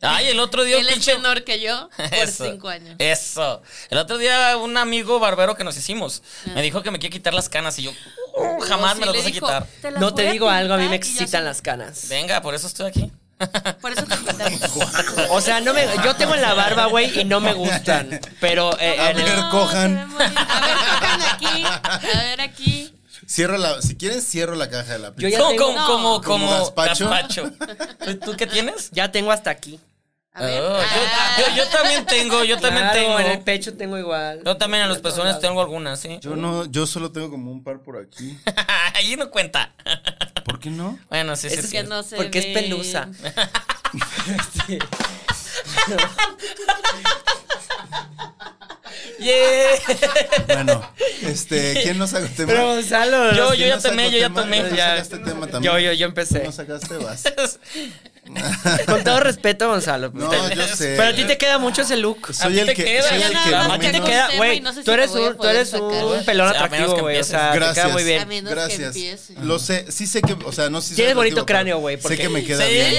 E: Ay, el otro día un
G: Él es
E: pinche-
G: menor que
F: [LAUGHS]
G: yo por
E: Eso,
G: 5 años.
F: Eh,
E: Eso. El otro día un amigo barbero que nos hicimos me dijo que me quiere quitar las canas y yo uh, jamás
G: Ah. Sí,
E: me las
G: le
E: vas a
G: dijo,
E: quitar.
G: las
F: No te
G: voy
F: digo algo, a mí me
G: pintar", y yo así-
F: excitan las canas.
E: Venga, por eso estoy aquí.
G: Por eso te
D: [LAUGHS]
G: contamos.
F: [LAUGHS] O sea, no me, yo tengo en la barba, güey, y no me gustan. Pero eh,
D: A
F: en el-
D: ver, cojan.
G: se ve muy bien. A ver, cojan aquí. A ver,
D: [LAUGHS]
G: aquí.
D: Cierro la, si quieren, cierro la caja de la
F: Yo
D: pizza.
F: ya
E: Como,
F: tengo-
E: como,
G: No.
E: como,
D: Como
E: como
D: gazpacho.
E: gazpacho. ¿Tú- ¿Tú qué tienes?
F: ya tengo hasta aquí.
G: A ver.
E: Oh,
G: Ah.
E: yo, yo- yo también tengo, yo también
F: Claro,
E: tengo.
F: En el pecho tengo igual.
E: Yo también en los pezones tengo algunas, ¿sí? [LAUGHS]
D: Yo no, yo solo tengo como un par por aquí.
E: Allí no cuenta.
D: ¿Por qué no?
E: Bueno, sí, sí.
G: Es
E: sí.
G: que no se
F: Porque es Este.
G: ve.
F: [LAUGHS] pelusa. [LAUGHS]
E: Yeah.
D: Bueno, este, ¿quién nos sacó tema?
F: Pero Gonzalo.
E: Yo-
F: no sé.
D: ¿Quién
E: ya
D: nos sacó
E: tomé, yo ya
D: tema?
E: tomé,
D: ¿Tú
E: ya.
D: sacaste tema también?
F: yo, yo, yo
D: ¿Tú no
F: empecé.
D: sacaste vas?
F: [LAUGHS]
D: [LAUGHS]
F: Con todo respeto, Gonzalo.
D: No,
F: te-
D: yo sé.
F: Pero a ti te queda mucho ese look.
D: soy
E: ti
D: el
E: te
D: que,
E: queda,
D: soy
E: ya
D: el
G: nada
D: que
G: más
F: A ti
G: te
D: menos-
F: te
G: Tengo
F: queda,
G: un
F: güey,
G: tema y no sé si
F: tú
G: te
F: eres
G: voy a
F: un, tú
G: poder
F: eres
G: sacar.
F: un pelón
E: A menos que
F: atractivo, güey, o sea, te
D: Gracias.
F: queda muy
G: A
F: bien.
G: mí- menos que
D: Gracias.
G: empiece.
D: Lo sé, sí sé que, o sea, no sé si
F: Tienes
D: soy
F: bonito
D: atractivo, pero
F: cráneo, güey, porque-
D: Sé que me queda
E: Sí.
D: bien.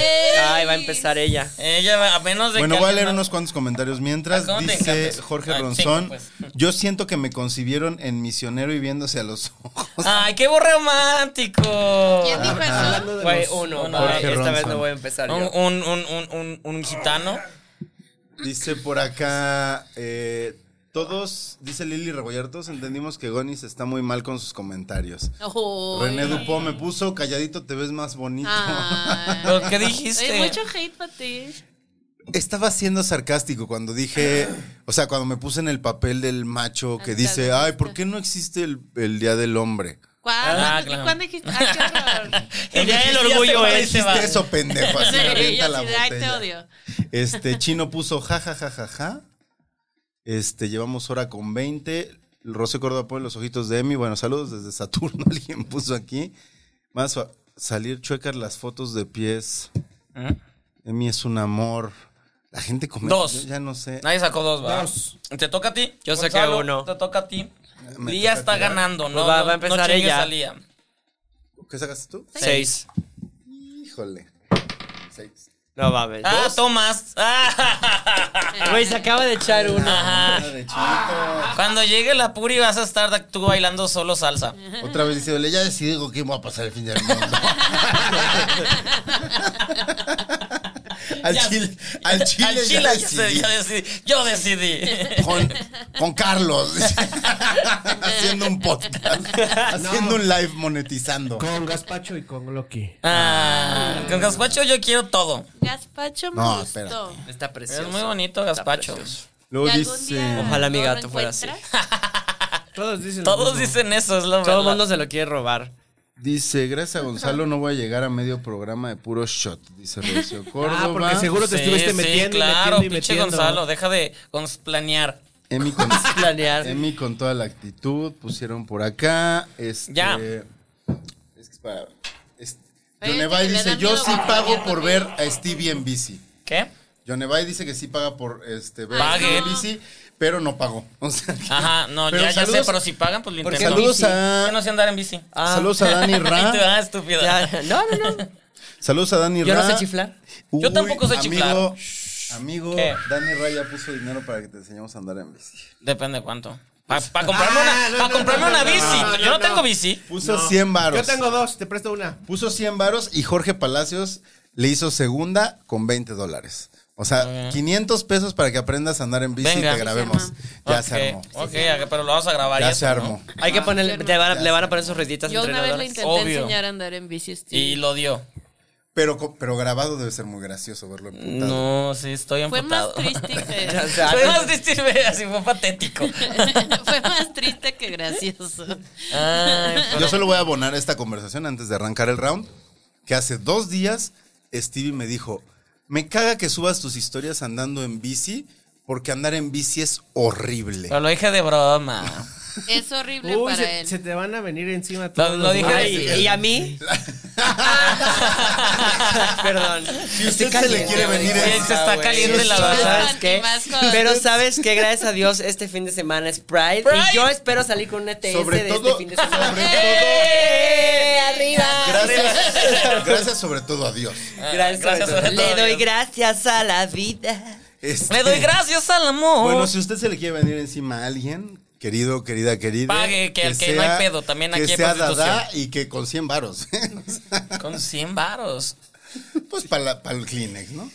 F: Ay, va a empezar ella.
E: Ella, a menos de
D: Bueno,
E: que
D: voy a leer
E: alguien no-
D: unos cuantos comentarios mientras.
E: Ah, ¿cómo te
D: Dice
E: encanta?
D: Jorge
E: Ah,
D: Ronzón.
E: chingo, pues.
D: Yo siento que me concibieron en misionero y viéndose a los ojos. [LAUGHS]
E: Ay, qué romántico.
G: ¿Quién dijo
D: Ah,
G: eso?
F: Güey, uno,
E: uno,
F: güey,
E: Jorge
F: esta vez
D: Ronson.
F: no voy a empezar
E: Un,
F: yo.
E: un, un, un, un- un gitano.
D: Dice por acá. eh, todos, dice Lili Rebollar, todos entendimos que Gonis está muy mal con sus comentarios.
G: Ojo.
D: ah. René Dupont me puso, calladito te ves más bonito.
G: Ah. Ay.
E: ¿Pero qué dijiste?
G: Hay mucho hate para ti.
D: Estaba siendo sarcástico cuando dije, o sea, cuando me puse en el papel del macho que dice, ay, ¿por qué no existe el, el Día del Hombre?
G: ¿Cuándo?
E: Ah, claro.
G: ¿Cuándo dijiste? Ay, qué horror.
E: El día del
F: Ya se
E: orgullo
F: va,
E: es.
F: dijiste
E: se va.
D: Dijiste eso, pendejo,
G: [LAUGHS]
D: así
G: Sí,
D: me
G: yo
D: avienta la
G: así de, ay, te
D: botella.
G: odio.
D: Este, Chino puso ja, ja, ja, ja, ja. Este, llevamos hora con 20. Rocío Córdoba pone los ojitos de Emi. Bueno, saludos desde Saturno, [LAUGHS] alguien puso aquí. Más fa- salir chuecas las fotos de pies.
E: ¿Eh?
D: Emi es un amor. La gente come.
E: Dos.
D: yo ya no sé.
E: Nadie sacó dos, ¿va? ¿Te toca a ti?
F: Yo saqué
E: Gonzalo,
F: uno.
E: Te toca a ti.
D: Me
E: Lía
D: toca
E: está
D: tirar.
E: ganando, ¿no?
F: Pues va- va a
E: No-
F: empezar
E: no chingues
F: ella.
E: a Lía.
D: ¿Qué sacaste tú?
F: Seis.
D: Híjole. Seis.
F: No mames.
E: Ah,
F: ¿Dos?
E: Tomás. [LAUGHS] Ah.
F: Güey, se acaba de echar
E: Ajá.
F: una.
D: Ah, de chiquito.
E: Cuando llegue la puri vas a estar tú bailando solo salsa.
D: Otra vez diciéndole, ya decidí con quién voy a pasar el fin del mundo. al,
E: Ya-
D: chile, al chile,
E: Al
D: ya
E: chile ya sé,
D: decidí.
E: ya decidí. Yo decidí.
D: [LAUGHS] Con, con Carlos. [LAUGHS] haciendo un podcast. Haciendo un live monetizando.
C: Con Gaspacho y con Loki.
E: Ah, con gazpacho yo quiero todo.
G: Gaspacho me
D: No,
G: gustó.
D: espera.
F: Está precioso.
E: Es muy bonito gazpacho.
D: Luego
G: Y algún día
D: dice.
F: Ojalá mi
G: lo
F: gato fuera así.
G: reencuentras.
C: Todos dicen. lo
E: Todos
C: mismo.
E: dicen eso, es la
F: Todo el
E: verdad.
F: mundo se lo quiere robar.
D: Dice, gracias a Gonzalo no voy a llegar a medio programa de puro shot, dice Recio Córdoba.
C: Ah, porque seguro te
E: Sí,
C: estuviste
E: sí,
C: metiendo, y
E: claro,
C: metiendo y
E: pinche
C: metiendo.
E: Gonzalo, deja de planear.
D: Emi con,
F: Planear.
D: Emi con toda la actitud, pusieron por acá. Este,
E: Ya.
D: Es que es para. es-
G: Oye,
D: Yonevay
G: que le
D: dice:
G: da
D: Yo
G: miedo
D: sí
G: que
D: pago
G: pierda
D: por
G: el
D: ver
G: tiempo".
D: a Stevie en bici.
E: ¿Qué?
D: Yonevay dice que sí paga por este, ver a
E: Pague.
D: Stevie en
G: Ah.
D: bici, pero no pagó. [LAUGHS] O sea, que-
E: Ajá, no,
D: Pero
E: ya, ya sé,
D: saludos-
E: pero si pagan, pues lo
D: Porque
E: intento.
D: saludos
E: Bici.
D: a-
E: Yo no sé andar en bici.
F: Ah.
D: Saludos a
E: [LAUGHS]
D: Dani
E: Y tú,
D: Ra.
E: ah, estúpido. [LAUGHS]
F: Ya, No, no, no.
D: Saludos a Dani
F: Yo
D: Ra.
F: no sé chiflar.
D: Uy,
E: tampoco sé
D: amigo,
E: chiflar.
D: Amigo,
E: ¿Qué?
D: Dani Ra ya puso dinero para que te enseñemos a andar en bici.
E: Depende cuánto. Para comprarme una,
C: no,
E: pa'
C: no,
E: comprarme
C: no,
E: una
C: no,
E: bici.
C: no, no,
E: Yo no
C: no.
E: tengo bici.
D: Puso 100
C: Yo
D: varos.
C: tengo dos, te presto una.
D: Puso 100 varos y Jorge Palacios le hizo segunda con 20 dólares. O sea, 500 pesos para que aprendas a andar en bici
E: Venga.
D: y te grabemos. Ya se
E: Ok,
D: armó.
E: Ok, pero lo vamos a grabar. y
D: Ya
E: eso,
D: se
E: ¿no?
D: armó.
F: Hay que ponerle, te van a- le van a poner sus rueditas
G: Yo una vez
F: entrenadoras.
G: le intenté
E: Obvio.
G: enseñar a andar en bici. Steve.
E: Y lo dio.
D: Pero, co- pero grabado debe ser muy gracioso verlo emputado.
E: No, sí, estoy
G: Fue
E: emputado.
G: más triste que...
F: O sea,
E: Fue más triste, y así fue patético.
G: [LAUGHS] Fue más triste que gracioso.
E: [LAUGHS] Ay,
D: Yo solo voy a abonar esta conversación antes de arrancar el round. Que hace dos días Stevie me dijo: Me caga que subas tus historias andando en bici, porque andar en bici es horrible. [LAUGHS]
E: pero lo dije de broma.
G: Es horrible
C: Uy,
G: para
C: se,
G: él.
C: se te van a venir encima
E: Lo,
C: todos
E: lo
C: los
E: dije
C: males.
E: de-
F: Ay, ¿y a mí? [LAUGHS] Perdón.
D: Si usted se
F: Estoy
D: le
F: caliente,
D: quiere venir
F: güey.
E: Sí, se está
F: güey.
E: caliente la
F: Pero
E: verdad.
F: ¿Sabes
G: Y
F: qué?
G: más con-
F: Pero ¿sabes qué? Gracias a Dios, este fin de semana es Pride.
E: Pride.
F: Y yo espero salir con un ETS
D: Sobre
F: de
D: todo-
F: este fin de semana.
D: sobre
F: ¡Eh! ¡Arriba!
D: Gracias, gracias sobre todo a Dios.
F: Gracias.
E: Gracias sobre todo,
F: Le doy
E: Dios.
F: gracias a la vida.
D: Este-
E: Le doy gracias al amor.
D: Bueno, si usted se le quiere venir encima a alguien, querido, querida, querida.
E: Pague, que- que no hay pedo, también aquí
D: Que
E: hay
D: sea
E: prostitución.
D: dada y que con 100 varos. [LAUGHS] O sea,
E: Con 100 varos. [LAUGHS]
D: pues para el Kleenex, ¿no?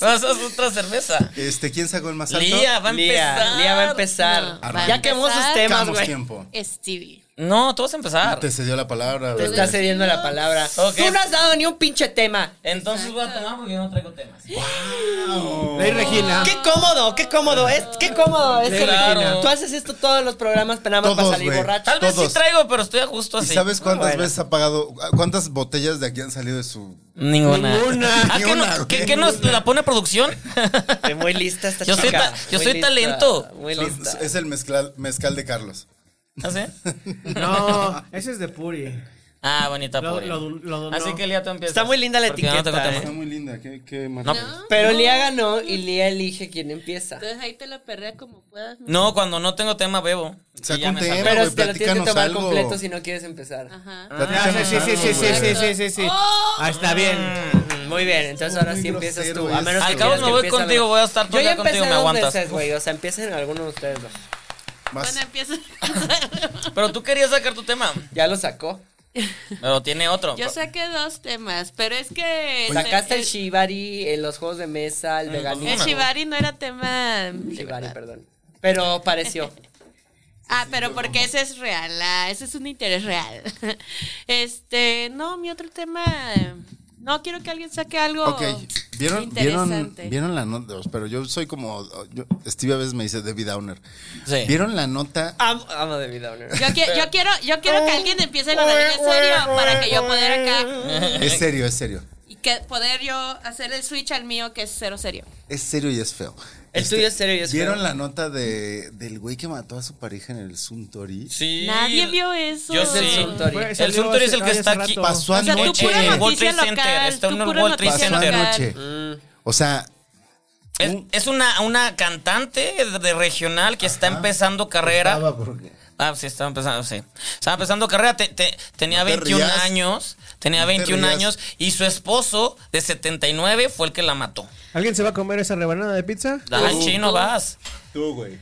E: Vas a hacer otra cerveza.
D: Este, ¿quién sacó el más alto?
E: Lía va a empezar.
F: Lía, Lía va a empezar.
G: No,
D: va a
F: ya quemó sus
G: empezar.
F: temas,
D: Buscamos
F: güey.
D: tiempo.
G: Stevie.
E: No, tú vas a empezar.
D: Te cedió la palabra,
F: Te
D: bebé.
F: está cediendo la palabra.
E: Ok.
F: Tú no has dado ni un pinche tema.
E: Entonces voy a tomar porque yo no traigo temas.
C: Ley Regina.
F: Qué cómodo, qué cómodo es, qué cómodo es.
E: Claro.
F: Regina. Tú haces esto todos los programas, pero nada más
D: Todos,
F: para salir
D: güey.
F: borracho.
E: Tal vez
D: Todos.
E: sí traigo, pero estoy a gusto
D: ¿Y
E: así.
D: sabes cuántas
F: Bueno.
D: veces ha pagado? ¿Cuántas botellas de aquí han salido de su.?
E: Ninguna.
D: Ninguna.
E: Ah, ¿qué,
D: Ninguna,
E: no-
D: güey.
E: qué- qué nos la pone producción?
F: Eh, Muy lista esta
E: Yo soy
F: chica.
E: ta- yo
F: muy
E: soy
F: lista,
E: talento.
F: Muy
D: Son-
F: lista.
D: es el mezcal, mezcal de Carlos.
E: ¿Ah, sí?
C: No, ese es de Puri.
E: Ah, bonita
C: Lo-
E: pobre.
C: lo du- lo donó.
E: Así que Lía, tú empiezas.
F: Está muy linda la
E: Porque yo no tengo
F: etiqueta, ¿eh?
E: tema.
D: Está muy linda. Qué, qué
E: ¿Eh? No,
D: maravilla.
F: Pero Lía ganó y Lía elige quién empieza.
G: Entonces ahí te la perrea como puedas. ¿no?
E: no, cuando no tengo tema bebo.
D: Saca
E: Y ya
D: un
E: me
D: tema.
E: salgo.
F: Pero
D: güey,
F: te lo tienes que
D: platícanos
F: tomar
D: algo.
F: completo si no quieres empezar.
G: Ajá.
C: Ah, sí,
D: Platícanos
C: sí, sí,
D: algo,
C: sí, sí,
D: güey.
C: sí, sí, sí, sí. Ah, está bien.
F: Mm, Muy bien, entonces ahora
D: Muy
F: sí empiezas
D: grosero
F: tú.
D: es.
F: A menos que
E: Al
F: quieras
E: cabo
F: que
E: me voy
F: empiece
E: contigo,
F: alguien.
E: voy a estar
F: Yo
E: todavía
F: ya empecé
E: contigo, me
F: dos
E: aguantas.
F: veces, güey. O sea, empiecen alguno de ustedes dos.
D: Vas. [LAUGHS]
G: Cuando empiezas.
E: Pero tú querías sacar tu tema.
F: Ya lo sacó.
E: Pero tiene otro.
G: Yo saqué dos temas, pero es que.
F: Sacaste el shibari, eh, los juegos de mesa, el
G: el, el
F: veganismo.
G: shibari no era tema.
F: Shibari, perdón. Pero
E: [LAUGHS]
F: pareció.
G: Ah, pero porque ese es real, ah, ese es un interés real. [LAUGHS] Este, no, mi otro tema. No, quiero que alguien saque algo.
D: Ok, ¿vieron, vieron,
G: interesante.
D: vieron la nota? Pero yo soy como. yo- Steve a veces me dice Debbie Downer.
E: Sí.
D: ¿Vieron la nota?
F: Amo, amo de vida, [LAUGHS] honor.
G: Yo, qui- yo quiero, yo quiero que alguien empiece con algo en serio para que yo poder acá
D: Es serio, es serio.
G: y que poder yo hacer el switch al mío que es cero serio.
D: Es serio y es feo. Este,
F: El tuyo es serio y es
D: ¿Vieron
F: feo.
D: la nota de, del güey que mató a su pareja en el Suntory?
E: Sí.
G: Nadie vio eso.
E: Yo
G: Es
E: sí.
G: el
F: Suntory.
C: Fue-
E: El
D: Pues,
C: salió
E: Suntory es
C: hace-
E: el que
C: hace
E: está
C: rato.
E: aquí.
D: Pasó
G: O sea, tú
D: anoche.
E: en
G: pura
E: el World
G: noticia
E: Trade Center.
G: local,
E: Está en
G: tú
E: el
G: pura
E: World Trade
G: noticia
D: Pasó
E: Center.
G: local.
D: anoche. Mm. O sea,
E: Es, es una, una cantante de regional que está empezando carrera.
D: estaba porque-
E: Ah, sí, estaba empezando, sí. Estaba empezando carrera, te- te- tenía
D: No te
E: 21
D: rías.
E: años, tenía
D: No te
E: 21
D: rías.
E: años y su esposo de 79 fue el que la mató.
C: ¿Alguien se va a comer esa rebanada de pizza?
E: Ay,
D: Tú.
E: chino, vas.
D: Tú, güey.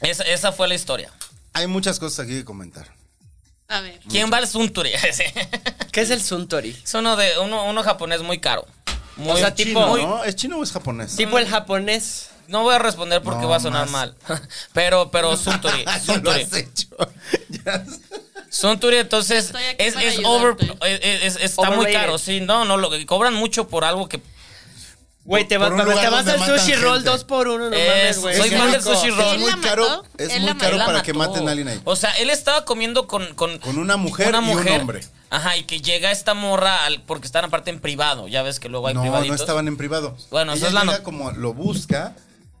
E: Esa, esa fue la historia.
D: Hay muchas cosas aquí que comentar.
G: A ver.
E: ¿Quién va al Suntory? [LAUGHS] Sí.
F: ¿Qué es el Suntory?
E: es uno de uno, uno japonés muy caro. Muy,
F: sea, tipo-
E: muy-
D: ¿No? ¿Es chino o es japonés?
F: Tipo el japonés.
E: No voy a responder porque
D: No,
E: va a sonar
D: más.
E: mal. [LAUGHS]
D: [LAUGHS]
E: Pero, pero Suntory.
D: Ya lo
E: Suntory.
D: has hecho. [LAUGHS] Ya has-
E: Suntory, entonces,
G: Estoy aquí
E: es,
G: para
E: es
G: ayudarte.
E: over- es- es- está muy
F: Overrated.
E: caro, sí. No, no, lo que cobran mucho por algo que
F: Güey, te,
D: Por
F: va-
D: un
F: te
D: lugar
F: vas
D: donde
F: al
D: matan
F: sushi roll
D: gente.
F: 2 por 1 no
E: Es-
F: mames,
G: Pues
F: güey.
E: soy
F: Qué
E: fan del
F: rico.
E: sushi roll. Oh,
G: Él
D: Es muy
G: la mató,
D: caro, es
G: él
D: muy
G: la
D: caro
G: mató.
D: para
E: mató.
D: que maten a alguien ahí.
E: O sea, él estaba comiendo con... Con,
D: Con una mujer y un hombre.
E: Ajá, y que llega esta morra, al- porque están aparte en privado, ya ves que luego hay
D: No, no
E: privaditos.
D: estaban en privado.
E: Bueno,
D: Ella
E: esa es la
D: llega
E: no-
D: como lo busca,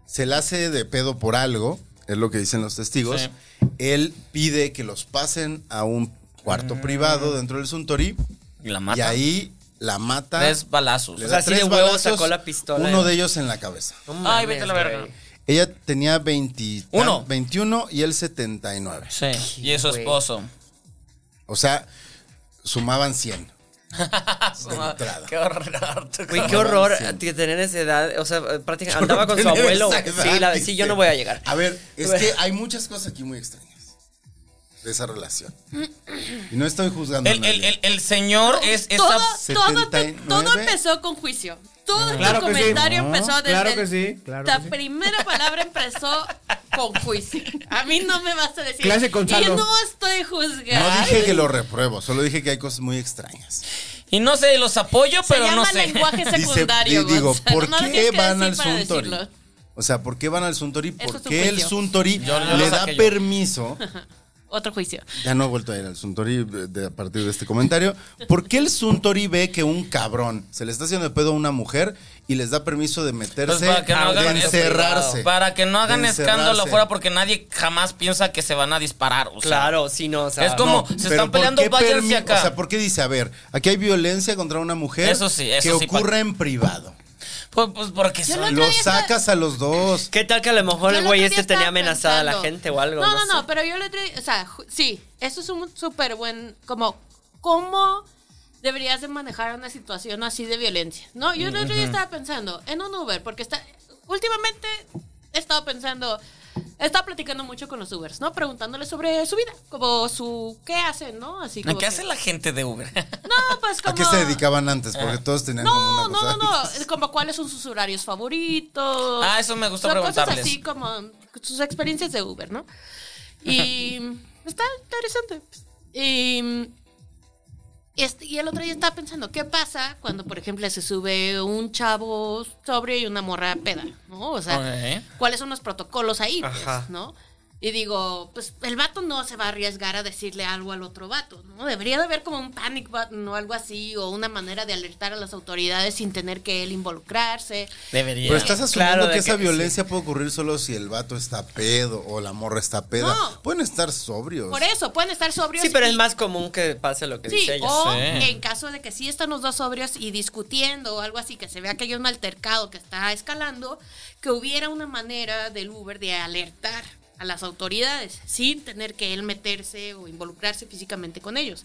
D: se la hace de pedo por algo, es lo que dicen los testigos. Él pide que los pasen a un
G: Mm.
D: cuarto privado dentro del Suntory
E: Y la
D: y
E: mata.
D: ahí la mata.
E: Tres balazos.
D: le
F: O
D: da
F: sea, así de
D: tres
F: huevo
D: balazos,
F: sacó la pistola.
E: ¿eh?
D: Uno de ellos en la cabeza.
F: No
E: Ay, vete a la verga.
F: güey.
D: Ella tenía 20,
E: Uno.
D: 21 y él 79.
E: Sí, y es su
F: güey.
E: esposo.
D: O sea, sumaban
F: [LAUGHS]
D: 100. De entrada.
E: Qué horror. tú,
F: Güey,
E: cabrón.
F: qué horror
D: Sí.
F: a ti tener esa edad. O sea,
D: [LAUGHS]
F: prácticamente andaba con su
D: Tener
F: abuelo.
D: esa
F: güey.
D: edad,
F: Sí, la-
D: dice. Ah,
F: sí, yo no voy a llegar.
D: A ver, es que hay muchas cosas aquí muy extrañas de esa relación. Y no estoy juzgando.
E: El,
D: a
E: el,
D: nadie.
E: el, el señor es... es
G: todo,
E: ab-
G: todo, te-
D: 79.
G: todo empezó con juicio. Todo el
C: Claro que sí.
G: comentario
D: No,
G: empezó desde
C: claro
G: el-
C: que sí, claro
G: La
C: que sí.
G: primera palabra empezó con juicio. A mí no me vas a decir.
C: Clase Gonzalo.
G: Y no estoy juzgando.
D: No dije que lo repruebo, solo dije que hay cosas muy extrañas.
E: Y no sé, los apoyo,
G: Se
E: pero
G: llama
E: no sé. [LAUGHS]
G: lenguaje
D: Dice-
G: secundario.
D: di- digo,
G: Gonzalo.
D: ¿por
G: No lo
D: qué
G: tienes que
D: van al
G: decir para
D: Suntory?
G: decirlo.
D: O sea, ¿por qué van al Suntory?
G: Eso
D: ¿Por
G: es un
D: qué el
G: juicio.
D: Suntory
E: Yo- yo
D: le
E: lo
D: da
E: saqué yo.
D: permiso?
G: Otro juicio.
D: Ya no he vuelto a ir al Suntory de- de- a partir de este comentario. ¿Por qué el Suntory ve que un cabrón se le está haciendo de pedo a una mujer y les da permiso de
E: Pues
D: meterse,
E: para que no
D: de
E: hagan
D: encerrarse?
E: Para que no hagan
D: de
E: escándalo
D: encerrarse?
E: afuera porque nadie jamás piensa que se van a disparar. o sea.
F: Claro, sí, no, o sea.
E: Es como-
D: No,
E: se
D: pero
E: están
D: ¿por
E: peleando,
D: qué
E: váyanse
D: permi-
E: acá.
D: O sea, ¿por qué dice, a ver, aquí hay violencia contra una mujer
E: Eso sí, eso
D: que
E: sí,
D: ocurre
E: pa-
D: en privado?
E: Pues, pues porque
G: Yo
E: son-
G: otro
D: Los
G: día estaba-
D: sacas a los dos.
F: ¿Qué tal que a lo
G: Yo
F: mejor el
G: otro
F: güey
G: día
F: este
G: estaba
F: tenía amenazada a la
G: pensando.
F: gente o algo?
G: No, no, no,
F: sé.
G: pero yo le o sea, ju- sí, eso es un súper buen, como, ¿cómo deberías de manejar una situación así de violencia? No, yo el otro día estaba pensando en un Uber, porque está, últimamente he estado pensando, he estado platicando mucho con los Ubers, ¿no? Preguntándoles sobre su vida, como su, ¿qué hacen, no? Así como
E: ¿Qué hace
G: que-
E: la gente de Uber?
G: [LAUGHS]
E: [LAUGHS]
G: No, pues como...
D: ¿A qué se dedicaban antes? Porque todos tenían como una
G: No, no,
D: cosa.
G: no, no. Es Como cuáles son sus horarios favoritos.
E: Ah, eso me gusta
G: Son
E: preguntarles.
G: Cosas así como sus experiencias de Uber, ¿no? Y está interesante. Y, y este- y el otro día estaba pensando, ¿qué pasa cuando, por ejemplo, se sube un chavo sobre y una morra peda? ¿No? O sea,
E: Ok.
G: ¿cuáles son los protocolos ahí? pues,
F: Ajá.
G: ¿No? Y digo, pues el vato no se va a arriesgar a decirle algo al otro vato, ¿no? Debería de haber como un panic button o algo así, o una manera de alertar a las autoridades sin tener que él involucrarse.
E: Debería.
D: Pero estás asumiendo
F: Claro, de
D: que esa
F: que-
D: violencia puede ocurrir solo si el vato está pedo o la morra está peda.
G: No.
D: Pueden estar sobrios.
G: Por eso, pueden estar sobrios.
F: Sí, pero
G: y-
F: es más común que pase lo que
G: Sí, oh.
F: dice ella.
G: o
E: Sí.
G: en caso de que sí están los dos sobrios y discutiendo o algo así, que se vea que hay un altercado que está escalando, que hubiera una manera del Uber de alertar a las autoridades sin tener que él meterse o involucrarse físicamente con ellos.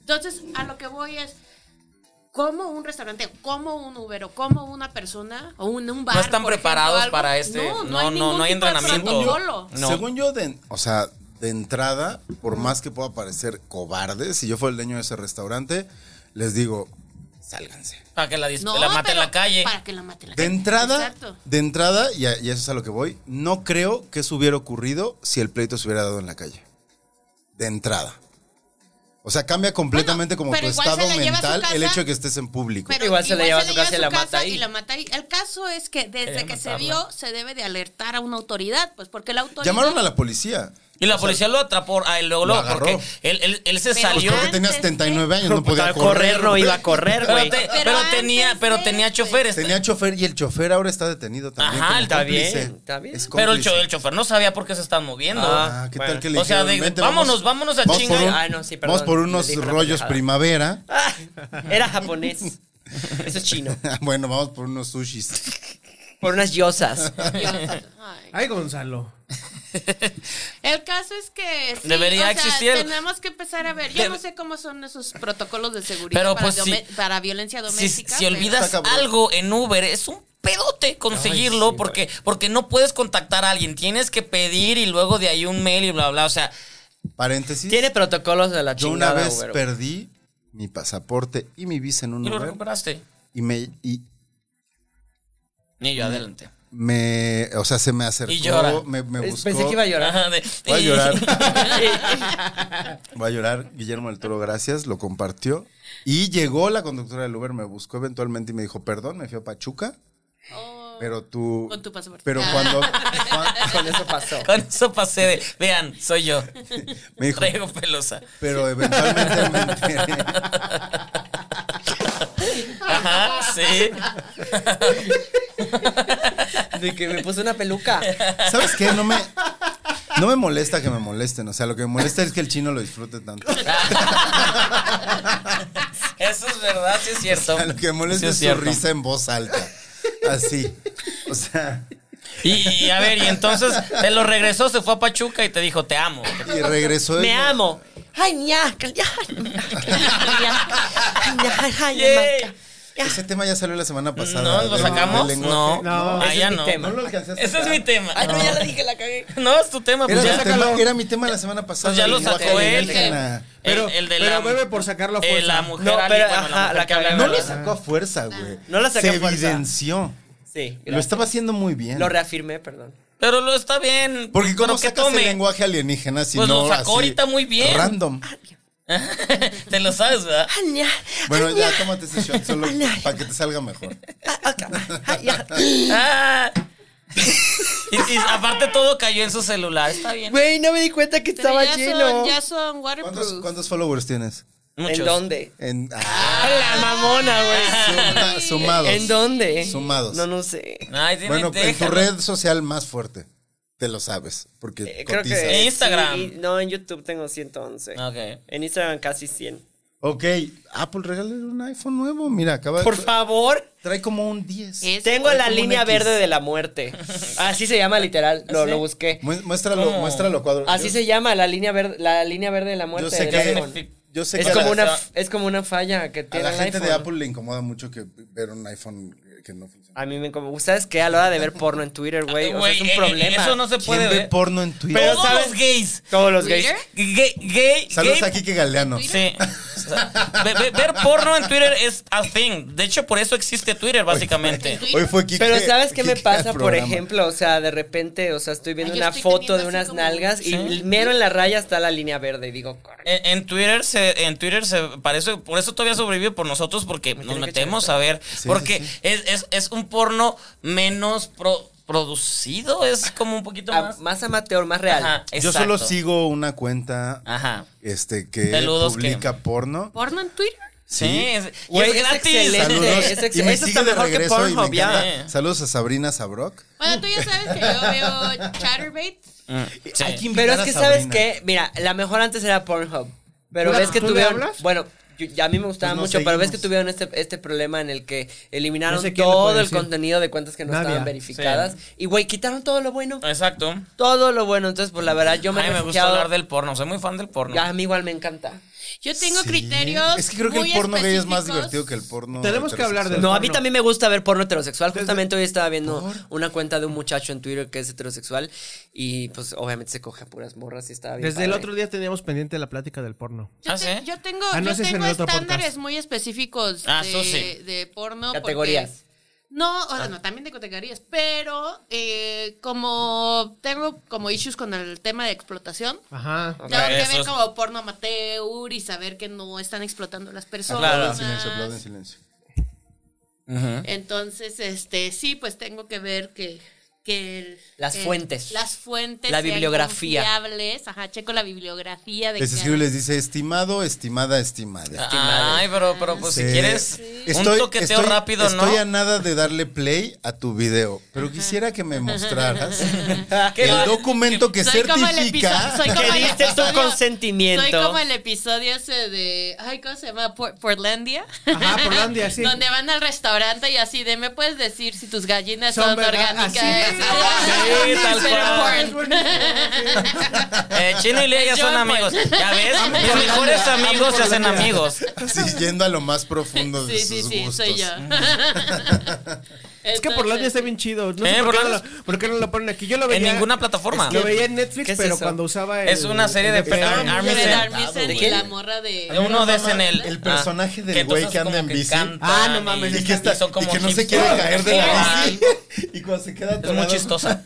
G: Entonces, a lo que voy es, como un restaurante, o como un Uber, o como una persona, o un, un bar.
E: no están
G: por ejemplo,
E: preparados
G: algo,
E: para este. No, no, no,
G: ningún
E: hay
G: tipo de
E: entrenamiento.
G: protocolo.
E: No.
D: Según yo, de- o sea, de entrada, por más que pueda parecer cobarde, si yo fuera el dueño de ese restaurante, les digo, sálganse.
E: Para que la, dis-
G: No,
E: la mate en
G: pero
E: la calle.
G: Para que la mate en la
D: De
G: calle.
D: entrada,
G: Eh, Exacto.
D: de entrada, y, a- y eso es a lo que voy, no creo que eso hubiera ocurrido si el pleito se hubiera dado en la calle. De entrada. O sea, cambia completamente
G: Bueno,
D: como
G: pero
D: tu
G: igual se
D: estado
G: la lleva a su
D: mental el
G: casa.
D: hecho de que estés en público.
G: Pero
F: Igual se la lleva a su casa y la mata ahí.
G: y la mata ahí. El caso es que desde
E: Quería
G: que se
E: matarla.
G: vio se debe de alertar a una autoridad, pues porque la autoridad
D: Llamaron a la policía.
E: Y la policía lo atrapó a él luego,
D: lo
E: luego, porque
D: agarró.
E: él, él- él se
G: Pero
E: salió.
D: Porque
G: antes
D: tenía
G: de-
D: 79 años, no podía
F: ¿eh? Al correr no
D: güey.
F: iba a correr, güey.
E: Pero, te-
G: Pero
E: pero
G: antes
E: tenía, pero
G: de,
E: tenía
G: güey.
E: choferes.
D: Tenía chofer y el chofer ahora está detenido también.
E: Ajá,
D: como
E: está
D: cómplice.
F: bien, está bien.
D: Es
E: pero el,
D: cómplice.
E: cho- el chofer no sabía por qué se están moviendo.
F: Ah,
D: Ah, ¿qué
F: bueno.
D: tal que le
E: O sea,
D: dijeron,
E: digo,
D: "Vente,
E: vámonos, vámonos a
D: vamos por
E: chingar".
D: un-
F: Ay, no, sí,
D: Vamos
F: perdón,
D: por
F: le
D: unos
F: dije una
D: rollos
F: pendejada.
D: primavera.
F: Ah, era
D: [LAUGHS]
F: japonés. Eso es chino.
D: bueno, vamos por unos sushis.
F: Por unas yosas.
G: Ay,
C: Ay, Gonzalo.
G: El caso es que sí,
E: Debería
G: o sea,
E: existir.
G: Tenemos que empezar a ver. Yo
E: Debe-
G: no sé cómo son esos protocolos de seguridad
E: Pero,
G: para,
E: pues, sí.
G: dome- para violencia
E: Si,
G: doméstica.
E: si
G: pero-
E: olvidas
D: Está cabrón.
E: algo en Uber, es un pedote conseguirlo
F: Ay, sí,
E: porque, porque no puedes contactar a alguien. Tienes que pedir y luego de ahí un mail y bla, bla. O sea,
D: Paréntesis.
F: Tiene protocolos de la
D: Yo una
F: chingada,
D: vez
F: güero.
D: perdí mi pasaporte y mi visa en un
E: y lo
D: lugar
E: recuperaste.
D: y me y
E: Ni yo, adelante.
D: me, o sea, se me acercó,
E: Y llora.
D: me, me
F: Es-
D: buscó.
F: Pensé que iba a llorar.
E: Ajá, de-
D: Voy a
E: [LAUGHS]
D: llorar. Voy a llorar. Guillermo del Toro, gracias, lo compartió. Y llegó la conductora del Uber, me buscó eventualmente y me dijo, perdón, me fui a Pachuca.
G: oh,
D: Pero tú.
G: Con tu pasaporte.
D: Pero cuando. cuan-
F: Con eso pasó.
E: Con eso pasé de, vean, soy yo.
D: [LAUGHS] me dijo,
E: Traigo
D: [LAUGHS]
E: pelosa.
D: pero eventualmente. me enteré".
E: Ajá, sí. [LAUGHS]
F: De que me puse una peluca.
D: ¿Sabes qué? No me. No me molesta que me molesten. O sea, lo que me molesta es que el chino lo disfrute tanto.
E: Eso es verdad, sí es
D: O
E: cierto.
D: sea, lo que me molesta
E: Sí es
D: es su
E: cierto.
D: risa en voz alta. Así. O sea.
E: Y, y a ver, y entonces te lo regresó, se fue a Pachuca y te dijo, te amo.
D: Y regresó.
F: Me
D: y-
E: [LAUGHS]
F: amo. Ay, ñaca, ya.
E: Yay.
D: Ese tema ya salió la semana pasada.
E: ¿No lo
D: del-
E: sacamos?
D: del lenguaje.
E: No,
C: No,
E: Ah,
F: ese es
E: ya
F: mi
E: no.
F: tema.
D: No lo alcancé a
E: Ese
D: sacar.
E: es mi tema.
F: Ay, no, ya la dije, la cagué.
E: [LAUGHS] No, es tu tema.
D: Era,
E: Pues
D: mi
E: ya.
D: tema, era mi tema la semana pasada.
E: Pues ya
D: el
E: lo
D: lenguaje
E: sacó él.
D: alienígena.
C: Pero- pero bebe por sacarlo a
E: eh,
C: fuerza.
E: la mujer
F: No,
E: ali-
F: pero,
E: bueno, la
F: ajá,
E: mujer
F: la
E: que habla
F: cagamos.
D: No
E: de
D: lo
E: verdad.
D: sacó a fuerza, güey.
F: No la
D: Se
F: saqué a fuerza.
D: evidenció.
F: Sí.
D: Lo
F: gracias.
D: estaba haciendo muy bien.
F: Lo reafirmé, perdón.
E: Pero lo está bien.
D: Porque
E: pero
D: cómo
E: que
D: sacas
E: tome.
D: el lenguaje alienígena si
E: Pues
D: no
E: lo sacó
D: así,
E: ahorita muy bien. Ah,
D: Random.
E: [LAUGHS] Te lo sabes, ¿verdad?
G: Ah,
D: Bueno, ya tómate ese shot solo
E: [LAUGHS]
D: para que te salga mejor.
G: ah,
E: Ah. Y, y aparte todo cayó en su celular. Está bien.
F: [LAUGHS] Güey, no me di cuenta que
G: pero
F: estaba
G: ya
F: lleno.
G: Son, ya son
D: ¿Cuántos,
G: waterproof.
D: cuántos followers tienes?
E: Muchos.
F: ¿En dónde?
D: En, ah,
F: A la mamona, güey.
D: suma- sumados.
F: ¿En dónde?
D: Sumados.
F: No, no sé.
E: Ay, dime,
D: bueno, en tu
E: déjalo.
D: red social más fuerte. Te lo sabes. Porque
F: Eh, creo
D: cotizas.
F: que.
E: En Instagram.
F: sí, no, en YouTube tengo 111.
E: Ok.
F: En Instagram casi 100.
D: Ok, Apple, regálale un iPhone nuevo. Mira, acaba
F: Por favor.
D: Trae como un 10.
G: Es-
F: Tengo la
D: como un
F: línea
D: X.
F: verde de la
G: [LAUGHS]
F: muerte. Así se llama literal. Lo, lo busqué.
D: Mu- Muéstralo, muéstralo cuadro.
F: Así
D: Yo-
F: se llama la línea verde, la línea verde de la muerte.
D: Yo sé
F: del iPhone.
D: que, yo sé que
F: es, como
D: a, la,
F: una, es como una falla que
D: a
F: tiene
D: la
F: el
D: gente de
F: iPhone. Ah,
D: Apple le incomoda mucho que ver un iPhone que no funciona.
F: A mí me como, ¿sabes qué? A la hora de ver porno en Twitter, güey, o sea, es
E: Güey,
F: un
E: eh, eh,
F: problema.
E: Eso no se puede
D: ¿Quién ve
E: ver.
D: porno en Twitter?
E: Pero
F: Pero
E: Todos
F: ¿sabes?
E: los gays.
F: Todos los gays.
G: ¿Twitter?
E: Gay, gay,
D: Saludos
E: gay-
D: a Kike Galeano.
E: Sí. O sea, ve- ve- ver porno en Twitter es a thing. De hecho, por eso existe Twitter, básicamente.
D: [LAUGHS] Hoy fue Kike.
F: Pero ¿sabes qué me
D: Kike al
F: pasa, por
D: programa.
F: ejemplo? O sea, de repente, o sea, estoy viendo
G: Ay, yo
F: una
G: estoy
F: foto
G: teniendo
F: de
G: así
F: unas
G: como-
F: nalgas y
E: Sí. Eh,
F: mero en la raya está la línea verde y digo, "Corre".
E: En, en Twitter se, en Twitter se parece, por eso todavía sobrevive por nosotros, porque nos
F: tiene que
E: metemos a ver. porque Es, es, es un porno menos pro- producido, es como un poquito
F: A-
E: más.
F: más amateur, más Ah, real.
E: Ajá,
D: Yo solo
E: exacto.
D: sigo una cuenta
E: Ajá.
D: este, que
E: Peludos
D: publica porno.
G: ¿Porno en Twitter?
E: Sí, es, y
F: Güey,
E: es
F: es
E: gratis.
F: excelente.
D: Saludos.
F: Es ex-
D: y me
F: eso
D: sigue
F: está
D: de
F: mejor que
D: regreso y me
F: Pornhub, ya.
D: encanta. Saludos a Sabrina Sabrok.
G: Bueno, tú ya sabes que yo veo Chatterbait.
E: Mm, sí.
D: Hay que invitar
F: Pero es
D: a
F: que,
D: Sabrina.
F: ¿sabes qué? Mira, la mejor antes era Pornhub. Pero
C: ¿Tú-
F: ves que
C: tú le
F: tuvieron.
C: hablas?
F: Bueno, yo- ya a mí me gustaba
D: Pues nos
F: mucho, pero ves que
D: seguimos.
F: tuvieron este, este problema en el que eliminaron
C: No sé quién le puede
F: todo el
C: decir.
F: contenido de cuentas que no
C: Nadia.
F: estaban verificadas. Y, güey, quitaron todo lo bueno.
E: Exacto.
F: Todo lo bueno. Entonces, pues la verdad, yo me
E: Ay,
F: he
E: me gusta
F: refugiado-
E: hablar del porno, soy muy fan del porno.
F: Ya, A mí igual me encanta.
G: Yo tengo
D: Sí.
G: criterios.
D: Es que creo que el
G: muy
D: porno gay es más
G: específicos.
D: divertido que el porno.
C: Tenemos que hablar de-
D: heterosexual.
F: No, a mí
C: porno.
F: también me gusta ver porno heterosexual. Justamente hoy estaba viendo una cuenta de un muchacho en Twitter que es heterosexual y pues obviamente se coge a puras morras y estaba bien.
C: Desde el
F: padre.
C: otro día teníamos pendiente la plática del porno.
G: Yo,
E: Ah,
G: te-
E: ¿sí?
G: yo tengo,
C: Ah, no,
G: yo
C: ese es en
G: tengo
C: el otro
G: estándares
C: podcast.
G: muy específicos
E: Ah,
G: de,
E: eso sí.
G: de porno. porque-
F: Categorías.
G: no, o sea, no, también de categorías, pero eh, como tengo como issues con el tema de explotación,
C: Ajá.
G: tengo que
E: Eso
G: ver
E: es-
G: como porno amateur y saber que no están explotando a
C: Ah,
G: las
D: Aplauden en
G: personas.
D: silencio, aplauden en silencio.
E: Ujú.
G: Entonces, este, sí, pues tengo que ver que, que el-
F: Las
G: que
F: fuentes.
G: Las fuentes.
F: La
G: sean
F: bibliografía.
G: confiables. Ajá, checo la bibliografía de
D: Les
G: que-
F: Ah,
D: escribo y les dice estimado, estimada, estimada.
E: Ay, pero, pero pues si
D: Sí.
E: quieres, un toqueteo
D: estoy-
E: rápido,
D: Estoy
E: ¿no?
D: a nada de darle play a tu video, pero quisiera que me mostraras
E: Qué
D: el
E: va-
D: documento que
G: Soy como el episodio.
D: certifica.
G: Soy como
F: que
G: el
D: [LAUGHS]
F: diste tu
G: episodio- Soy
F: consentimiento.
G: como el episodio ese de. Ay, ¿cómo se llama? Por- Portlandia. [LAUGHS]
C: Ajá, Portlandia, sí.
G: Donde van al restaurante y así de. ¿Me puedes decir si tus gallinas
C: Son
G: son,
C: verga-
G: orgánicas?
C: así.
G: [LAUGHS]
E: Sí, tal
G: Pero
E: cual.
G: porn.
E: Eh, Chino y Lea
F: [LAUGHS]
E: ya son
G: Yo,
E: amigos.
G: pues.
E: Ya ves, mis mejores amigos se hacen amigos.
D: Así [LAUGHS] yendo a lo más profundo de
G: [LAUGHS] Sí, sí,
D: sus
G: sí,
D: gustos. Mm.
G: soy yo. [LAUGHS]
C: Es que Portlandia está bien chido. No
E: Eh,
C: sé por qué, no
E: Portlandia-
C: lo, por qué no lo ponen aquí. Yo lo
E: En
C: veía.
E: ninguna plataforma.
C: Lo veía en Netflix,
F: ¿Qué es
C: pero
F: eso?
C: cuando usaba. el-
E: Es una serie de
C: el-
E: Fred
D: Armisen.
G: Fred
E: Armisen.
G: Armisen
F: ¿De
G: y
F: quién?
G: la morra de.
E: De uno de SNL.
D: El personaje del
E: ah, que
D: güey
E: todos
D: que anda
E: como
D: en
E: que
D: bici.
E: cantan
C: Ah, no mames,
D: Y que, está-
E: son
D: y
E: como
D: que no se
E: hipsters.
D: quiere caer de la
E: Ajá.
D: bici. [LAUGHS] Y cuando se queda
E: Es muy
D: atorado- [LAUGHS]
E: chistosa.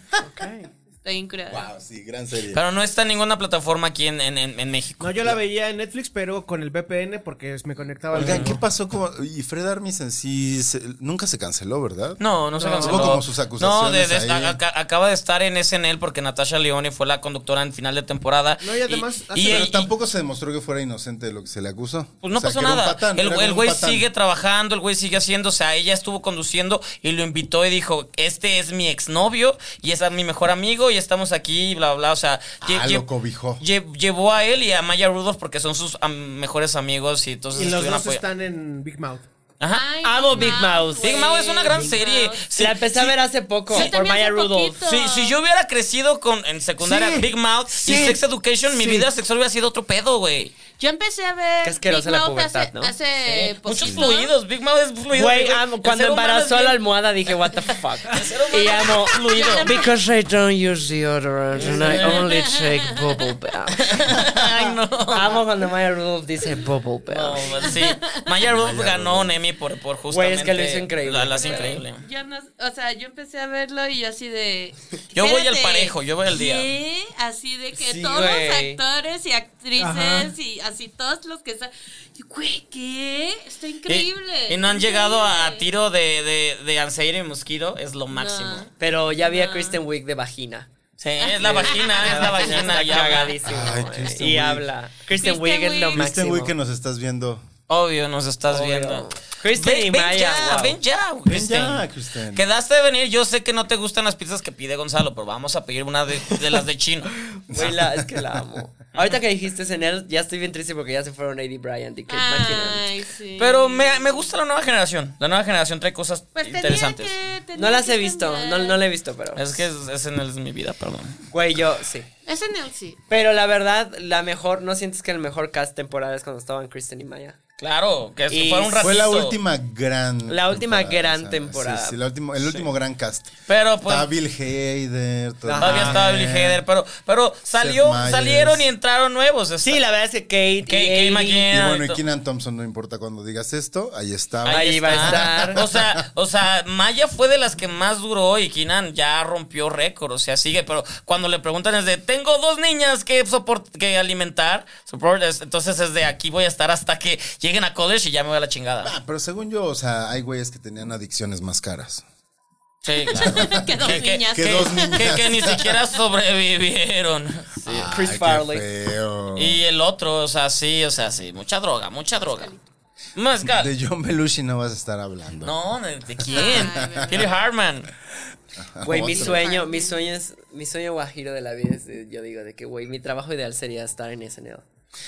G: Está bien curada.
D: Wow, sí, gran serie.
E: Pero no está en ninguna plataforma aquí en, en- en- en México.
C: No, yo la veía en Netflix, pero con el VPN porque me conectaba al.
D: Oigan, ¿qué pasó con... Y Fred Armisen sí se- nunca se canceló, ¿verdad?
E: No, no se canceló.
D: Tuvo como sus acusaciones
E: No, de- de-
D: ahí.
E: a- a- acaba de estar en SNL porque Natasha Leone fue la conductora en final de temporada.
C: No, y además hace-
E: y-
D: Pero
E: y-
D: tampoco se demostró que fuera inocente de lo que se le acusó.
E: Pues no
D: O sea,
E: pasó
D: que era un
E: nada.
D: patán,
E: el,
D: era como
E: el
D: un
E: güey
D: patán.
E: sigue trabajando, el güey sigue haciendo. O sea, ella estuvo conduciendo y lo invitó y dijo: Este es mi exnovio y es a- mi mejor amigo y estamos aquí, y bla, bla. O sea, lle-
D: Ah,
E: lle-
D: lo cobijó.
E: lle- llevó a él y a Maya Rudolph porque son sus am, mejores amigos y entonces
C: Y los
E: estuvieron
C: dos
E: apoyando.
C: están en Big Mouth.
E: Ajá.
G: Ay,
F: Amo Big Mouth.
G: güey.
E: Big Mouth es una gran
G: Big
E: serie.
G: Mouth.
E: Sí,
F: la empecé a
E: sí.
F: ver hace poco
G: Sí,
F: por
G: también
F: Maya
G: hace
F: Rudolph.
G: poquito.
E: Sí, si yo hubiera crecido con en secundaria
C: Sí,
E: Big Mouth
C: sí,
E: y Sex Education, mi
C: sí.
E: vida sexual hubiera sido otro pedo, güey.
G: Yo empecé a ver.
F: Qué
G: Big
F: asquerosa la
G: Mouth
F: pubertad,
G: hace,
F: ¿no?
G: hace
E: Muchos
G: poquito.
E: fluidos, Big Mouth es fluido.
F: Güey,
E: güey.
F: amo-
E: El
F: cuando
E: ser humano
F: embarazó
E: es
F: a
E: bien-
F: la almohada dije, what the fuck.
E: ser humano- [LAUGHS]
F: y amo fluido.
G: Yo también.
F: Because I don't use deodorant and I
E: [LAUGHS]
F: only take bubble bath.
E: Ay, no.
F: Amo cuando Maya Rudolph dice
E: [LAUGHS]
F: bubble
E: No,
F: bath.
E: pues sí. Maya Rudolph ganó un Emmy por, por
F: Güey,
E: justamente.
F: es que lo hizo increíble.
E: La, la hace increíble.
G: Yo no, o sea, yo empecé a verlo y yo así de.
E: Yo voy al
G: espérate,
E: parejo, yo voy al día.
G: ¿qué? Así de que
F: Sí,
G: todos
F: güey.
G: los actores y actrices
C: Ajá.
G: y así todos los que están. y, Güey, ¿qué? Está
E: Y-
G: increíble.
E: Y, no han llegado a
G: Increíble.
E: tiro de, de, de Anseira y Mosquito, es lo máximo.
G: No.
F: Pero ya vi a Kristen Wiig de vagina.
E: Sí, es la
F: [LAUGHS]
E: vagina, es la vagina.
F: Está
E: ya habla.
F: cagadísima,
D: Ay,
F: güey.
D: Kristen
F: Y
D: Wiig.
F: habla. Kristen
G: Kristen
F: Wiig es lo
G: Wiig.
D: Viste,
F: máximo.
D: este güey, que nos estás viendo.
E: Obvio, nos estás
F: Obvio.
E: viendo.
F: Kristen
E: Ven-
F: y
E: ven
F: Maya,
E: ya,
F: wow.
E: ven ya,
D: Ven
E: Kristen.
D: ya, Kristen.
E: Quedaste de venir, yo sé que no te gustan las pizzas que pide Gonzalo, pero vamos a pedir una de, de las
D: [LAUGHS]
E: de chino.
F: Güey, la- es que la amo. Ahorita que dijiste él ya estoy bien triste porque ya se fueron Eddie Bryant y Kate McKinnon.
G: Ay, sí.
E: Pero me, me gusta la nueva generación. La nueva generación trae cosas
G: Pues tenía
E: interesantes.
G: que- tenía
F: No las
G: que
F: he visto, no,
G: cambiar.
F: no la he visto, pero.
E: Es que es, es en el- es mi vida, perdón.
F: Güey, yo sí.
G: Es en el sí.
F: Pero la verdad, la mejor, ¿no sientes que el mejor cast temporada es cuando estaban Kristen y Maya?
E: Claro, que
F: Y
E: fue un ratito.
D: Fue la última gran.
F: La última gran
D: o sea,
F: temporada.
D: Sí, sí, la último- el último gran cast.
E: Pero pues
D: Está Bill Hader. todo-
E: todavía estaba Billy Hader, pero, pero salió,
D: Myers.
E: salieron y entraron nuevos. está-
F: Sí, la verdad es que
E: Kate-
F: Kate, y
E: Kate
F: Eddie-
E: McKinnon.
D: Y bueno, y Keenan Thompson, no importa cuando digas esto, ahí estaba.
F: Ahí va a
E: está.
F: estar.
E: O sea, o sea, Maya fue de las que más duró y Kinan ya rompió récord, o sea, sigue, pero cuando le preguntan es de, tengo dos niñas que, soport- que alimentar, support, es- entonces es de, aquí voy a estar hasta que lleguen a college y ya me voy a la chingada.
D: [LAUGHS] Ah, pero según yo, o sea, hay güeyes que tenían adicciones más caras.
E: Sí,
F: [LAUGHS]
E: claro.
G: Que dos niñas.
D: Que dos niñas.
E: que- que ni siquiera sobrevivieron. Ah,
D: Ay,
F: Chris
D: qué
F: Farley.
D: feo.
E: Y el otro, o sea, sí, o sea, sí, mucha droga, mucha droga. Mezcal.
D: De John Belushi no vas a estar hablando.
E: No, ¿de, de quién? Peter Hartman.
F: Güey, mi
D: Otro.
F: sueño, mi sueño es, mi sueño guajiro de la vida es, de- yo digo, de que, güey, mi trabajo ideal sería estar en SNL.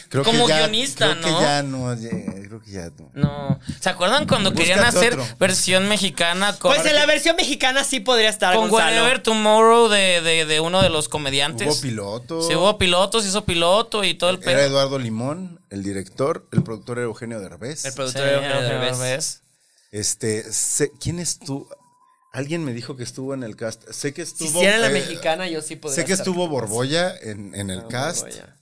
D: Creo
E: Como
D: ya-
E: guionista,
D: creo que
E: ¿no?
D: ya no, ya- creo que ya no.
E: No. ¿Se acuerdan cuando
D: Búscate
E: querían hacer
D: otro.
E: versión mexicana con,
F: Pues en la versión mexicana sí podría estar,
E: con
F: Gonzalo.
E: Whatever Tomorrow de, de, de uno de los comediantes?
D: Hubo piloto.
E: Sí, hubo pilotos, hizo piloto y todo el
D: Era
E: pedo.
D: Eduardo Limón, el director, el productor era Eugenio Derbez.
F: El
E: Sí,
F: productor de Eugenio Derbez.
E: Eugenio Derbez.
D: Este, sé- ¿quién estuvo? Alguien me dijo que estuvo en el cast. Sé que
F: Si
D: estuvo.
F: hiciera la
D: eh,
F: mexicana, yo sí podría
D: Sé que
F: estar.
D: estuvo Borboya en, en el
F: No,
D: cast.
F: Borbolla.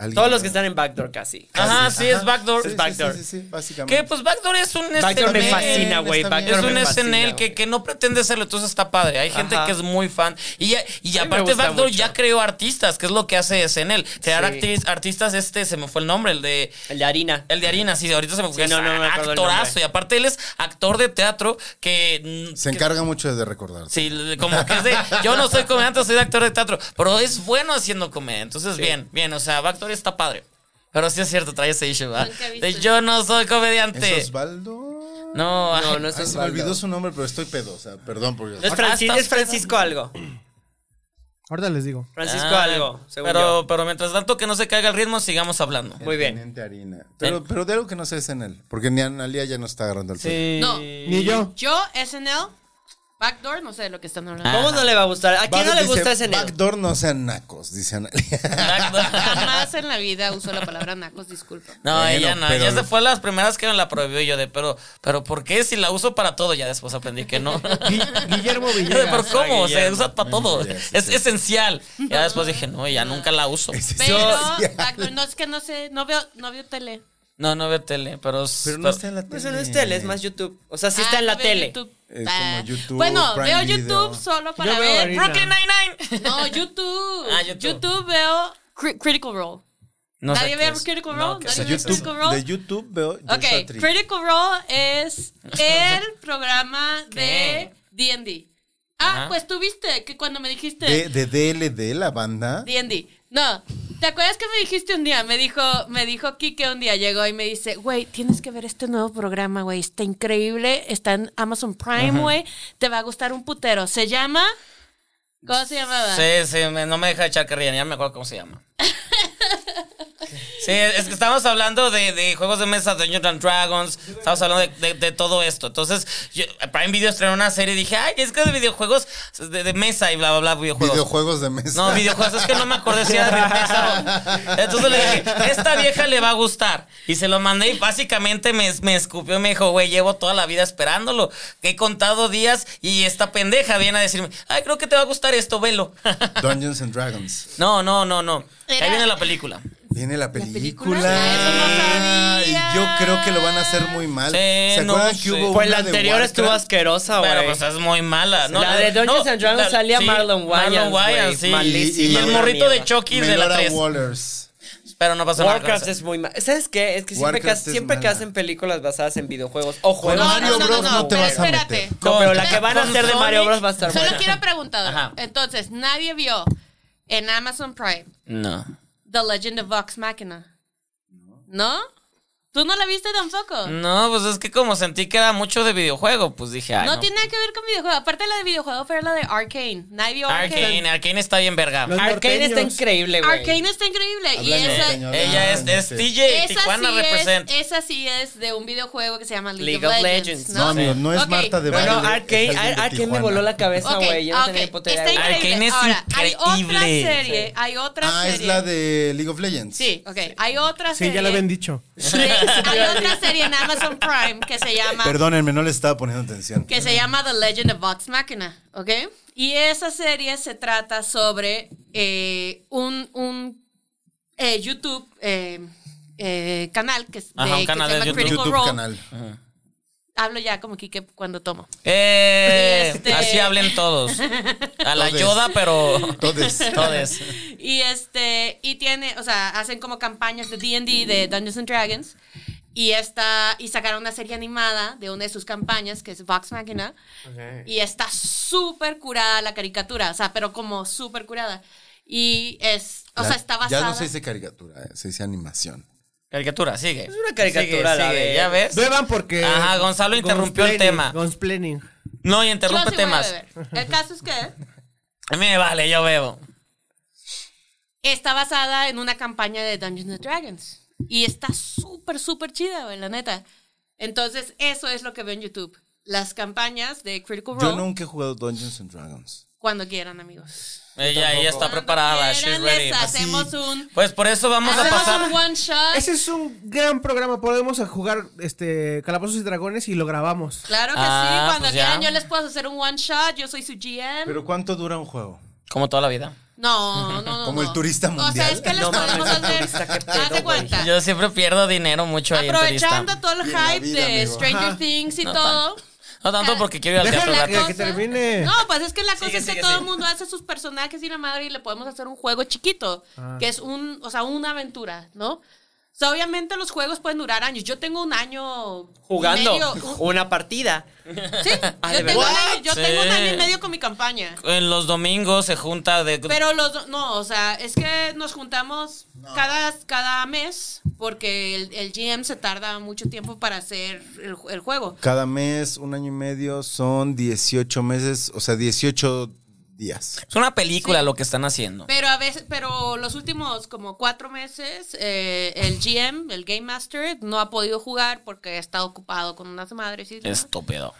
D: Alguien-
F: Todos los que están en Backdoor casi.
E: Ajá, sí, es Backdoor.
D: Sí, sí,
F: Backdoor.
D: Sí, sí, sí, básicamente.
E: Que pues Backdoor es un
F: Backdoor me
E: SNL.
F: fascina, güey.
D: Este está bien.
E: Es
F: Backdoor
E: un
F: me fascina,
E: SNL que,
F: güey.
E: que no pretende serlo, entonces está padre. Hay gente
F: Ajá.
E: que es muy fan. Y, ya- y
F: me
E: aparte
F: gusta
E: Backdoor
F: mucho.
E: ya creó artistas, que es lo que hace SNL. Crear
F: Sí.
E: actriz- artistas, este, se me fue el nombre, el de...
F: El de harina.
E: El de harina, sí, ahorita se me fue.
F: Sí, no,
E: Es
F: no me acuerdo el
E: actorazo.
F: nombre.
E: Y aparte él es actor de teatro que... mm,
D: Se
E: que-
D: encarga mucho de recordar.
E: Sí, como que es de, yo no soy comediante, soy de actor de teatro, pero es bueno haciendo comedia, entonces bien, bien, o sea, Backdoor está padre. Pero sí es cierto, trae ese issue, ¿verdad?
G: Nunca he visto
E: De
G: eso.
E: yo no soy
D: ¿Es
E: comediante.
D: Osvaldo?
E: No, ay,
F: este- No, no es
D: Ay, se me
F: Osvaldo.
D: olvidó su nombre, pero estoy pedo. O sea, perdón por
E: Ah,
F: No es, Francis- es Francisco algo.
C: Ahorita les digo.
F: Francisco
E: Ah,
F: algo, según
E: pero,
F: yo.
E: pero mientras tanto que no se caiga el ritmo, sigamos hablando.
F: Muy bien.
D: Teniente Harina. Pero, pero de algo que no sé es en él. Porque ni Analia ya no está agarrando el pelo.
G: No.
C: Ni yo.
G: Yo, SNL, Backdoor, no sé de lo que están hablando.
E: Ah.
F: ¿Cómo no le va a gustar? ¿A quién no le gusta ese negro?
D: Backdoor no sean nacos, dice Analia. [LAUGHS]
G: Jamás en la vida uso la palabra nacos, disculpa.
E: No,
D: Bueno,
E: ella no,
D: pero-
E: ella se fue a las primeras que me la prohibió y yo de, pero, pero ¿por qué si la uso para todo? Ya después aprendí que no.
C: Gui- Guillermo
E: [LAUGHS] Yo de,
C: Villegas.
E: pero ¿cómo? Se
F: Guillermo.
E: usa para todo.
D: Villegas, sí,
E: es
D: sí.
E: esencial.
D: [LAUGHS]
E: Ya después dije, no, ya nunca la uso.
G: Pero,
D: Sí.
G: Backdoor, no es que no sé, no veo, no veo tele.
E: No, no veo tele, pero...
D: Pero no
E: pero-
D: está en la tele.
F: Eso no es tele, este, es más YouTube. O sea, sí está
G: Ah,
F: en la
G: no veo
F: tele.
G: YouTube.
D: Es
G: Ah.
D: como YouTube,
G: bueno,
D: Prime
G: veo
D: Video.
G: YouTube solo para
C: Yo veo
G: ver.
C: ahorita.
E: Brooklyn Nine-Nine.
G: No, YouTube.
E: Ah, YouTube.
G: YouTube. veo Cri- Critical Role.
E: No sé qué
G: ¿Nadie ve
E: es.
G: Critical
E: No,
G: Role?
E: ¿qué
D: O
E: es
D: sea,
G: ¿Nadie ve
E: eso?
G: Critical
D: YouTube,
G: Role?
D: de YouTube veo. Joshua
G: Ok,
D: Tree.
G: Critical Role
D: [LAUGHS]
G: es el programa de D&D. Ah,
E: Ajá.
G: pues tú viste que cuando me dijiste
D: de, de DLD, la banda.
G: D&D. No, ¿te acuerdas que me dijiste un día? Me dijo, me dijo Kike un día, llegó y me dice, güey, tienes que ver este nuevo programa, güey, está increíble, está en Amazon Prime, güey, te va a gustar un putero. Se llama... ¿Cómo se llamaba?
E: Sí, sí, me- no me deja echar carrilla, ya no me acuerdo cómo se llama. Sí, es que estamos hablando de, de juegos de mesa, de Dungeons and Dragons, estamos hablando de, de- de todo esto. Entonces, yo, Prime Video estrenó una serie y dije, ay, es que de videojuegos, de, de mesa y bla, bla, bla, videojuegos.
D: Videojuegos de mesa.
E: No, videojuegos, es que no me acordé si era de mesa o- Entonces le dije, esta vieja le va a gustar. Y se lo mandé y básicamente me, me escupió y me dijo, güey, llevo toda la vida esperándolo. He contado días y esta pendeja viene a decirme, ay, creo que te va a gustar esto, velo.
D: [LAUGHS]
E: [LAUGHS]
D: Dungeons and Dragons.
E: No, no, no, no.
G: Era-
E: Ahí viene la película.
D: Viene la película.
G: Ah, eso no
D: Y yo
G: sabía.
D: creo que lo van a hacer muy mal.
E: Sí,
D: ¿Se
E: no
D: acuerdan
E: sé.
D: que hubo
F: Pues la
D: una de
F: anterior estuvo
D: Warcraft?
F: asquerosa,
E: Pero
F: güey.
E: pues es muy mala. No,
F: La de Dungeons and Dragons salía Marlon Wayans,
E: Marlon
F: güey.
E: Wayans, sí.
F: Malísima,
E: Y el
F: una
E: morrito de
F: mierda.
E: Chucky de la
D: Melora
E: 3.
D: Wallers.
E: Pero no pasa nada. con
F: Warcraft
E: eso.
F: es muy mal. ¿Sabes qué? Es que siempre,
D: Warcraft
F: que,
D: es
F: siempre que
D: mala.
F: hacen películas basadas en videojuegos o
D: Con
F: juegos.
G: no,
D: Mario
G: no, no,
D: Bros
G: no,
D: no,
G: no,
D: te
G: pero
D: vas a
G: espérate.
D: meter.
F: No, pero la que van a
E: Con
F: hacer de
E: Sonic.
F: Mario Bros va a estar
G: Solo
F: buena.
G: quiero preguntar.
E: Ajá.
G: Entonces, nadie vio en Amazon Prime
E: No.
G: The Legend of Vox Machina. ¿No? ¿Tú no la viste tampoco?
E: No,
G: No,
E: pues es que como sentí que era mucho de videojuego, pues dije, ay. No,
G: tiene nada que ver con videojuego. Aparte la de videojuego fue la de Arcane. Nadie vio Arcane.
E: Arcane, Arcane está bien verga.
C: Los
F: Arcane
C: norteños.
F: está increíble, güey.
G: Arcane está increíble. y
D: Hablan
G: esa,
D: norteño.
E: Ella es, es
D: Sí.
E: TJ,
G: esa
E: Tijuana
G: sí
E: represent.
G: es, eh, esa sí es de un videojuego que se llama League,
F: League
G: of
F: of
G: Legends.
F: Legends.
D: No, amigo, no es
G: Ok,
D: Marta de
F: Pero no,
D: Baile.
F: Arcane,
D: es alguien de
F: Ar- Arcane me
D: Tijuana.
F: voló la cabeza,
G: Ok,
F: güey. Yo no
G: ok,
F: tenía ni puta idea,
G: Está
F: güey.
E: Arcane
G: increíble.
E: es
G: Ahora, hay otra
E: increíble.
G: serie. Hay otra
D: Ah,
G: serie.
D: es la de League of Legends.
G: Sí, ok. Hay otra serie.
C: Sí, ya lo habían dicho.
D: [LAUGHS]
G: Sí, hay otra serie en Amazon Prime que se llama
D: Perdónenme, no les estaba poniendo atención.
G: que se llama The Legend of Vox Machina, ¿ok? Y esa serie se trata sobre eh, un, un eh, YouTube eh, eh, canal que, es de,
E: Ajá, un
G: que
E: canal
G: se
E: de
G: llama
E: YouTube.
G: Critical
D: YouTube
G: Role.
D: canal.
G: Hablo ya como Kike cuando tomo.
E: Eh,
G: Este-
E: Así hablen todos. A la
D: Todes.
E: Yoda, pero.
D: Todes.
E: [LAUGHS] Todes.
G: Y este, y tiene, o sea, hacen como campañas de D&D, de Dungeons and Dragons. Y esta, y sacaron una serie animada de una de sus campañas, que es Vox Machina. Y está súper curada la caricatura, o sea, pero como súper curada. Y es, o sea,
D: Ya-
G: está basada.
D: Ya no se dice caricatura, eh, se dice animanización.
E: Caricatura, sigue. Es
F: una caricatura, la de-
E: ¿Ya ves?
C: Beban porque.
E: Ajá, Gonzalo interrumpió el
C: Gonsplening,
E: tema.
C: Gonsplening.
E: No, y
G: Yo sí
E: interrumpe
G: voy a
E: temas.
G: beber. El caso es que
E: A mí me vale, yo bebo.
G: está basada en una campaña de Dungeons and Dragons. Y está súper, súper chida, güey, la neta. Entonces, eso es lo que veo en YouTube. Las campañas de Critical Role.
D: Yo nunca he jugado Dungeons and Dragons.
G: Cuando quieran, amigos.
E: Ella, ella está
G: Cuando
E: preparada.
G: quieran,
E: She's ready.
G: les hacemos un.
E: Pues por eso vamos a
G: hacemos
E: pasar.
G: un one shot.
C: Ese es un gran programa. Podemos jugar este Calabozos y Dragones y lo grabamos.
G: Claro que
E: Ah,
G: sí. Cuando
E: pues ya.
G: quieran, yo les puedo hacer un one shot. Yo soy su GM.
D: ¿Pero cuánto dura un juego?
E: Como toda la vida.
G: no, no, no.
D: Como
G: no.
D: el turista
G: O sea,
D: mundial.
G: es que les
F: No mames,
G: podemos
F: el turista, qué
G: hacer.
F: pedo,
G: Haz de
F: güey.
G: cuenta.
E: Yo siempre pierdo dinero mucho ahí en turista.
G: Ah. Aprovechando todo el
D: Y en la
G: hype
D: vida,
G: de
D: amigo.
G: Stranger
C: Ajá.
G: Things y
E: No
G: todo.
E: No tanto porque quiero ir al teatro
C: Déjala
E: gratis.
C: que, que termine.
G: No, pues es que la cosa
E: Sigue,
G: es que
E: sigue,
G: todo
E: sigue.
G: el mundo hace sus personajes y la madre y le podemos hacer un juego chiquito, que es un, o sea, una aventura, ¿no? O sea, obviamente los juegos pueden durar años. Yo tengo un año y
F: Jugando
G: medio, un-
F: una partida. [LAUGHS]
G: sí,
F: Ah, ¿de
G: yo, tengo un,
F: verdad?
G: año, yo
E: Sí.
G: tengo un año y medio con mi campaña.
E: En los domingos se junta de.
G: Pero los do- no, o sea, es que nos juntamos cada, cada mes porque el, el GM se tarda mucho tiempo para hacer el, ju- el juego.
D: Cada mes, un año y medio, son 18 meses, o sea, 18 días.
E: es una película lo que están haciendo.
G: Pero a veces, pero los últimos como cuatro meses, eh, el GM, el Game Master, no ha podido jugar porque ha estado ocupado con unas madres y
E: Estúpido.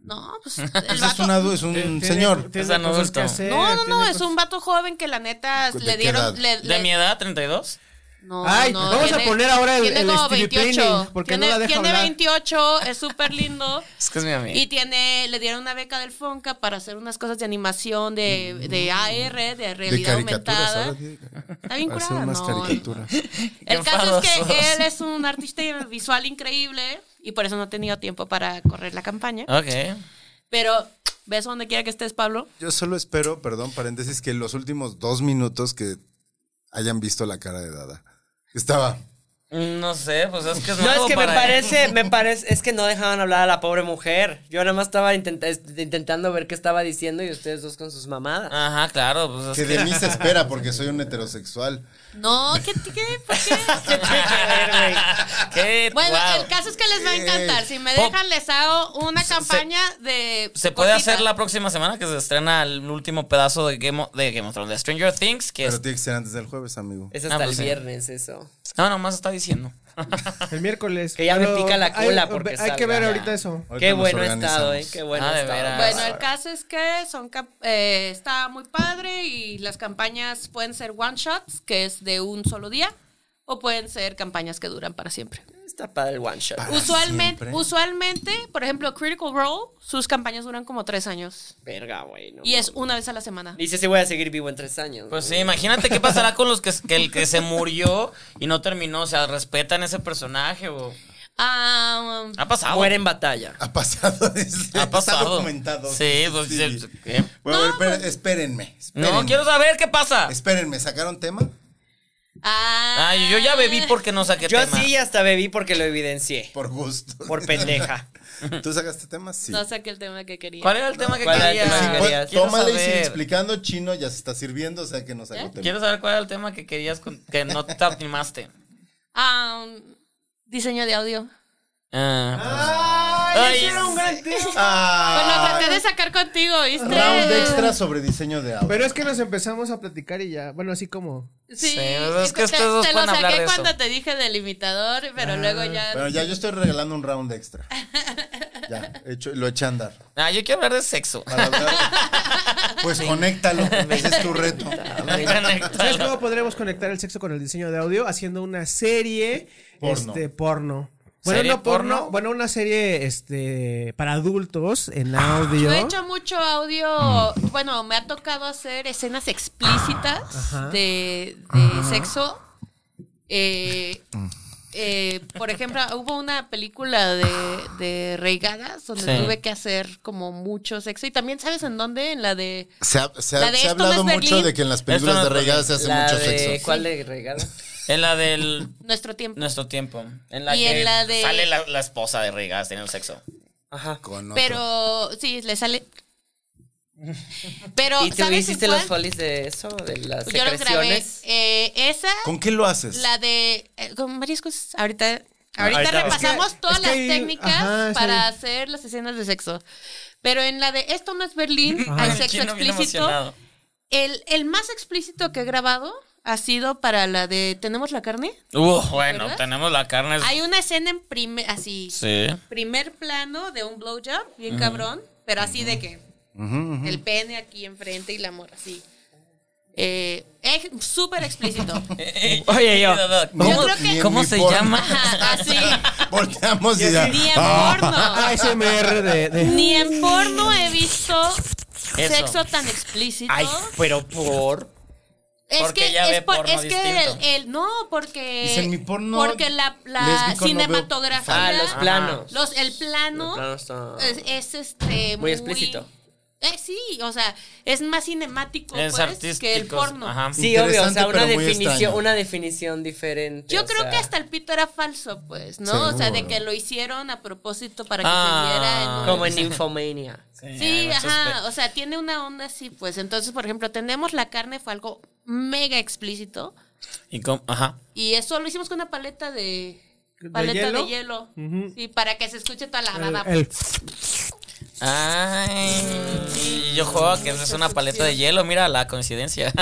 G: no,
C: [LAUGHS]
G: pues el
D: Ese es,
G: vato-
D: una- es un Mm, señor.
E: tiene cosas que hacer,
G: No, no, no, es
C: pues,
G: un vato joven que la neta
D: ¿De
G: le
D: qué
G: dieron.
D: edad?
G: le-
E: ¿De
G: le-
E: mi edad, 32?
G: No,
C: Ay,
G: no,
C: vamos a poner ahora el-
G: tiene
C: el
G: como
C: Stevie
G: 28.
C: Payne, porque
G: tiene,
C: no la deja
G: tiene
C: hablar.
G: 28, es súper lindo.
E: Es que es mi amigo.
G: Y tiene, le dieron una beca del Fonca para hacer unas cosas de animación de, de
C: Mm.
G: AR, de
D: De
G: realidad
D: caricaturas.
G: aumentada.
D: ahora tiene que-
G: Está bien
D: hacer
G: curada,
D: unas
G: no,
D: caricaturas.
G: El caso es
E: enfadosos.
G: que él es un artista visual increíble y por eso no ha tenido tiempo para correr la campaña.
E: Ok.
G: Pero ves donde quiera que estés, Pablo.
D: Yo solo espero, perdón, paréntesis, que en los últimos dos minutos que hayan visto la cara de Dada. Estaba.
E: No sé, pues es que es
F: No, es
E: nuevo
F: que me
E: para él.
F: parece, me parece, es que no dejaban hablar a la pobre mujer. Yo nada más estaba intenta- intentando ver qué estaba diciendo y ustedes dos con sus mamadas.
E: Ajá, claro. Pues es
D: Que
E: [LAUGHS]
D: de mí se espera porque soy un heterosexual.
G: No, ¿qué? qué ¿Por qué?
E: [LAUGHS] Qué
G: Bueno,
E: guau.
G: el caso es que les va a encantar. Si me
E: Pop.
G: dejan, les hago una
E: Se-
G: campaña de.
E: Se puede
G: cortita.
E: hacer la próxima semana que se estrena el último pedazo de Game of, de Game of Thrones, de Stranger Things, que
D: Pero
E: es...
D: tiene que ser antes del jueves, amigo.
F: Es
E: Ah,
F: hasta
E: pues
F: el
E: sí.
F: viernes eso.
E: No, nomás está diciendo. [LAUGHS]
C: El miércoles.
F: Que ya me
C: Pero
F: pica la
C: hay-
F: cola porque
C: Hay que
F: salga.
C: ver ahorita eso.
D: Ahorita
F: Qué
D: nos
F: bueno estado, eh,
D: organizamos.
F: qué bueno
E: Ah, de
F: estado.
E: veras.
G: Bueno, el caso es que son cap- eh, está muy padre y las campañas pueden ser one shots, que es de un solo día, o pueden ser campañas que duran para siempre.
F: Está padre el one shot.
E: Ah,
D: Ah.
G: Usualmente,
D: siempre.
G: usualmente, por ejemplo, Critical Role, sus campañas duran como tres años
F: Verga, güey. no
G: y es una vez a la semana.
F: Dice si voy a seguir vivo en tres años.
E: Pues sí,
F: güey.
E: imagínate qué pasará con los que, que el que se murió y no terminó. O sea, respetan ese personaje o...
G: Ah,
E: Ha pasado.
F: Muere en batalla.
D: Ha pasado, [LAUGHS] dice.
E: Ha pasado.
D: Está documentado.
E: Sí, pues, se- ¿qué?
D: Bueno, a ver,
G: pues-
D: espéren- espérenme,
E: No,
D: espérenme.
E: quiero saber qué pasa.
D: Espérenme, ¿sacaron tema?
G: ah,
E: Ay, yo ya bebí porque no saqué
F: Yo
E: tema.
F: sí hasta bebí porque lo evidencié.
D: Por gusto.
F: Por pendeja.
D: ¿Tú sacaste tema? Sí.
G: No saqué el tema que quería.
E: ¿Cuál era el tema que
F: ¿Cuál era el
E: quería?
F: tema que
D: Pues,
F: querías?
E: Quiero
D: tómale y sigue
E: saber.
D: explicando chino, ya se está sirviendo, o sea que no sacó tema.
E: Quiero saber cuál era el tema que querías con- que no te animaste.
G: Ah, diseño de audio.
E: Ah. Ay,
G: Pues lo
D: Ah,
G: traté de sacar contigo, ¿viste?
D: round extra sobre diseño de audio.
C: Pero es que nos empezamos a platicar y ya. Bueno, así como.
G: Sí,
E: Sí, es que
G: te,
E: ustedes dos
G: te lo
E: pueden hablar
G: saqué
E: de eso. Ah,
G: cuando te dije del imitador, pero luego ya...
D: Pero ya yo estoy regalando un round extra. Ya, hecho, lo eché a andar.
E: Ah, yo quiero hablar
D: [LAUGHS]
E: de sexo.
D: Para hablar- pues
G: [LAUGHS]
D: conéctalo, ese es tu reto.
E: [LAUGHS]
C: ¿Sabes
E: Conéctalo.
C: cómo podremos conectar el sexo con el diseño de audio? Haciendo una serie
D: Porno.
C: Este, porno. Bueno,
E: ¿Serie
C: no porno,
E: porno?
C: bueno, una serie este para adultos en audio.
G: Yo he hecho mucho audio,
F: Mm.
G: bueno, me ha tocado hacer
F: [GASPS]
G: escenas explícitas de, de sexo. Eh,
F: Mm.
G: eh, por ejemplo, hubo una película de, de Reigadas donde
E: Sí.
G: tuve que hacer como mucho sexo. Y también, ¿sabes en dónde? En la de...
D: Se ha, se ha-
G: La de
D: se ha
G: esto no
D: hablado
G: es
D: mucho
G: Berlín.
D: de que en las películas
E: Esto no
D: de
E: es
D: regadas se hace
F: La
D: mucho
F: de-
D: sexo.
F: ¿Cuál le regalo?
E: En la del
G: Nuestro tiempo.
E: nuestro tiempo. En la
G: Y
E: que
G: en la de-
E: sale la, la esposa de Regas en el sexo.
F: Ajá.
D: Con otro.
G: Pero sí, le
F: [LAUGHS]
G: sale. Pero,
F: ¿Y tú
G: ¿sabes en
F: hiciste
G: cuál?
F: los folies de eso? De las
G: Yo lo grabé.
F: secreciones.
G: Eh, esa,
D: ¿Con qué lo haces?
C: Pues
G: la de. eh, con varias cosas. Ahorita, ahorita
E: Ahorita va.
G: repasamos
C: Es Ah, pues que-
G: todas
C: es que
G: las
C: hay-
G: técnicas
C: ajá, sí.
G: para hacer las escenas de sexo. Pero en la de Esto no
C: [CLEARS THROAT]
G: es Berlín, hay
E: El
G: sexo
E: chino bien
G: explícito.
E: emocionado.
G: El, el más explícito que he grabado ha sido para la de ¿Tenemos la carne?
E: Uh, bueno,
G: ¿Verdad?
E: tenemos la carne.
G: Hay una escena en primer, así, [LAUGHS]
E: Sí.
G: primer plano de un blowjob, bien cabrón, pero así de que el pene aquí enfrente y la morra así. Eh, ex-
C: [LAUGHS]
G: súper explícito.
E: Oye, yo.
G: Yo
E: ¿Cómo,
G: creo que-
E: cómo
D: Ni
E: se
D: mi porno.
E: llama?
G: Ajá, así.
D: Volteamos y ya.
G: Ni en
D: Ah.
G: porno.
C: ASMR de, de-
G: Ni en porno he visto
E: Eso.
G: sexo tan explícito.
F: Ay, pero
G: Pues,
F: por.
G: es
E: porque
G: que,
E: ya
G: es,
E: ve
G: por-
E: porno
G: es que
E: distinto.
G: el, el- no, porque
D: Dice, en mi porno
G: porque la,
D: lésbico
G: la
D: no veo.
E: Ah,
G: cinematografía,
F: Ah, los planos.
G: los- el plano
F: Los planos son-
G: es, es, este
F: Muy explícito.
G: Eh, sí, o sea, es más cinemático
E: Es
G: pues, que el
E: artístico.
G: porno.
E: Ajá.
F: Sí, obvio, o sea,
D: Interesante,
F: una
D: pero muy
F: definición,
D: extraño.
F: una definición diferente.
G: Yo
F: o
G: creo
F: sea.
G: que hasta el pito era falso, pues, ¿no? O sea, de que lo hicieron a propósito para que
E: Ah.
G: se viera en un-
F: Como en Infomania.
C: Eh,
G: Sí,
E: hay muchos
G: ajá,
E: pe-
G: o sea, tiene una onda así, pues. Entonces, por ejemplo, tenemos la carne, fue algo mega explícito.
E: Y com- ajá.
G: Y eso lo hicimos con una paleta de.
C: ¿De
G: Paleta de
C: hielo?
G: hielo. Sí, para que se escuche toda la baba. [LAUGHS]
C: El-
E: Ay, yo juego a que es una paleta de hielo, mira la coincidencia.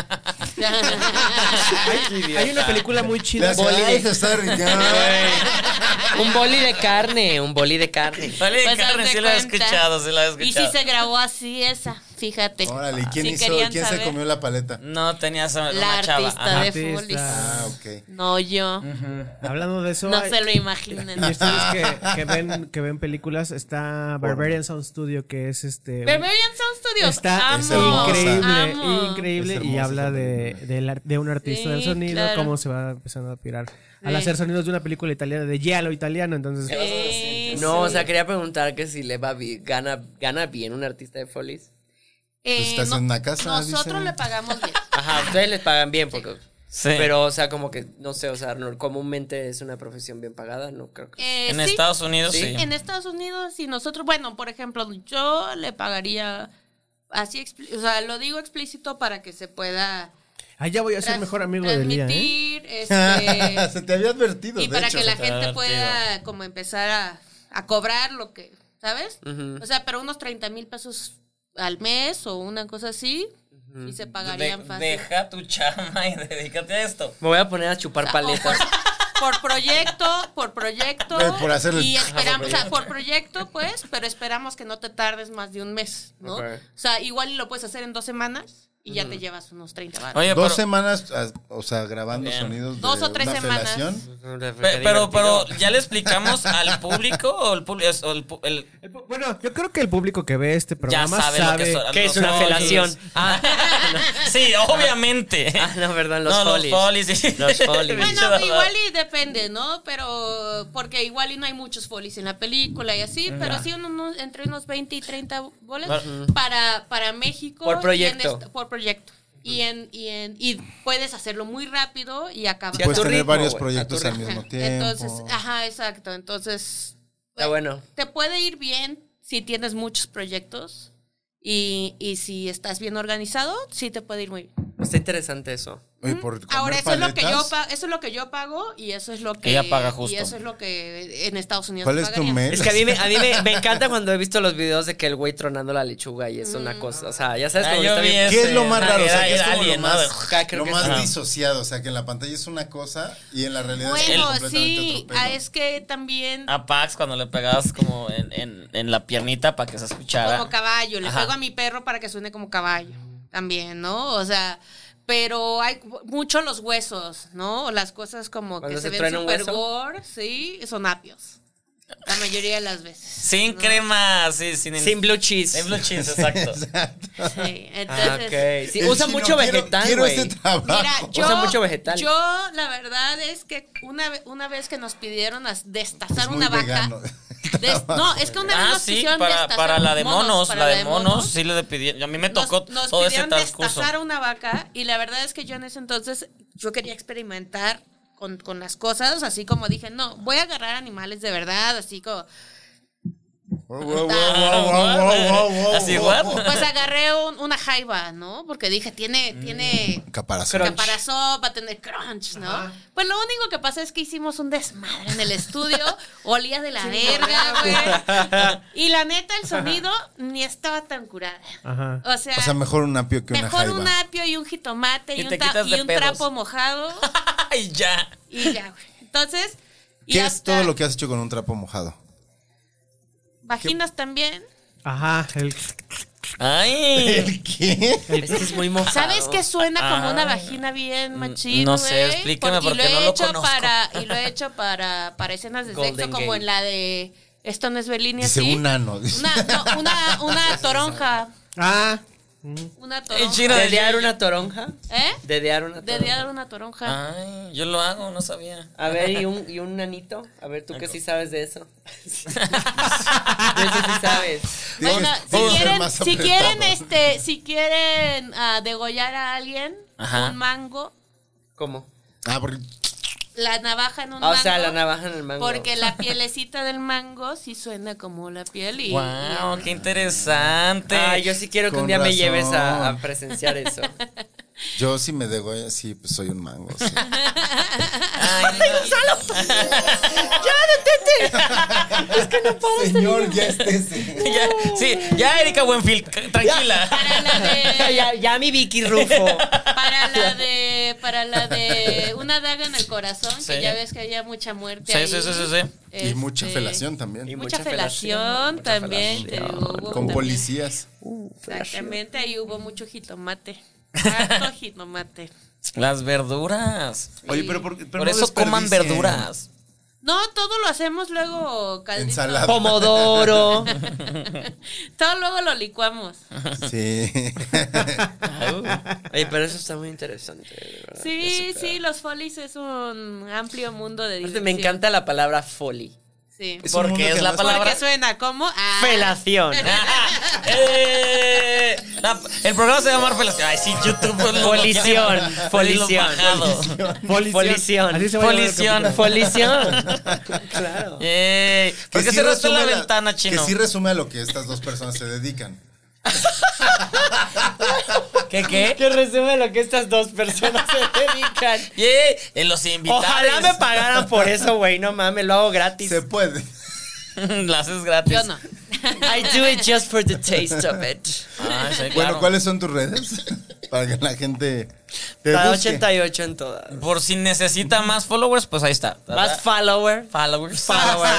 C: hay, hay una película muy
D: Le
C: chida.
D: hace, "Ay, se está
E: [LAUGHS]
D: derritiendo".
F: Un boli de carne, un boli de carne.
E: Vale,
G: Pues,
E: Carmen,
G: haz
E: sí
G: de
E: la he
G: cuenta.
E: escuchado, sí la he
G: y
E: escuchado.
G: sí se grabó así esa, fíjate.
D: Órale, ¿y quién
G: Si
D: hizo?
G: querían
D: ¿Quién
G: saber,
D: se comió la paleta?
E: No tenías a-
G: La
E: una chava.
G: artista
E: ajá.
G: de
C: Artista.
G: Folis.
D: Ah, ok.
G: No, yo.
C: Hablando de eso.
G: No
C: hay-
G: se lo imaginen.
C: Y ustedes que, que ven, que ven películas, está Barbarian Sound Studio, que es este.
G: Barbarian Sound Studios.
C: Está
D: Es
G: amo,
C: increíble,
G: amo.
C: increíble.
D: Es hermosa
C: y
D: esa
C: habla de,
D: película.
C: del ar- de un artista
G: Sí,
C: del sonido,
G: claro.
C: cómo se va empezando a pirar. Al
G: Sí.
C: hacer sonidos de una película italiana, de Giallo italiano, entonces.
G: Sí,
F: No, o
G: sí.
F: sea, quería preguntar que si le va bien, gana, gana bien un artista de Follies.
G: Eh,
D: Estás en una casa,
G: Nosotros
D: dicen.
G: le pagamos bien.
F: Ajá, ustedes les pagan bien porque...
E: Sí.
F: Pero, o sea, como que, no sé, o sea, no- comúnmente es una profesión bien pagada, no creo que...
G: Eh,
E: En
G: sí,
E: Estados Unidos, sí.
G: En Estados Unidos, y nosotros, bueno, por ejemplo, yo le pagaría así, expli- o sea, lo digo explícito para que se pueda
C: Allá voy a ser
G: trans-
C: mejor amigo de Lía. ¿eh? [LAUGHS]
G: transmitir,
D: [LAUGHS]
G: este,
D: se te había advertido,
G: y
D: de
G: para
D: hecho.
G: que la
E: está
G: gente
E: divertido.
G: pueda como empezar a, a cobrar lo que, ¿sabes?
F: Ujú.
G: O sea, pero unos 30 mil pesos al mes o una cosa así, y se pagarían
E: De-
G: fácil.
E: deja tu chama y [LAUGHS] dedícate a esto.
F: Me voy a poner a chupar paletas.
G: Por proyecto, por proyecto.
D: Pero [LAUGHS] por hacerle-
G: Y
D: Ajá,
G: esperamos, o sea, por proyecto, pues, pero esperamos que no te tardes más de un mes, ¿no?
F: Ok.
G: O sea, igual lo puedes hacer en dos semanas y ya te llevas unos 30 baros.
E: Oye,
D: Dos
E: pero,
D: semanas, ah, o sea, grabando
E: Bien.
D: sonidos de
G: Dos o tres
D: una
G: semanas.
D: felación.
E: pe- pero, pero, ¿ya le explicamos al público o el público?
C: El pu- Bueno, yo creo que el público que ve este
E: ya
C: programa
E: sabe, lo que son.
F: ¿Qué
E: los
F: es una
E: folies.
F: felación? [LAUGHS]
E: Ah, sí, obviamente.
F: [LAUGHS] Ah, no, perdón, los
E: no,
F: Follies.
E: los folies. sí.
F: Los
E: [LAUGHS] Pinche
F: Follies.
G: Bueno,
E: barbaridad.
G: igual y depende, ¿no? Pero, porque igual y no hay muchos folies en la película y así, pero sí unos, entre unos 20 y 30 bolas para, para México.
F: Por
G: y en
F: proyecto.
G: est- por proyecto. Y, en, y, en, y puedes hacerlo muy rápido y acabar.
F: Sí, a
D: Puedes
F: tu
D: tener
F: ritmo,
D: varios
F: güey, a
D: proyectos
F: tu
D: al
F: ritmo.
D: mismo tiempo.
G: [LAUGHS] Entonces, ajá, exacto. Entonces, pues,
F: Está bueno.
G: te puede ir bien si tienes muchos proyectos y, y si estás bien organizado, sí te puede ir muy bien.
F: Está interesante eso.
D: Oye, por comer
G: Ahora eso es lo que yo
D: paletas,
G: pa- eso es lo que yo pago y eso es lo que
E: Ella paga justo.
G: y eso es lo que en Estados Unidos
D: ¿Cuál
G: se
D: es tu
G: pagaría.
D: mail?
F: Es que a mí, me, a mí
D: [LAUGHS]
F: me, me encanta cuando he visto los videos de que el güey tronando la lechuga y es una cosa, o sea, ya sabes
E: Ah,
F: como que
E: yo
F: está
E: vi
F: bien- Ah,
E: eso.
D: ¿Qué es lo más
E: Ese,
D: raro? O sea,
E: era
D: ¿qué es
E: el
D: como
E: alien,
D: lo
E: ¿no?
D: más,
F: Ajá, creo
D: lo
F: que
D: más
E: sí.
D: disociado? O sea, que en la pantalla es una cosa y en la realidad es
G: Bueno,
D: completamente
G: sí,
D: otro pedo. [LAUGHS]
G: ah, es que también
E: A Pax cuando le pegabas como en, en, en la piernita para que se escuchara.
G: como caballo, le
E: Ajá.
G: juego a mi perro para que suene como caballo también, ¿no? O sea, pero hay mucho los huesos, ¿no? Las cosas como
F: Cuando
G: que se,
F: se
G: ven
F: truena un
G: super
F: hueso.
G: gore, sí, son apios. La mayoría de las veces.
E: Sin crema, sí, sin...
F: Sin blue cheese.
E: Sin blue cheese,
F: [LAUGHS]
E: exacto.
G: Sí,
F: Ah,
G: entonces
F: ok. Sí,
D: El
F: usa
D: chino,
F: mucho
D: quiero-
F: vegetal,
D: Quiero
F: güey.
D: este trabajo.
G: Mira,
E: Ah,
G: yo,
F: Usa mucho vegetal.
G: yo la verdad es que una, ve- una vez que nos pidieron as- destazar
D: Es muy
G: una vaca.
D: vegano.
G: des- no,
D: [LAUGHS]
G: es que una vez
E: Ah,
G: nos
E: sí,
G: pidieron
E: para,
G: destazar
E: para la de
G: monos,
E: monos,
G: para
E: la de monos, sí le pidieron. A mí me
G: Nos-
E: tocó
G: nos
E: todo ese
G: pidieron
E: transcurso.
G: destazar una vaca y la verdad es que yo en ese entonces yo quería experimentar con, con las cosas, así como dije, no, voy a agarrar animales de verdad, así como
D: Wow, wow, wow, wow, wow, wow, wow,
E: Así,
D: wow,
E: what?
D: wow.
G: pues agarré un- una jaiba, ¿no? Porque dije, tiene tiene
D: Caparazón.
F: Crunch.
G: Mm, caparazón, va a tener crunch, ¿no? Pues lo único que pasa es que hicimos un desmadre en
E: [LAUGHS]
G: el estudio, olía de la verga, güey. Y la neta, el sonido ni estaba tan curada.
C: Ajá.
G: O sea,
D: O sea, mejor un apio que una
G: mejor
D: jaiba.
G: un apio y un jitomate y,
E: Y
G: un,
E: te
G: ta-
E: quitas
G: y
E: de
G: un
E: pedos.
G: trapo mojado
E: Ay, ya.
G: y ya, güey. Entonces, y
D: ¿Qué es
G: hasta
D: todo lo que has hecho con un trapo mojado?
G: vaginas también.
C: Ajá. El,
E: Ay.
D: ¿El qué?
F: [LAUGHS] Es que es muy mojado.
G: ¿Sabes que suena como
E: Ah.
G: una vagina bien machín?
E: no sé,
G: güey?
E: explícame,
G: y
E: porque no
G: he
E: lo
G: hecho
E: conozco.
G: para Y
E: [LAUGHS]
G: lo he hecho para, para escenas de
F: Golden
G: sexo, como
F: Gate.
G: en la de Esto no es Belini
D: Dice [LAUGHS]
G: así.
D: un nano. dice.
G: Una, no, una, una toronja.
C: ah,
G: Una
E: El
G: toronja.
E: chino de
F: ¿Dedear
E: diario.
F: una toronja?
G: ¿Eh?
F: ¿Dedear una
G: De
F: toronja?
G: dar una
E: Ah.
G: toronja.
E: Ay, yo lo hago, no
F: [LAUGHS]
E: sabía.
F: A ver, ¿y un, y un nanito? A ver, tú que sí sabes de eso. [LAUGHS] De eso sí sabes.
D: Digo,
G: Bueno,
D: es-
G: si
D: vamos a ser
G: quieren,
D: más
G: si quieren,
D: apretados.
G: este, si quieren ah, degollar a alguien,
E: Ajá.
G: un mango,
F: ¿Cómo?
D: Ah, porque
G: la navaja en un
F: Ah, o
G: mango.
F: sea, la navaja en el mango.
G: Porque la pielecita del mango sí suena como la piel y.
E: Wow, qué interesante.
F: Ah, yo sí quiero que
D: Con
F: un día me
D: razón.
F: lleves a, a
G: [LAUGHS]
F: presenciar eso.
D: yo sí me dego, sí, pues soy un mango. sí.
E: Ay,
F: [LAUGHS] es que no puedo
D: Señor, ya estés.
E: [LAUGHS] ya, sí, ya Erika Buenfield, c- tranquila.
G: Para la de.
F: ya, ya mi Vicky Rufo.
G: Para la de. Para la de. Una daga en el corazón,
E: Sí.
G: que ya ves que había mucha muerte.
E: Sí,
G: ahí.
E: sí, sí, sí, sí.
D: Y mucha
G: Este,
D: felación también.
F: Y
G: Mucha,
F: Mucha
G: felación,
F: felación,
G: también.
F: mucha
G: te
F: felación.
G: hubo
D: Con
G: también.
D: policías.
G: Exactamente, ahí hubo mucho jitomate. Harto jitomate.
E: Las verduras.
D: Oye, pero por, pero
E: Por
D: no
E: eso coman
D: desperdicien.
E: verduras. [LAUGHS]
G: No, todo lo hacemos luego caldito.
D: Ensalada.
F: Pomodoro.
G: [LAUGHS] Todo luego lo licuamos.
D: Sí.
F: Uh. Oye, pero eso está muy interesante. de
D: Ah,
F: verdad.
G: Sí,
F: Eso está-
G: sí, los folies es un amplio mundo de
F: Aparte,
G: diversión.
F: me encanta la palabra folly.
G: Sí.
D: [LAUGHS] Es un
E: Porque
D: mundo
E: es
D: que
E: la
D: no-
E: palabra-
G: Porque suena como ah, a
F: Felación.
E: Eh, la- el programa se va a llamar Felación. Ay, sí, YouTube. pues, lo-
F: Folición,
E: lo- lo-
F: folición.
E: bajado.
F: Folición.
C: Así se va a llamar el
E: Folición. pues
C: capítulo.
F: Folición.
D: [LAUGHS]
E: [LAUGHS]
F: Claro.
E: Yay. ¿Por qué
D: sí
E: cerraste la
D: resume a
E: ventana, chino?
D: Que sí resume a lo que estas dos personas se dedican.
G: [LAUGHS]
E: ¿Qué qué?
F: Que resume lo que estas dos personas se [LAUGHS] dedican.
E: Yay. En los invitados.
F: Ojalá
E: [LAUGHS]
F: me pagaran por eso, güey. No mames, lo hago gratis.
D: Se puede.
E: Las haces gratis.
G: Yo no.
F: I do it just for the taste of it.
E: Ay, Ah, sí,
D: Bueno,
E: claro.
D: ¿cuáles son tus redes? Para que la gente te
F: Está
D: busque.
F: 88 en todas.
E: Por si necesita más followers, pues ahí está.
F: Más follower. [LAUGHS]
E: followers.
F: Follower.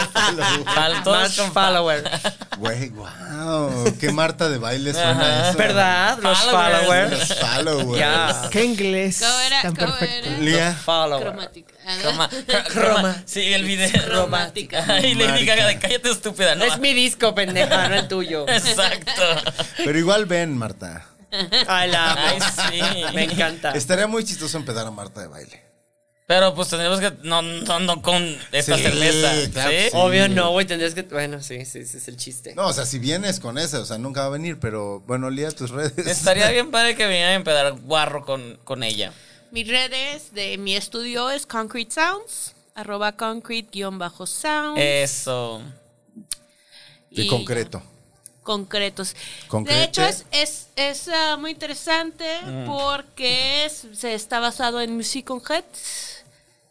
E: Fal- todos
F: Ah, Más
E: con
F: follower.
D: Güey, wow. Qué Marta de baile suena
E: Ajá.
D: eso.
F: ¿Verdad? Los
E: Followers.
D: Los
F: followers.
D: followers.
F: Ya.
C: ¿Qué inglés?
G: ¿Cómo era?
C: Tan
G: ¿Cómo
C: perfecto.
G: era?
D: Lía.
F: Follower.
G: Cromática. Ah,
E: Croma, cr-
F: [LAUGHS] Croma.
E: croma. Sí, el video.
G: Cromática.
E: Ay, Lady
D: Cromática.
E: Gaga, de cállate estúpida, ¿no?
F: Es mi disco, pendeja, no el [LAUGHS] tuyo.
E: Exacto.
D: Pero igual ven, Marta.
F: Ay, la amo.
E: Ay, sí.
F: Me encanta.
D: Estaría muy chistoso empedar a Marta de baile.
E: Pero pues tenemos que. No, no, no con esta
D: Sí,
E: cerveza.
D: claro,
E: ¿sí?
D: sí.
F: Eh, Obvio no, güey, tendrías que... Bueno, sí, sí, ese es el chiste.
D: No, o sea, si vienes con esa, o sea, nunca va a venir, pero bueno, Lía, tus redes.
E: Estaría bien padre que viniera a empedar guarro con, con ella.
G: Mis redes de mi estudio es Concrete Sounds, arroba concrete-sounds.
E: Eso.
D: Y Eh, concreto.
G: concretos.
D: Concrete. Mm.
G: De hecho, es, es, es, ah, muy interesante porque es- se está basado en Music on Head,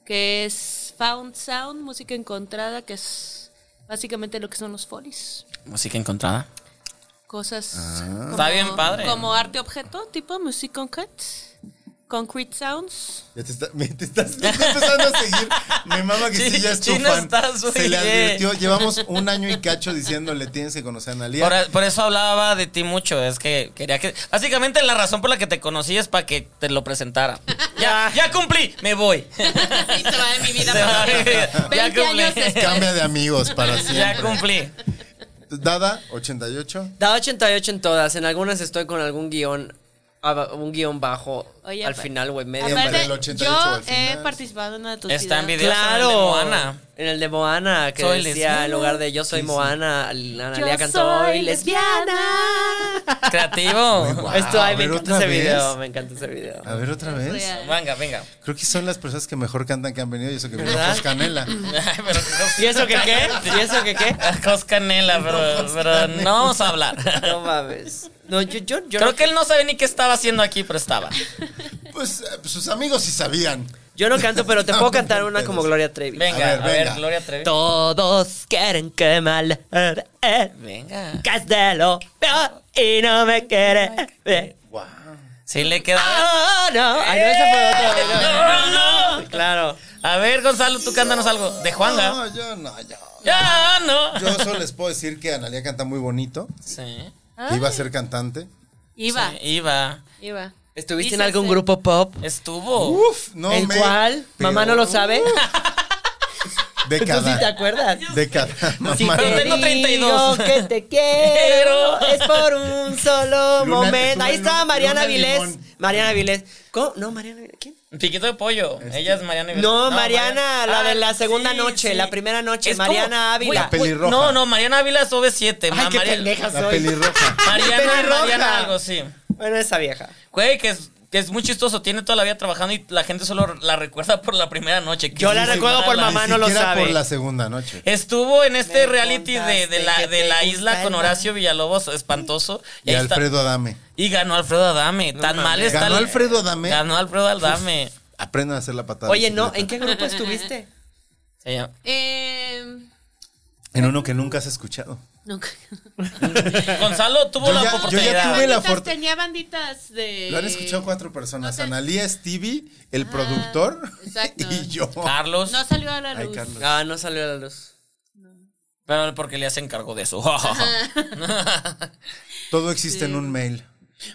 G: que es Found Sound, música encontrada, que es básicamente lo que son los folies.
E: Música encontrada.
G: Cosas.
D: Ah.
G: como-
E: Está bien padre.
G: Como arte objeto, tipo Music on Head, Concrete Sounds.
D: Ya te, está- [LAUGHS] me- te estás me está empezando a seguir. Mi mamá que sí,
E: Sí,
D: ya es tu
E: Chino,
D: fan.
E: estás muy
D: Se le
E: bien.
D: advirtió. Llevamos un año y cacho diciéndole tienes que conocer a Analia.
E: Por, por eso hablaba de ti mucho. Es que quería que. Básicamente la razón por la que te conocí es para que te lo presentara. ya, ya cumplí. Me voy.
G: y se va de mi vida.
E: Se va mi vida. Ya
G: 20 años
E: cumplí.
G: después.
D: Cambia de amigos para
E: Ya
D: siempre.
E: cumplí.
D: Dada, 88.
F: Da 88 en todas. En algunas estoy con algún guión, ab- un guión bajo
G: Oye,
F: al
G: pa-
F: final o en medio.
D: Aparte- para
G: Aparte,
D: el 88
G: yo
D: al
G: he
D: final.
G: participado en una de tus
E: Está en video. en
G: videos.
E: el de
F: Claro.
E: Moana.
F: Ah, En el de Moana, que
E: Soy
F: decía
E: lesbiana.
F: en lugar de yo soy Moana, Analia
G: Yo
F: cantó
G: soy
F: soy lesbiana.
E: Creativo.
D: Wow,
F: [LAUGHS] Esto, ay, me
D: a ver,
F: encanta
D: otra
F: ese
D: vez.
F: video, me encanta ese video.
D: A ver, otra vez.
G: Real.
E: Venga, venga.
D: Creo que son las personas que mejor cantan que han venido y eso que vino
F: ¿Verdad?
D: Jos Canela.
E: Ay, pero-
F: ¿Y eso que qué? ¿Y eso que qué?
E: Jos Canela, pero, pero no vamos a hablar.
F: No mames. No, yo, yo, yo,
E: Creo
F: no,
E: que él no sabe ni qué estaba haciendo aquí, pero estaba.
D: Pues eh, sus amigos sí sabían.
F: yo no canto,
D: [LAUGHS]
F: pero te puedo cantar una como Gloria Trevi.
E: Venga,
D: A
E: a
D: ver,
E: ver,
D: venga.
E: Gloria Trevi.
F: Todos quieren que mal
E: Venga.
F: Castelo y no me quiere. ver.
E: Sí le queda.
F: Ah, no. Ay, no, esa fue otra. No, no. Claro.
E: A ver, Gonzalo, tú cántanos algo. De Juanga.
D: No, yo no, yo.
E: Ya, no.
D: Yo solo les puedo decir que Analia canta muy bonito.
E: Sí.
D: que Iba a ser cantante.
G: Iba,
E: sí, Iba.
G: iba.
F: ¿Estuviste
G: Hice
F: en algún
G: ese-
F: grupo pop?
E: Estuvo.
D: Uf, no
F: ¿El
D: me- Uh.
F: cual? ¿Mamá no lo sabe? ¿Tú sí te
D: Década.
F: acuerdas?
D: Década. Mamá.
F: Si
E: pero
F: te
E: tengo
F: digo
E: 32.
F: que te quiero es por un solo
D: Luna-
F: momento. Ahí
D: Luna-
F: estaba Mariana
D: Luna
F: Vilés.
D: Limón.
F: Mariana Vilés. ¿Cómo? No, Mariana. ¿Quién?
E: Piquito de pollo. Ella es Mariana. Iber-
F: Este- No, Mariana, la de la
E: Ah,
F: segunda noche, la primera noche,
E: como-
F: Mariana Ávila.
E: Güey,
D: La pelirroja.
E: No, no, Mariana Ávila es OV7.
F: Ay,
E: ma-
F: qué
E: Maria-
F: pendeja
D: La
F: soy.
D: pelirroja.
E: Mariana,
F: pelirroja.
E: Mariana algo, sí.
F: Bueno, esa vieja.
E: Güey, que es, que es muy chistoso. Tiene toda la vida trabajando y la gente solo la recuerda por la primera noche. que
F: Yo
E: es
F: la
E: muy
F: recuerdo por
E: mala.
F: mamá, no
D: Ni
F: lo
D: siquiera
F: sabe. Eh,
D: por la segunda noche.
E: Estuvo en este
F: Me
E: reality de, de
F: contaste
E: la,
F: que
E: de
F: te
E: la
F: gusta
E: isla
F: el
E: con
F: mar.
E: Horacio Villalobos, espantoso.
D: Y
E: ahí está-
D: Alfredo Adame.
E: y ganó Alfredo Adame. Tan mal está
D: ¿Ganó
E: el-
D: Alfredo Adame?
E: Ganó Alfredo Adame.
D: Aprendan a hacer la patada. de
F: Oye, no,
D: bicicleta.
F: ¿en qué grupo estuviste?
D: [LAUGHS]
E: Se llama-
G: Eh,
D: En uno que nunca has escuchado.
G: nunca. [LAUGHS]
E: Gonzalo tuvo
D: Yo
E: la
D: ya- yo ya
E: oportunidad.
D: tuve la-
G: Banditas,
D: fortu-
G: tenía banditas de.
D: Lo han escuchado cuatro personas.
G: no sé.
D: Analía Stevie, el
F: Ah,
D: productor
G: exacto.
D: [LAUGHS] y yo.
E: Carlos,
G: No salió a la
D: Ay,
G: luz.
D: Carlos.
F: Ah, no salió a la luz.
E: pero porque le hacen cargo de eso. [LAUGHS]
D: Todo existe en un mail.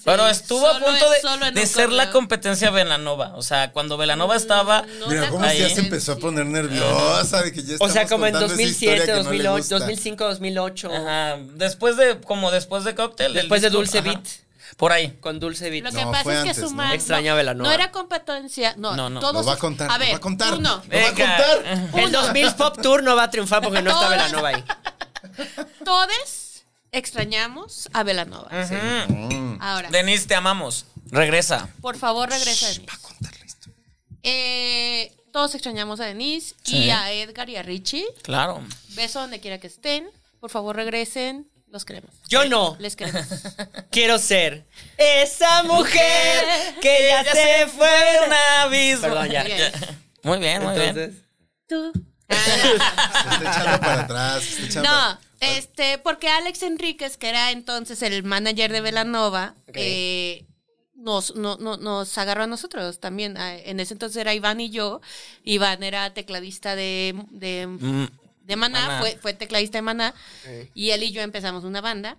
E: pero estuvo a
G: Solo
E: punto
G: en-
E: de,
G: solo en
E: de
G: un
E: ser la
G: correo.
E: competencia de Velanova. O sea, cuando Velanova estaba.
G: No
D: Mira,
G: te
D: cómo se
E: ahí.
D: ya se empezó a poner nerviosa de que ya
F: Ah. O sea,
D: estamos
F: como en
D: contando esa
F: 2007,
D: historia que no le
F: 2008,
D: gusta.
F: 2005, 2008.
E: ajá, después de. Como después de cóctel. el
F: Después de
E: disco-
F: Dulce
E: ajá,
F: Beat.
E: Por ahí.
F: Con Dulce Vita.
G: Lo
D: No,
G: que
D: fue
G: pasa es que
D: antes,
G: su
D: ¿no?
G: madre.
F: Extrañaba a Belanova.
G: No era competencia. No,
E: No, no.
D: Lo
G: Todos,
D: va a contar,
G: A
D: lo
G: ver,
D: va a contar.
G: Uno.
D: Lo va a
E: Venga.
D: contar.
F: El 2000 Pop Tour no va a triunfar porque no está
G: Todas-
F: Velanova ahí.
G: Todos extrañamos a Velanova. Ahora,
E: Mm. Denise, te amamos. Regresa.
G: por favor, regresa Denise. Eh, todos extrañamos a Denise
E: Sí.
G: y a Edgar y a Richie.
E: Claro.
G: Beso donde quiera que estén. Por favor, regresen. Los queremos.
F: Yo no.
G: Les queremos.
F: Quiero ser esa mujer que ya se fue.
E: Un abismo.
F: Perdón, ya.
G: Bien.
E: [LAUGHS] Muy bien, muy bien.
F: Entonces,
G: Tú.
D: Se está echando para atrás. se está echando
G: Ah, No,
D: para-
G: este, porque Alex Enríquez, que era entonces el manager de Velanova,
F: Ok.
G: eh, nos, no, no- nos agarró a nosotros también. Ah, En ese entonces era Iván y yo. Iván era tecladista de, de,
E: Mm,
G: de Maná,
E: Maná.
G: Fue, fue tecladista de Maná. Y él y yo empezamos una banda.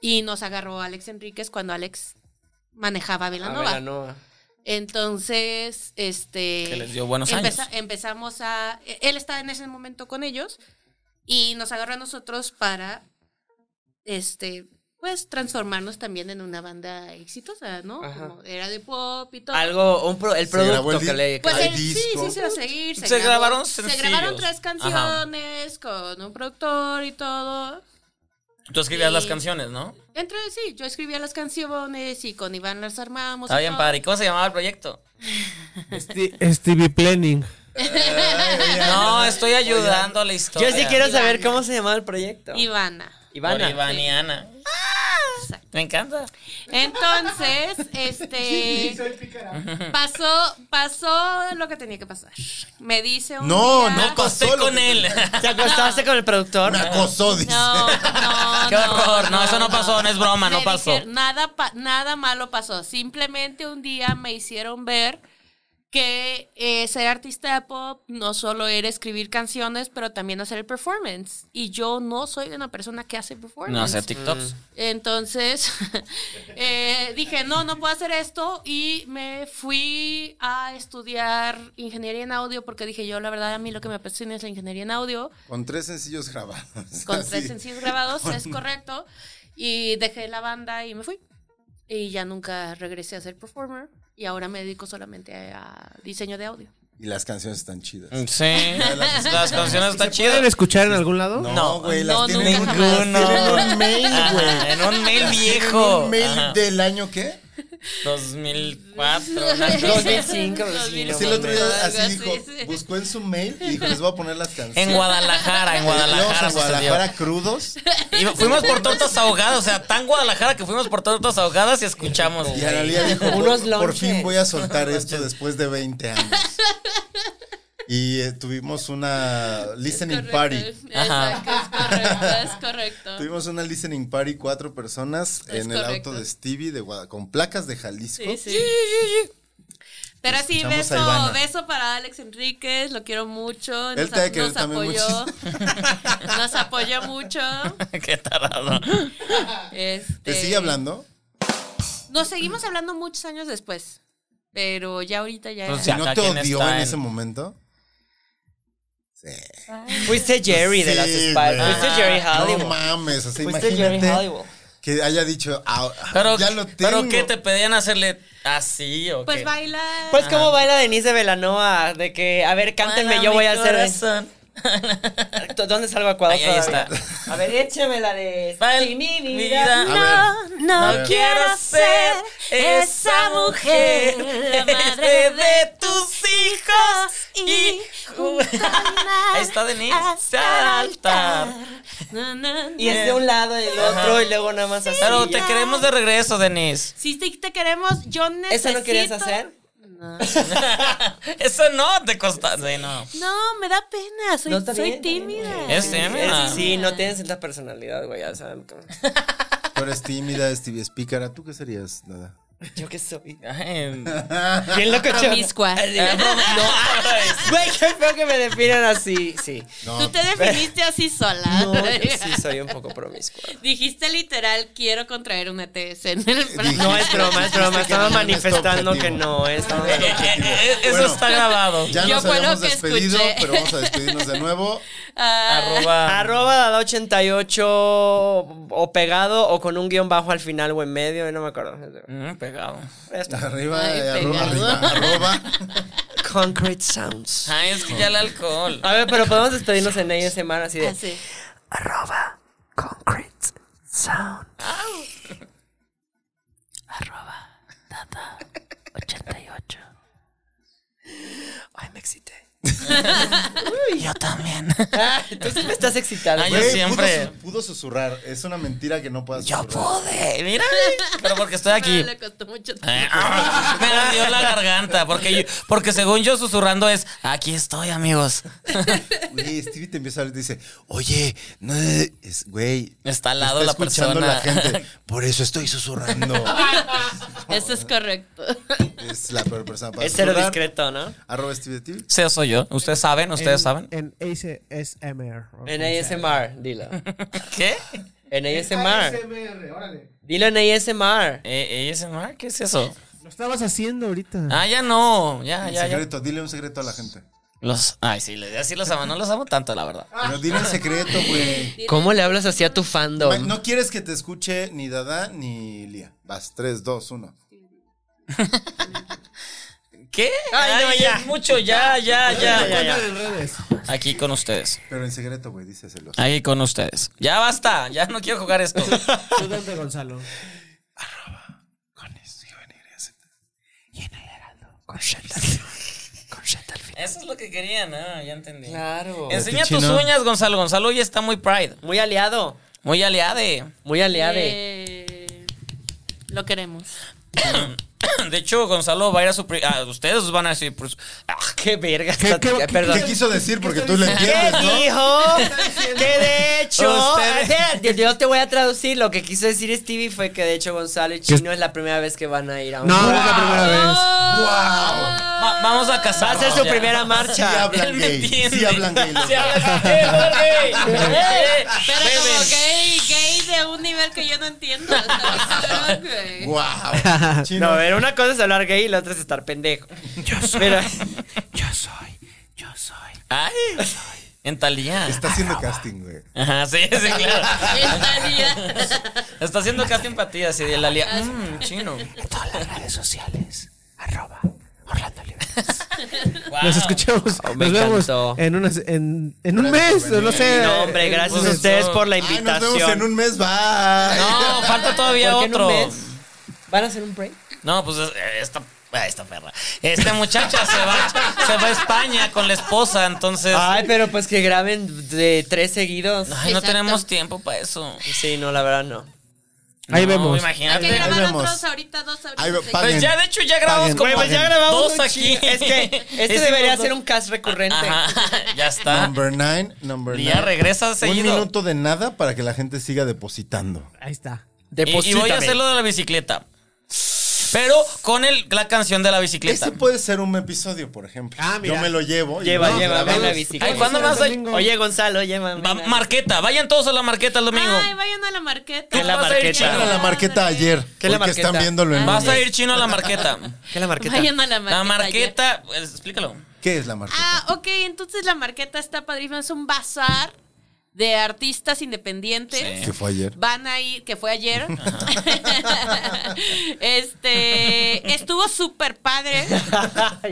G: Y nos agarró Alex Enríquez cuando Alex manejaba
F: a
G: Velanova.
F: Belanova.
G: Entonces, este.
E: Que les dio buenos años.
G: Empezamos a. e-, Él estaba en ese momento con ellos y nos agarró a nosotros para. Este. Pues transformarnos también en una banda exitosa, ¿no?
F: Ajá.
G: Como era de pop y todo.
F: Algo, un pro- el
D: Se grabó el
F: producto que
D: di-
F: le.
G: Pues
D: Hay
G: el- sí,
D: disco.
G: sí, se va a seguir.
E: Se grabaron
G: Se
E: sencillos.
G: grabaron tres
E: Ajá.
G: canciones con un productor y todo.
E: Tú escribías
G: Sí.
E: las canciones, ¿no?
G: Entre sí, yo escribía las canciones y con Iván las armamos.
D: Ah,
E: Está
G: y
E: bien,
G: todo.
E: padre. ¿Y ¿Cómo se llamaba el proyecto?
H: Stevie Planning.
E: No, estoy ayudando a la historia.
F: Yo sí quiero saber
G: Ivana.
F: cómo se llamaba el
G: [LAUGHS]
F: proyecto.
G: Ivana.
E: Por
F: Ivana.
E: Ivaniana. Me encanta.
D: [LAUGHS]
G: Entonces, este pasó, pasó lo que tenía que pasar. Me dice un
D: No,
G: día-
D: no pasó.
E: Acosté
D: lo
E: con
D: que-
E: él. [LAUGHS]
F: ¿Te acostaste con el productor?
D: Me acosó, dice.
G: No,
E: [LAUGHS]
G: no,
E: Qué horror, no, eso no pasó, no es broma, no
G: Me
E: pasó.
G: dijeron- nada, pa- nada malo pasó. Simplemente un día me hicieron ver que eh, ser artista de pop no solo era escribir canciones, pero también hacer el performance. Y yo no soy una persona que hace performance.
E: No hacer TikToks.
G: Entonces, [LAUGHS] eh, dije, no, no puedo hacer esto y me fui a estudiar ingeniería en audio porque dije, yo la verdad a mí lo que me apasiona es la ingeniería en audio,
D: Con tres sencillos grabados. [LAUGHS]
G: con
D: así.
G: tres sencillos grabados, es correcto, y dejé la banda y me fui. Y ya nunca regresé a ser performer y ahora me dedico solamente a diseño de audio.
D: Y las canciones están chidas.
E: Mm, Sí. Las canciones están
H: ¿Pueden
E: chidas.
H: escuchar en algún lado?
D: No, güey, las
G: no,
D: tienen
G: nunca
D: las
G: jamás.
D: tienen en un mail,
E: Ajá,
D: güey.
E: en un mail
D: Las tienen En
E: viejo.
D: un mail
E: Ajá.
D: del año qué?
E: 2004. ¿no?
F: 2005,
D: Sí, el otro día
G: Algo
D: así
G: así,
D: dijo,
G: sí.
D: buscó en su mail y dijo, les voy a poner las canciones.
E: En Guadalajara, en Guadalajara
D: Íbamos a Guadalajara
E: sucedió.
D: crudos
E: Y fuimos por tortas ahogadas, o sea, tan Guadalajara que fuimos por tortas ahogadas y escuchamos.
D: y Analia dijo,
F: Unos
D: por, por
F: lonches.
D: fin voy a soltar esto después de 20 años. Y eh, tuvimos una listening party.
G: Exacto, es correcto, es correcto.
D: Tuvimos una listening party, cuatro personas,
G: Es
D: en el
G: correcto.
D: auto de Stevie de Guada- con placas de Jalisco.
G: Sí, sí. Pero sí,
D: Escuchamos
G: beso,
D: a Ivana.
G: beso para Alex Enríquez, lo quiero mucho.
D: Él te ha de querer también
G: [LAUGHS] nos apoyó mucho.
E: [LAUGHS] Qué tarado.
G: Este,
D: ¿Te sigue hablando?
G: Nos seguimos hablando muchos años después, pero ya ahorita ya.
E: Pues
D: ¿Y
E: ya.
D: no
E: cada
D: te
E: quien
D: odió
E: está
D: en
E: en-
D: ese momento? Sí.
F: Fuiste Jerry de las
D: Sí,
F: Spice.
D: güey.
F: Fuiste Jerry Halliwell.
D: No mames, o sea,
F: Fuiste Jerry
D: imagínate
F: Halliwell.
D: que haya dicho, "Ah,
E: Pero,
D: ya lo tengo.
E: pero ¿qué te pedían hacerle así o
G: Pues
E: qué?
G: baila.
F: Pues como baila Denise de Velanoa, de que, a ver, cántenme, yo voy a hacer...
E: Corazón.
F: ¿Dónde salgo a cuadro
E: Ahí, ahí
F: todavía?
E: está.
F: A ver, échame la de...
E: Bail-
F: Si mi
E: vida-
F: vida...
D: A ver,
G: No,
D: ver.
E: Quiero ser esa mujer, la madre de tus hijos y
G: [LAUGHS]
E: Ahí está Denise. Hasta el altar.
G: No, no, no.
F: Y es de un lado y el
E: Ajá.
F: otro y luego nada más así.
E: Pero te
F: ya.
E: queremos de regreso, Denise. [LAUGHS]
G: Si te, te queremos, yo necesito.
F: ¿Esa no querías hacer?
G: No,
E: Eso no te costa. Sí, no.
G: No, me da pena. Soy,
F: No, está
G: soy
F: bien,
E: [LAUGHS]
F: está bien,
G: tímida.
E: Es tímida.
F: Es- Sí, ¿eh? Ah. no tienes esta personalidad, güey. O sea, como-
D: Tú eres tímida, es tibia, es pícara. ¿Tú qué serías? Nada.
F: yo qué soy.
E: Ay,
F: [LAUGHS] Bien
D: [LAUGHS]
F: loco,
G: Promiscua.
E: eh, bro,
F: [LAUGHS]
E: no. Ay,
F: Güey, qué feo que me definan así. Sí.
D: No,
G: Tú te definiste así sola.
F: No, yo
G: [LAUGHS]
F: sí soy un poco promiscua.
G: Dijiste literal, quiero contraer una TS en el
D: Dije-
F: No
G: [LAUGHS]
F: es broma, es broma. Estaba
D: Que no, no es tu
F: manifestando que
D: objetivo. [LAUGHS]
F: no es. no.
E: eh, eh, eh, Eso
D: Bueno.
E: está grabado.
D: ya
G: Yo
D: nos
G: fue lo
D: habíamos
G: que
D: despedido,
G: escuché.
D: pero [LAUGHS] vamos a despedirnos de
G: [LAUGHS]
D: nuevo.
E: Ah,
G: Ah,
E: Arroba.
F: Arroba dada 88 o pegado o con un guión bajo al final o en medio, no me acuerdo.
E: Mm, pegado.
F: Ya está.
D: Arriba,
G: Ay,
D: eh, arroba,
G: pegado.
D: arriba, arroba.
F: Concrete Sounds.
E: Ay, es que ya el alcohol.
F: A ver, pero podemos despedirnos en ella semana así de.
G: Así.
F: Arroba Concrete Sound. Arroba Dada 88. Ay, me excité. [LAUGHS]
E: Yo también.
F: Tú sí me estás excitando.
E: Ay, Ah, yo
D: Güey,
E: siempre.
D: Pudo, su- pudo susurrar. Es una mentira que no puedas
E: Yo
D: susurrar.
E: pude. Mira. Pero porque estoy aquí.
G: [LAUGHS] No, le costó mucho
E: Eh,
G: tiempo.
E: ah, Me
G: [LAUGHS]
E: la dio la garganta. Porque, yo- porque según yo susurrando es, aquí estoy, amigos.
D: Güey, Stevie te empieza a hablar y te dice, oye, no, es, güey.
E: Está al
D: te
E: lado
D: está
E: la
D: escuchando
E: persona.
D: la gente. Por eso estoy
E: [LAUGHS]
D: susurrando.
G: Eso es correcto.
D: es la peor persona para
F: Es cero
D: susurrar.
F: discreto, ¿no?
D: Arroba Stevie TV.
E: Sí, soy yo. Ustedes saben,
C: Eh.
E: ustedes saben.
H: En ASMR. o como
F: En
H: sea.
F: ASMR, dilo.
E: ¿Qué?
F: En ASMR.
H: ASMR, órale.
F: Dilo en ASMR.
E: Eh, ASMR, ¿Qué es eso?
H: Lo estabas haciendo ahorita.
E: Ah, ya no. Ya,
D: Un
E: ya, ya.
D: secreto, dile un secreto a la gente.
E: Los, ay, sí, les- así los amo. No los amo tanto, la verdad.
D: Pero dile un secreto, güey.
F: ¿Cómo le hablas así a tu
D: Ma-
F: fandom?
D: No quieres que te escuche ni Dada ni Lía. Vas, 3, 2, 1.
E: ¿Qué?
F: Ay, no, ya.
E: es mucho. Ya, ya, ya, ya, ya.
H: En redes.
E: Aquí con ustedes.
D: Pero en secreto, güey, díceselo.
E: Ahí con ustedes. Ya basta. Ya no quiero jugar esto.
H: Tú date, Gonzalo.
E: Eso es lo que querían. Ah, ya entendí.
F: Claro.
E: Enseña
D: Este
E: tus
D: chino-
E: uñas, Gonzalo. Gonzalo hoy está muy pride.
F: Muy aliado.
E: Muy aliade.
F: Muy aliade.
G: Eh, Lo queremos.
E: [CLEARS THROAT] De hecho, Gonzalo va a ir a su... pri- ah, ustedes van a decir... pues, ah,
F: Qué verga.
H: ¿Qué- qué-
F: está- Perdón.
D: ¿Qué quiso decir? Porque tú
H: está
D: lo
F: ¿Qué
D: entiendes, ¿no?
F: dijo? que de hecho,
E: Ustedes-
F: Espérate, yo te voy a traducir. Lo que quiso decir Stevie fue que de hecho Gonzalo y Chino es la primera vez que van a ir a un.
H: No, no es la primera vez.
E: va- vamos a
F: Va a
E: casarnos
F: ser su
E: ya.
F: primera
D: Sí
F: marcha.
D: hablan
E: Él me
D: gay.
E: entiende.
D: Sí hablan gay.
E: [LAUGHS] Sí
D: loco. [LAUGHS]
E: hablan gay, Jorge. Eh,
G: Pero
E: beben.
G: como gay, gay de un nivel que yo no entiendo. ¿sabes? Güey.
D: Wow.
F: No, eh.
D: Chino.
F: a ver, una cosa es hablar gay y la otra es estar pendejo. Yo soy.
E: Ay, en Talía.
D: Está haciendo casting, güey.
E: Ajá, sí, sí, claro.
G: Estaría-
E: Está haciendo casting para ti, así de la lia. Mm, chino. Wow.
H: Nos escuchamos.
F: me
H: nos vemos
F: encantó.
H: en, unas- en, en un
D: Gracias
H: mes.
D: por
H: No
D: venir.
H: sé.
F: No, hombre, gracias a
E: Pues,
F: ustedes
E: no.
F: por la
D: Ay,
F: invitación.
D: nos vemos en un mes. Bye.
E: No, falta todavía
F: ¿Por qué en un
E: otro.
F: mes? ¿Van a hacer un break?
E: No, pues eh, esta, ah, esta perra. Esta muchacha se va, se va a España con la esposa, entonces.
F: Ay, pero pues que graben de tres seguidos.
E: Ay, no
G: Exacto.
E: tenemos tiempo para eso.
F: Sí, no, la verdad no.
H: Ahí
E: No,
H: vemos.
G: Hay que
E: Imagínate.
D: Ahí
G: grabar
D: vemos.
G: otros ahorita, dos
D: [LAUGHS]
G: ahorita.
D: Ahí va,
G: sí.
D: pa-
E: Pues ya, de hecho, ya grabamos
D: Paguen,
E: como
D: paguen. Pues ya
E: dos aquí.
F: Es que [LAUGHS] este
E: Hicimos
F: debería
E: dos.
F: ser un cast recurrente.
E: Ajá, [LAUGHS] ya está.
D: Number nine, number
E: Lía
D: nine.
E: regresa
D: Un
E: seguido.
D: minuto de nada para que la gente siga depositando.
H: Ahí está.
E: Y, y voy a
F: Deposítame.
E: hacer lo de la bicicleta. Pero con el, la canción de la bicicleta.
D: Ese puede ser un episodio, por ejemplo.
H: Ah, mira.
D: Yo me lo llevo. y
F: Lleva,
D: lo
F: lleva,
D: grabamos.
F: ven la bicicleta.
E: Ay, ¿cuándo
H: Vamos
E: más
H: a ir
E: hay?
H: el domingo.
F: Oye, Gonzalo, llévame.
E: Va-
F: [LAUGHS]
E: marqueta, vayan todos a la marqueta el domingo.
G: Ay, vayan a la marqueta.
F: ¿Qué es la
E: Vas a ir
F: marqueta?
E: chino a
D: Era la marqueta ayer.
F: Ah, ¿Qué la
D: porque
F: marqueta?
D: están viéndolo en
E: Vas a
D: línea.
E: ir chino a la marqueta.
F: ¿Qué la marqueta?
G: Vayan a la marqueta.
E: La marqueta, pues, explícalo.
D: ¿Qué es la marqueta?
G: Ah, ok, entonces la marqueta está padrísima. Es un bazar de artistas independientes.
D: que fue ayer.
G: Van a ir, que fue ayer. [LAUGHS] este estuvo súper padre.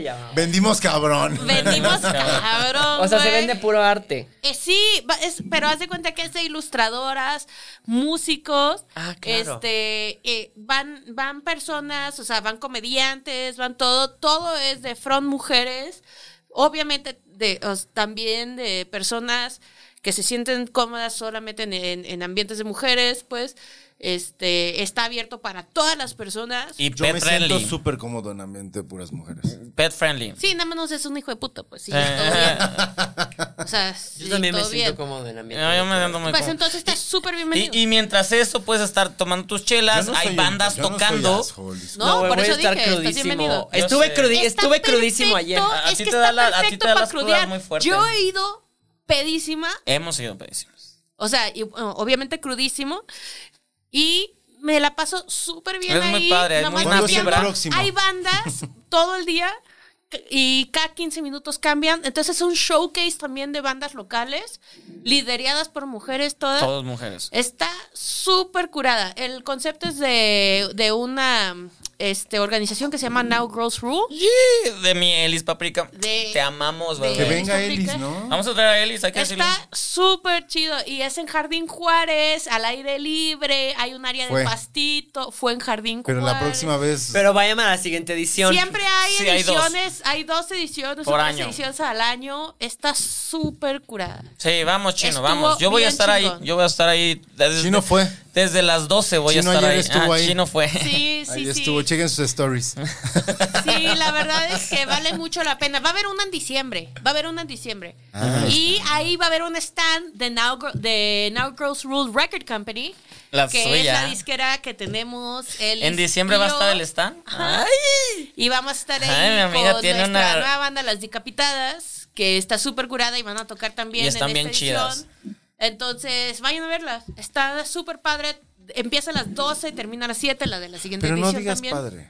F: Ya.
D: Vendimos cabrón. [LAUGHS]
F: [LAUGHS]
G: Vendimos cabrón.
F: O sea, se
G: güey.
F: vende puro arte.
G: Eh, sí, va- es- pero haz de cuenta que es de ilustradoras, músicos,
F: Ah, claro.
G: este, eh, van, van personas, o sea, van comediantes, van todo, todo es de front mujeres, obviamente de, os- también de personas que se sienten cómodas solamente en, en- en ambientes de mujeres, pues, este, está abierto para todas las personas.
E: Y
D: Yo
E: pet
D: me siento
E: friendly.
D: súper cómodo en ambiente de puras
E: [LAUGHS]
D: mujeres.
E: Pet friendly.
G: Sí, nada menos es un hijo de puta,
F: [LAUGHS]
G: pues sí,
E: Eh.
G: todo bien. O sea, sí,
F: Yo también me
G: todo
F: siento
G: bien.
F: cómodo en ambiente.
E: No, yo
F: de
E: me siento muy
G: Pues
E: cómodo.
G: entonces está súper bienvenido.
E: y, y mientras eso puedes estar tomando tus chelas,
D: Yo no
E: hay
D: soy-
E: bandas
D: yo no soy
E: tocando.
D: asshole, disculpa.
G: No,
F: güey,
G: por
F: voy a
G: eso
F: estar
G: dije, estás
F: crudísimo.
G: bienvenido.
E: Yo
F: Estuve,
E: sé.
F: crudi-
G: Está
F: estuve crudísimo ayer.
G: perfecto,
E: A
G: Es
E: ti
G: que
E: te da
G: está
E: la- a ti
G: perfecto
E: te da
G: para
E: las crudas
G: crudear.
E: muy fuerte.
G: Yo he ido pedísima,
E: Hemos sido pedísimos.
G: o sea, y, bueno, obviamente crudísimo, y me la paso súper bien
E: Es muy
G: ahí,
E: padre, hay
G: nomás
E: muy buena
G: viendo.
E: vibra.
D: Próximo.
E: [LAUGHS]
G: Hay bandas todo el día c- y cada 15 minutos cambian. Entonces es un showcase también de bandas locales, lideradas por mujeres todas.
E: Todos mujeres.
G: Está súper curada. El concepto es de, de una este, organización que se llama Now Girls Rule.
E: Yeah, de mi Elis Paprika.
G: De-
E: Te amamos,
G: de-
E: bebé.
D: Que venga
G: Elis
D: Ellis,
G: Paprika.
D: ¿no?
E: Vamos a traer a Elis, hay que decirle.
G: Está súper chido. Y es en Jardín Juárez, al aire libre. Hay un área
D: Fue.
G: de pastito. Fue en Jardín
D: Pero
G: Juárez.
D: la próxima vez.
F: Pero vayan a la siguiente edición.
G: Siempre hay
E: Sí, hay dos.
G: ediciones, hay dos, ediciones,
E: Por
G: otras
E: año.
G: ediciones al año. Está súper curada.
E: Sí, vamos, Chino,
G: Estuvo
E: vamos. Yo voy a
G: bien
E: estar
G: chingón.
E: ahí. Yo voy a estar ahí. Desde,
D: Chino fue.
E: Desde las 12 voy
D: Chino
E: a estar
D: ayer
E: ahí.
D: estuvo
E: Ah,
D: ahí.
E: Chino fue.
G: Sí, sí,
D: Ahí
G: sí.
D: estuvo, chequen sus [LAUGHS] stories.
G: Sí, la verdad es que vale mucho la pena. Va a haber una en diciembre. Va a haber una en diciembre.
E: Ah,
G: y ahí va a haber un stand de Now, Gir- de Now Girls Rule Record Company.
E: La
G: que es
E: suya.
G: la disquera que tenemos.
E: [LAUGHS]
G: Él
E: en
G: es
E: diciembre va a
G: yo,
E: estar el stand. Ah,
G: Ajá. Y vamos a estar ahí
E: Ay, mi amiga
G: con
E: tiene
G: nuestra
E: una-
G: nueva banda, Las Decapitadas, que está súper curada y van a tocar también.
E: Y están
G: en
E: bien
G: esta
E: chidas.
G: edición. Entonces, vayan a verlas. Está súper padre. Empieza a las 12, termina a las 7, la de la siguiente
D: Pero no
G: edición
D: digas
G: también.
D: padre.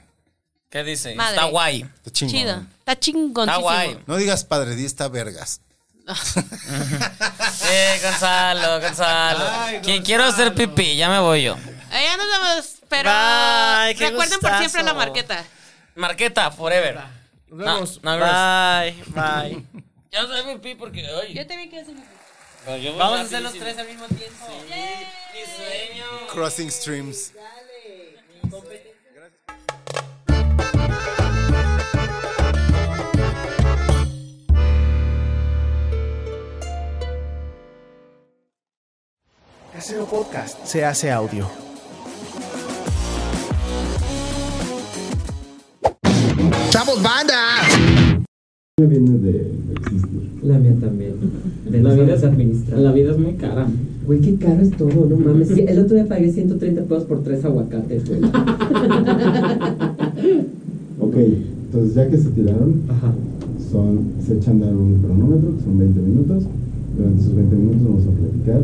E: ¿Qué dice?
G: Madre.
E: Está guay.
D: Está chingón.
G: Chido. Está chingón.
E: Está guay.
G: [LAUGHS]
D: No digas padre, di está vergas.
E: [LAUGHS] Eh, Gonzalo, Gonzalo. Quien quiero hacer pipí, ya me voy yo.
G: Allá nos vamos, pero
F: Bye, qué
G: recuerden por siempre
F: gustazo.
G: la marqueta.
E: Marqueta, forever.
C: Nos vemos.
E: No, no, gracias.
F: Bye, bye.
E: [LAUGHS] Ya no sé pipí porque. ay,
G: Yo también quiero hacer mi
E: pero yo voy
F: Vamos a hacer los
E: rapidísimo.
F: tres al mismo tiempo.
E: Mi sueño.
D: Crossing streams.
H: Casero Podcast se hace audio.
I: La mía también. la, vida es, la vida es muy cara. Güey, qué caro es todo, no mames. Sí, El otro día pagué 130 pesos por tres aguacates, [LAUGHS] güey.
J: Ok, entonces ya que se tiraron,
I: Ajá.
J: son, se echan dar un cronómetro, que son 20 minutos. Durante esos 20 minutos vamos a platicar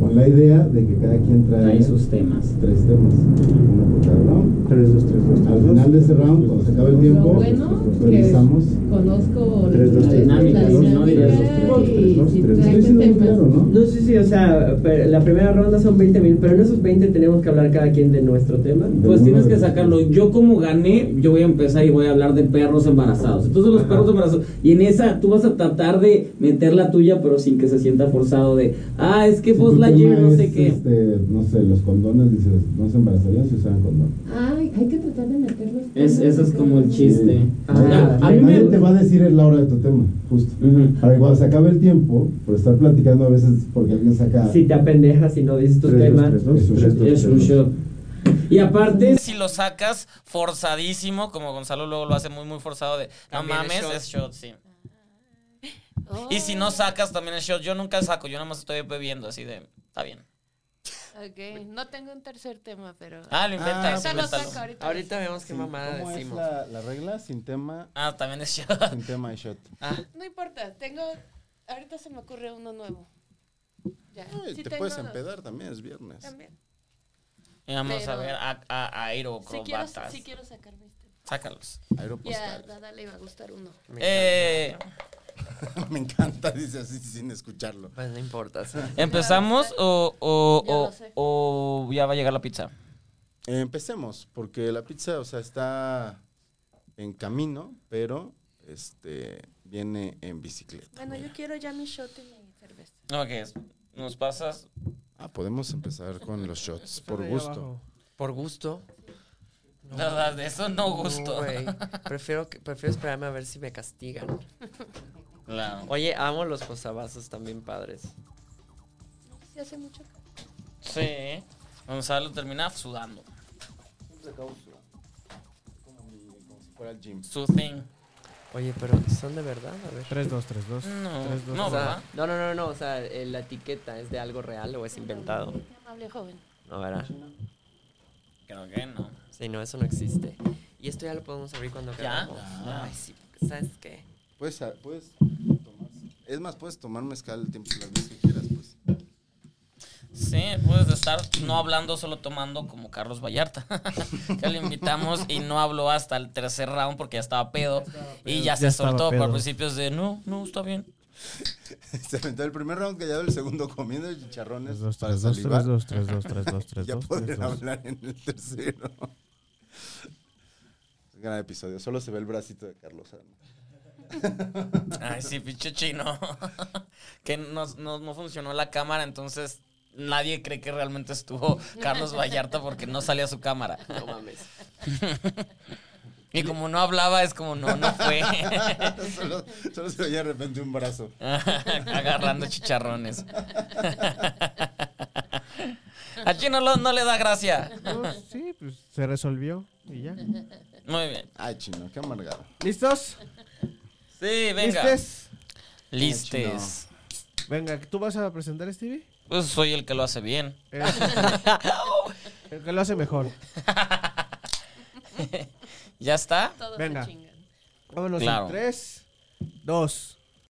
J: con la idea de que cada quien trae
I: Trae sus temas.
J: tres temas. Uno por cada round.
H: Tres, dos, tres, dos,
J: Al final de ese round, cuando se acabe el tiempo,
K: bueno
J: los
K: que-
J: revisamos.
K: Conozco
J: Tres, dos,
K: la
J: tres,
K: dinámica,
I: dos,
K: la
I: ¿no? Dirías dos,
K: dinámica
I: tres,
K: y
J: dos,
K: si
J: tres.
K: traen
J: Estoy siendo
K: temas.
J: claro, ¿no?
I: No, sí, sí, o sea, pero la primera ronda son 20 mil, pero en esos 20 tenemos que hablar cada quien de nuestro tema. Pues tienes que sacarlo. Yo como gané, yo voy a empezar y voy a hablar de perros embarazados. Entonces los perros embarazados, y en esa tú vas a tratar de meter la tuya, pero sin que se sienta forzado de, ah, es que
J: Si
I: vos
J: tu
I: la
J: tema
I: llevas, no
J: es,
I: sé qué.
J: este, no sé, los condones, dices, no se embarazarían si usaban condón.
K: Ay, hay que tratar de meterlos.
I: Es, eso es como el chiste.
J: Ah,
I: a mí
J: nadie
I: me...
J: te va a decir es la hora de tu tema, justo.
I: Ujú.
J: Para que cuando se acabe el tiempo, por estar platicando a veces porque alguien saca...
I: Si te apendejas y no dices tu
J: Tres, dos,
I: tema,
J: tres, dos,
I: es un
J: tres, dos, tres, dos.
I: show. Y aparte,
E: Si lo sacas forzadísimo, como Gonzalo luego lo hace muy, muy forzado de no
F: También
E: mames,
F: es shot.
E: es shot, sí. Y si no sacas también el shot, yo nunca saco, yo nada más estoy bebiendo así de, está bien.
G: Oh, Ok, no tengo un tercer tema, pero.
E: Ah, lo
D: Ah,
E: inventas,
G: Esa lo
E: invéntalo.
G: saca ahorita.
F: Ahorita vemos qué mamada
D: ¿Cómo es
F: decimos.
D: la, la regla? Sin tema,
E: Ah, también es [LAUGHS] shot.
D: sin tema y shot.
G: No importa, tengo. Ahorita se me ocurre uno nuevo. Ya.
D: Ay,
G: Sí
D: te
G: tengo
D: puedes
G: dos
D: empedar también, es viernes.
G: También.
E: Y vamos a
G: Pero-
E: ver a, a, a Airo
G: Si quiero,
E: Acrobatas.
G: sí quiero sacar mis temas.
E: Sácalos.
G: Ya, a Dada le iba a gustar uno.
E: Eh,
D: [LAUGHS] Me encanta, dice así sin escucharlo.
F: Pues no importa. sí.
E: ¿Empezamos o, o-
G: Ya lo
E: o-
G: sé.
E: o ya va a llegar la pizza?
D: Eh, Empecemos, porque la pizza, o sea, está en camino, pero este viene en bicicleta.
G: Bueno, yo quiero ya mi shot y mi cerveza.
E: No, ¿qué es? ¿Nos pasas?
D: Ah, podemos empezar con los shots, por
C: ahí
D: gusto.
C: abajo.
F: Por gusto.
E: Nada, de eso no gusto.
F: güey. prefiero, que- prefiero esperarme a ver si me castigan.
E: [LAUGHS] Claro.
F: Oye, amo los posavasos también padres.
K: Sí, hace mucho calor.
E: Sí. Gonzalo termina sudando.
D: Fuera al gym.
E: Su thing.
F: Oye, pero son de verdad, a ver.
C: 3, 2, 3, 2.
E: No,
C: 3, 2,
E: no,
F: O sea,
E: ¿verdad?
F: no, no, no, no, o sea, eh, la etiqueta es de algo real o es inventado.
G: Qué amable joven.
F: No, ¿verdad?
E: Creo que no.
F: Sí, no, eso no existe. Y esto ya lo podemos abrir cuando
E: ¿Ya?
F: queramos.
E: Ya.
F: Ay, sí, porque ¿sabes qué?
D: Puedes, ah, puedes tomar- Es más, puedes tomar mezcal el tiempo las veces que quieras, pues. [LAUGHS]
E: Sí, puedes estar no hablando, solo tomando como Carlos Vallarta. [LAUGHS] que le invitamos y no habló hasta el tercer round porque ya estaba pedo. y ya,
C: Ya
E: se
C: estaba
E: soltó por
C: pedo.
E: principios de no, no, está bien.
D: Se aventó el primer round callado, el segundo [LAUGHS] comiendo chicharrones
C: 3, 2,
D: para
C: 3, 2, 3,
D: salivar.
C: 2, 3, 2, 3, 2, 3,
D: [LAUGHS] ya
C: 2,
D: poder
C: 3, 2.
D: hablar en el tercero. [LAUGHS] Es un gran episodio. Solo se ve el bracito de Carlos. Adame.
E: Ay, sí, pinche chino. [LAUGHS] que no, no, no funcionó la cámara, entonces nadie cree que realmente estuvo Carlos Vallarta porque no salía su cámara.
F: No mames.
E: [LAUGHS] Y como no hablaba, es como no, no [LAUGHS] fue.
D: [LAUGHS] solo, solo se veía de repente un brazo.
E: [LAUGHS] Agarrando chicharrones. [LAUGHS] A Chino lo- no le da gracia.
C: No, sí, pues se resolvió y ya.
E: Muy bien.
D: Ay, chino, qué amargado.
C: ¿Listos?
E: Sí, venga.
C: ¿Listes?
E: Listes.
C: Venga, ¿tú vas a presentar, Stevie?
E: Pues soy el que lo hace bien. [LAUGHS]
C: Eres el que lo hace mejor.
E: ¿Ya está?
G: Todos
C: Venga.
G: se chingan.
C: Vámonos
E: Claro.
C: en 3, 2,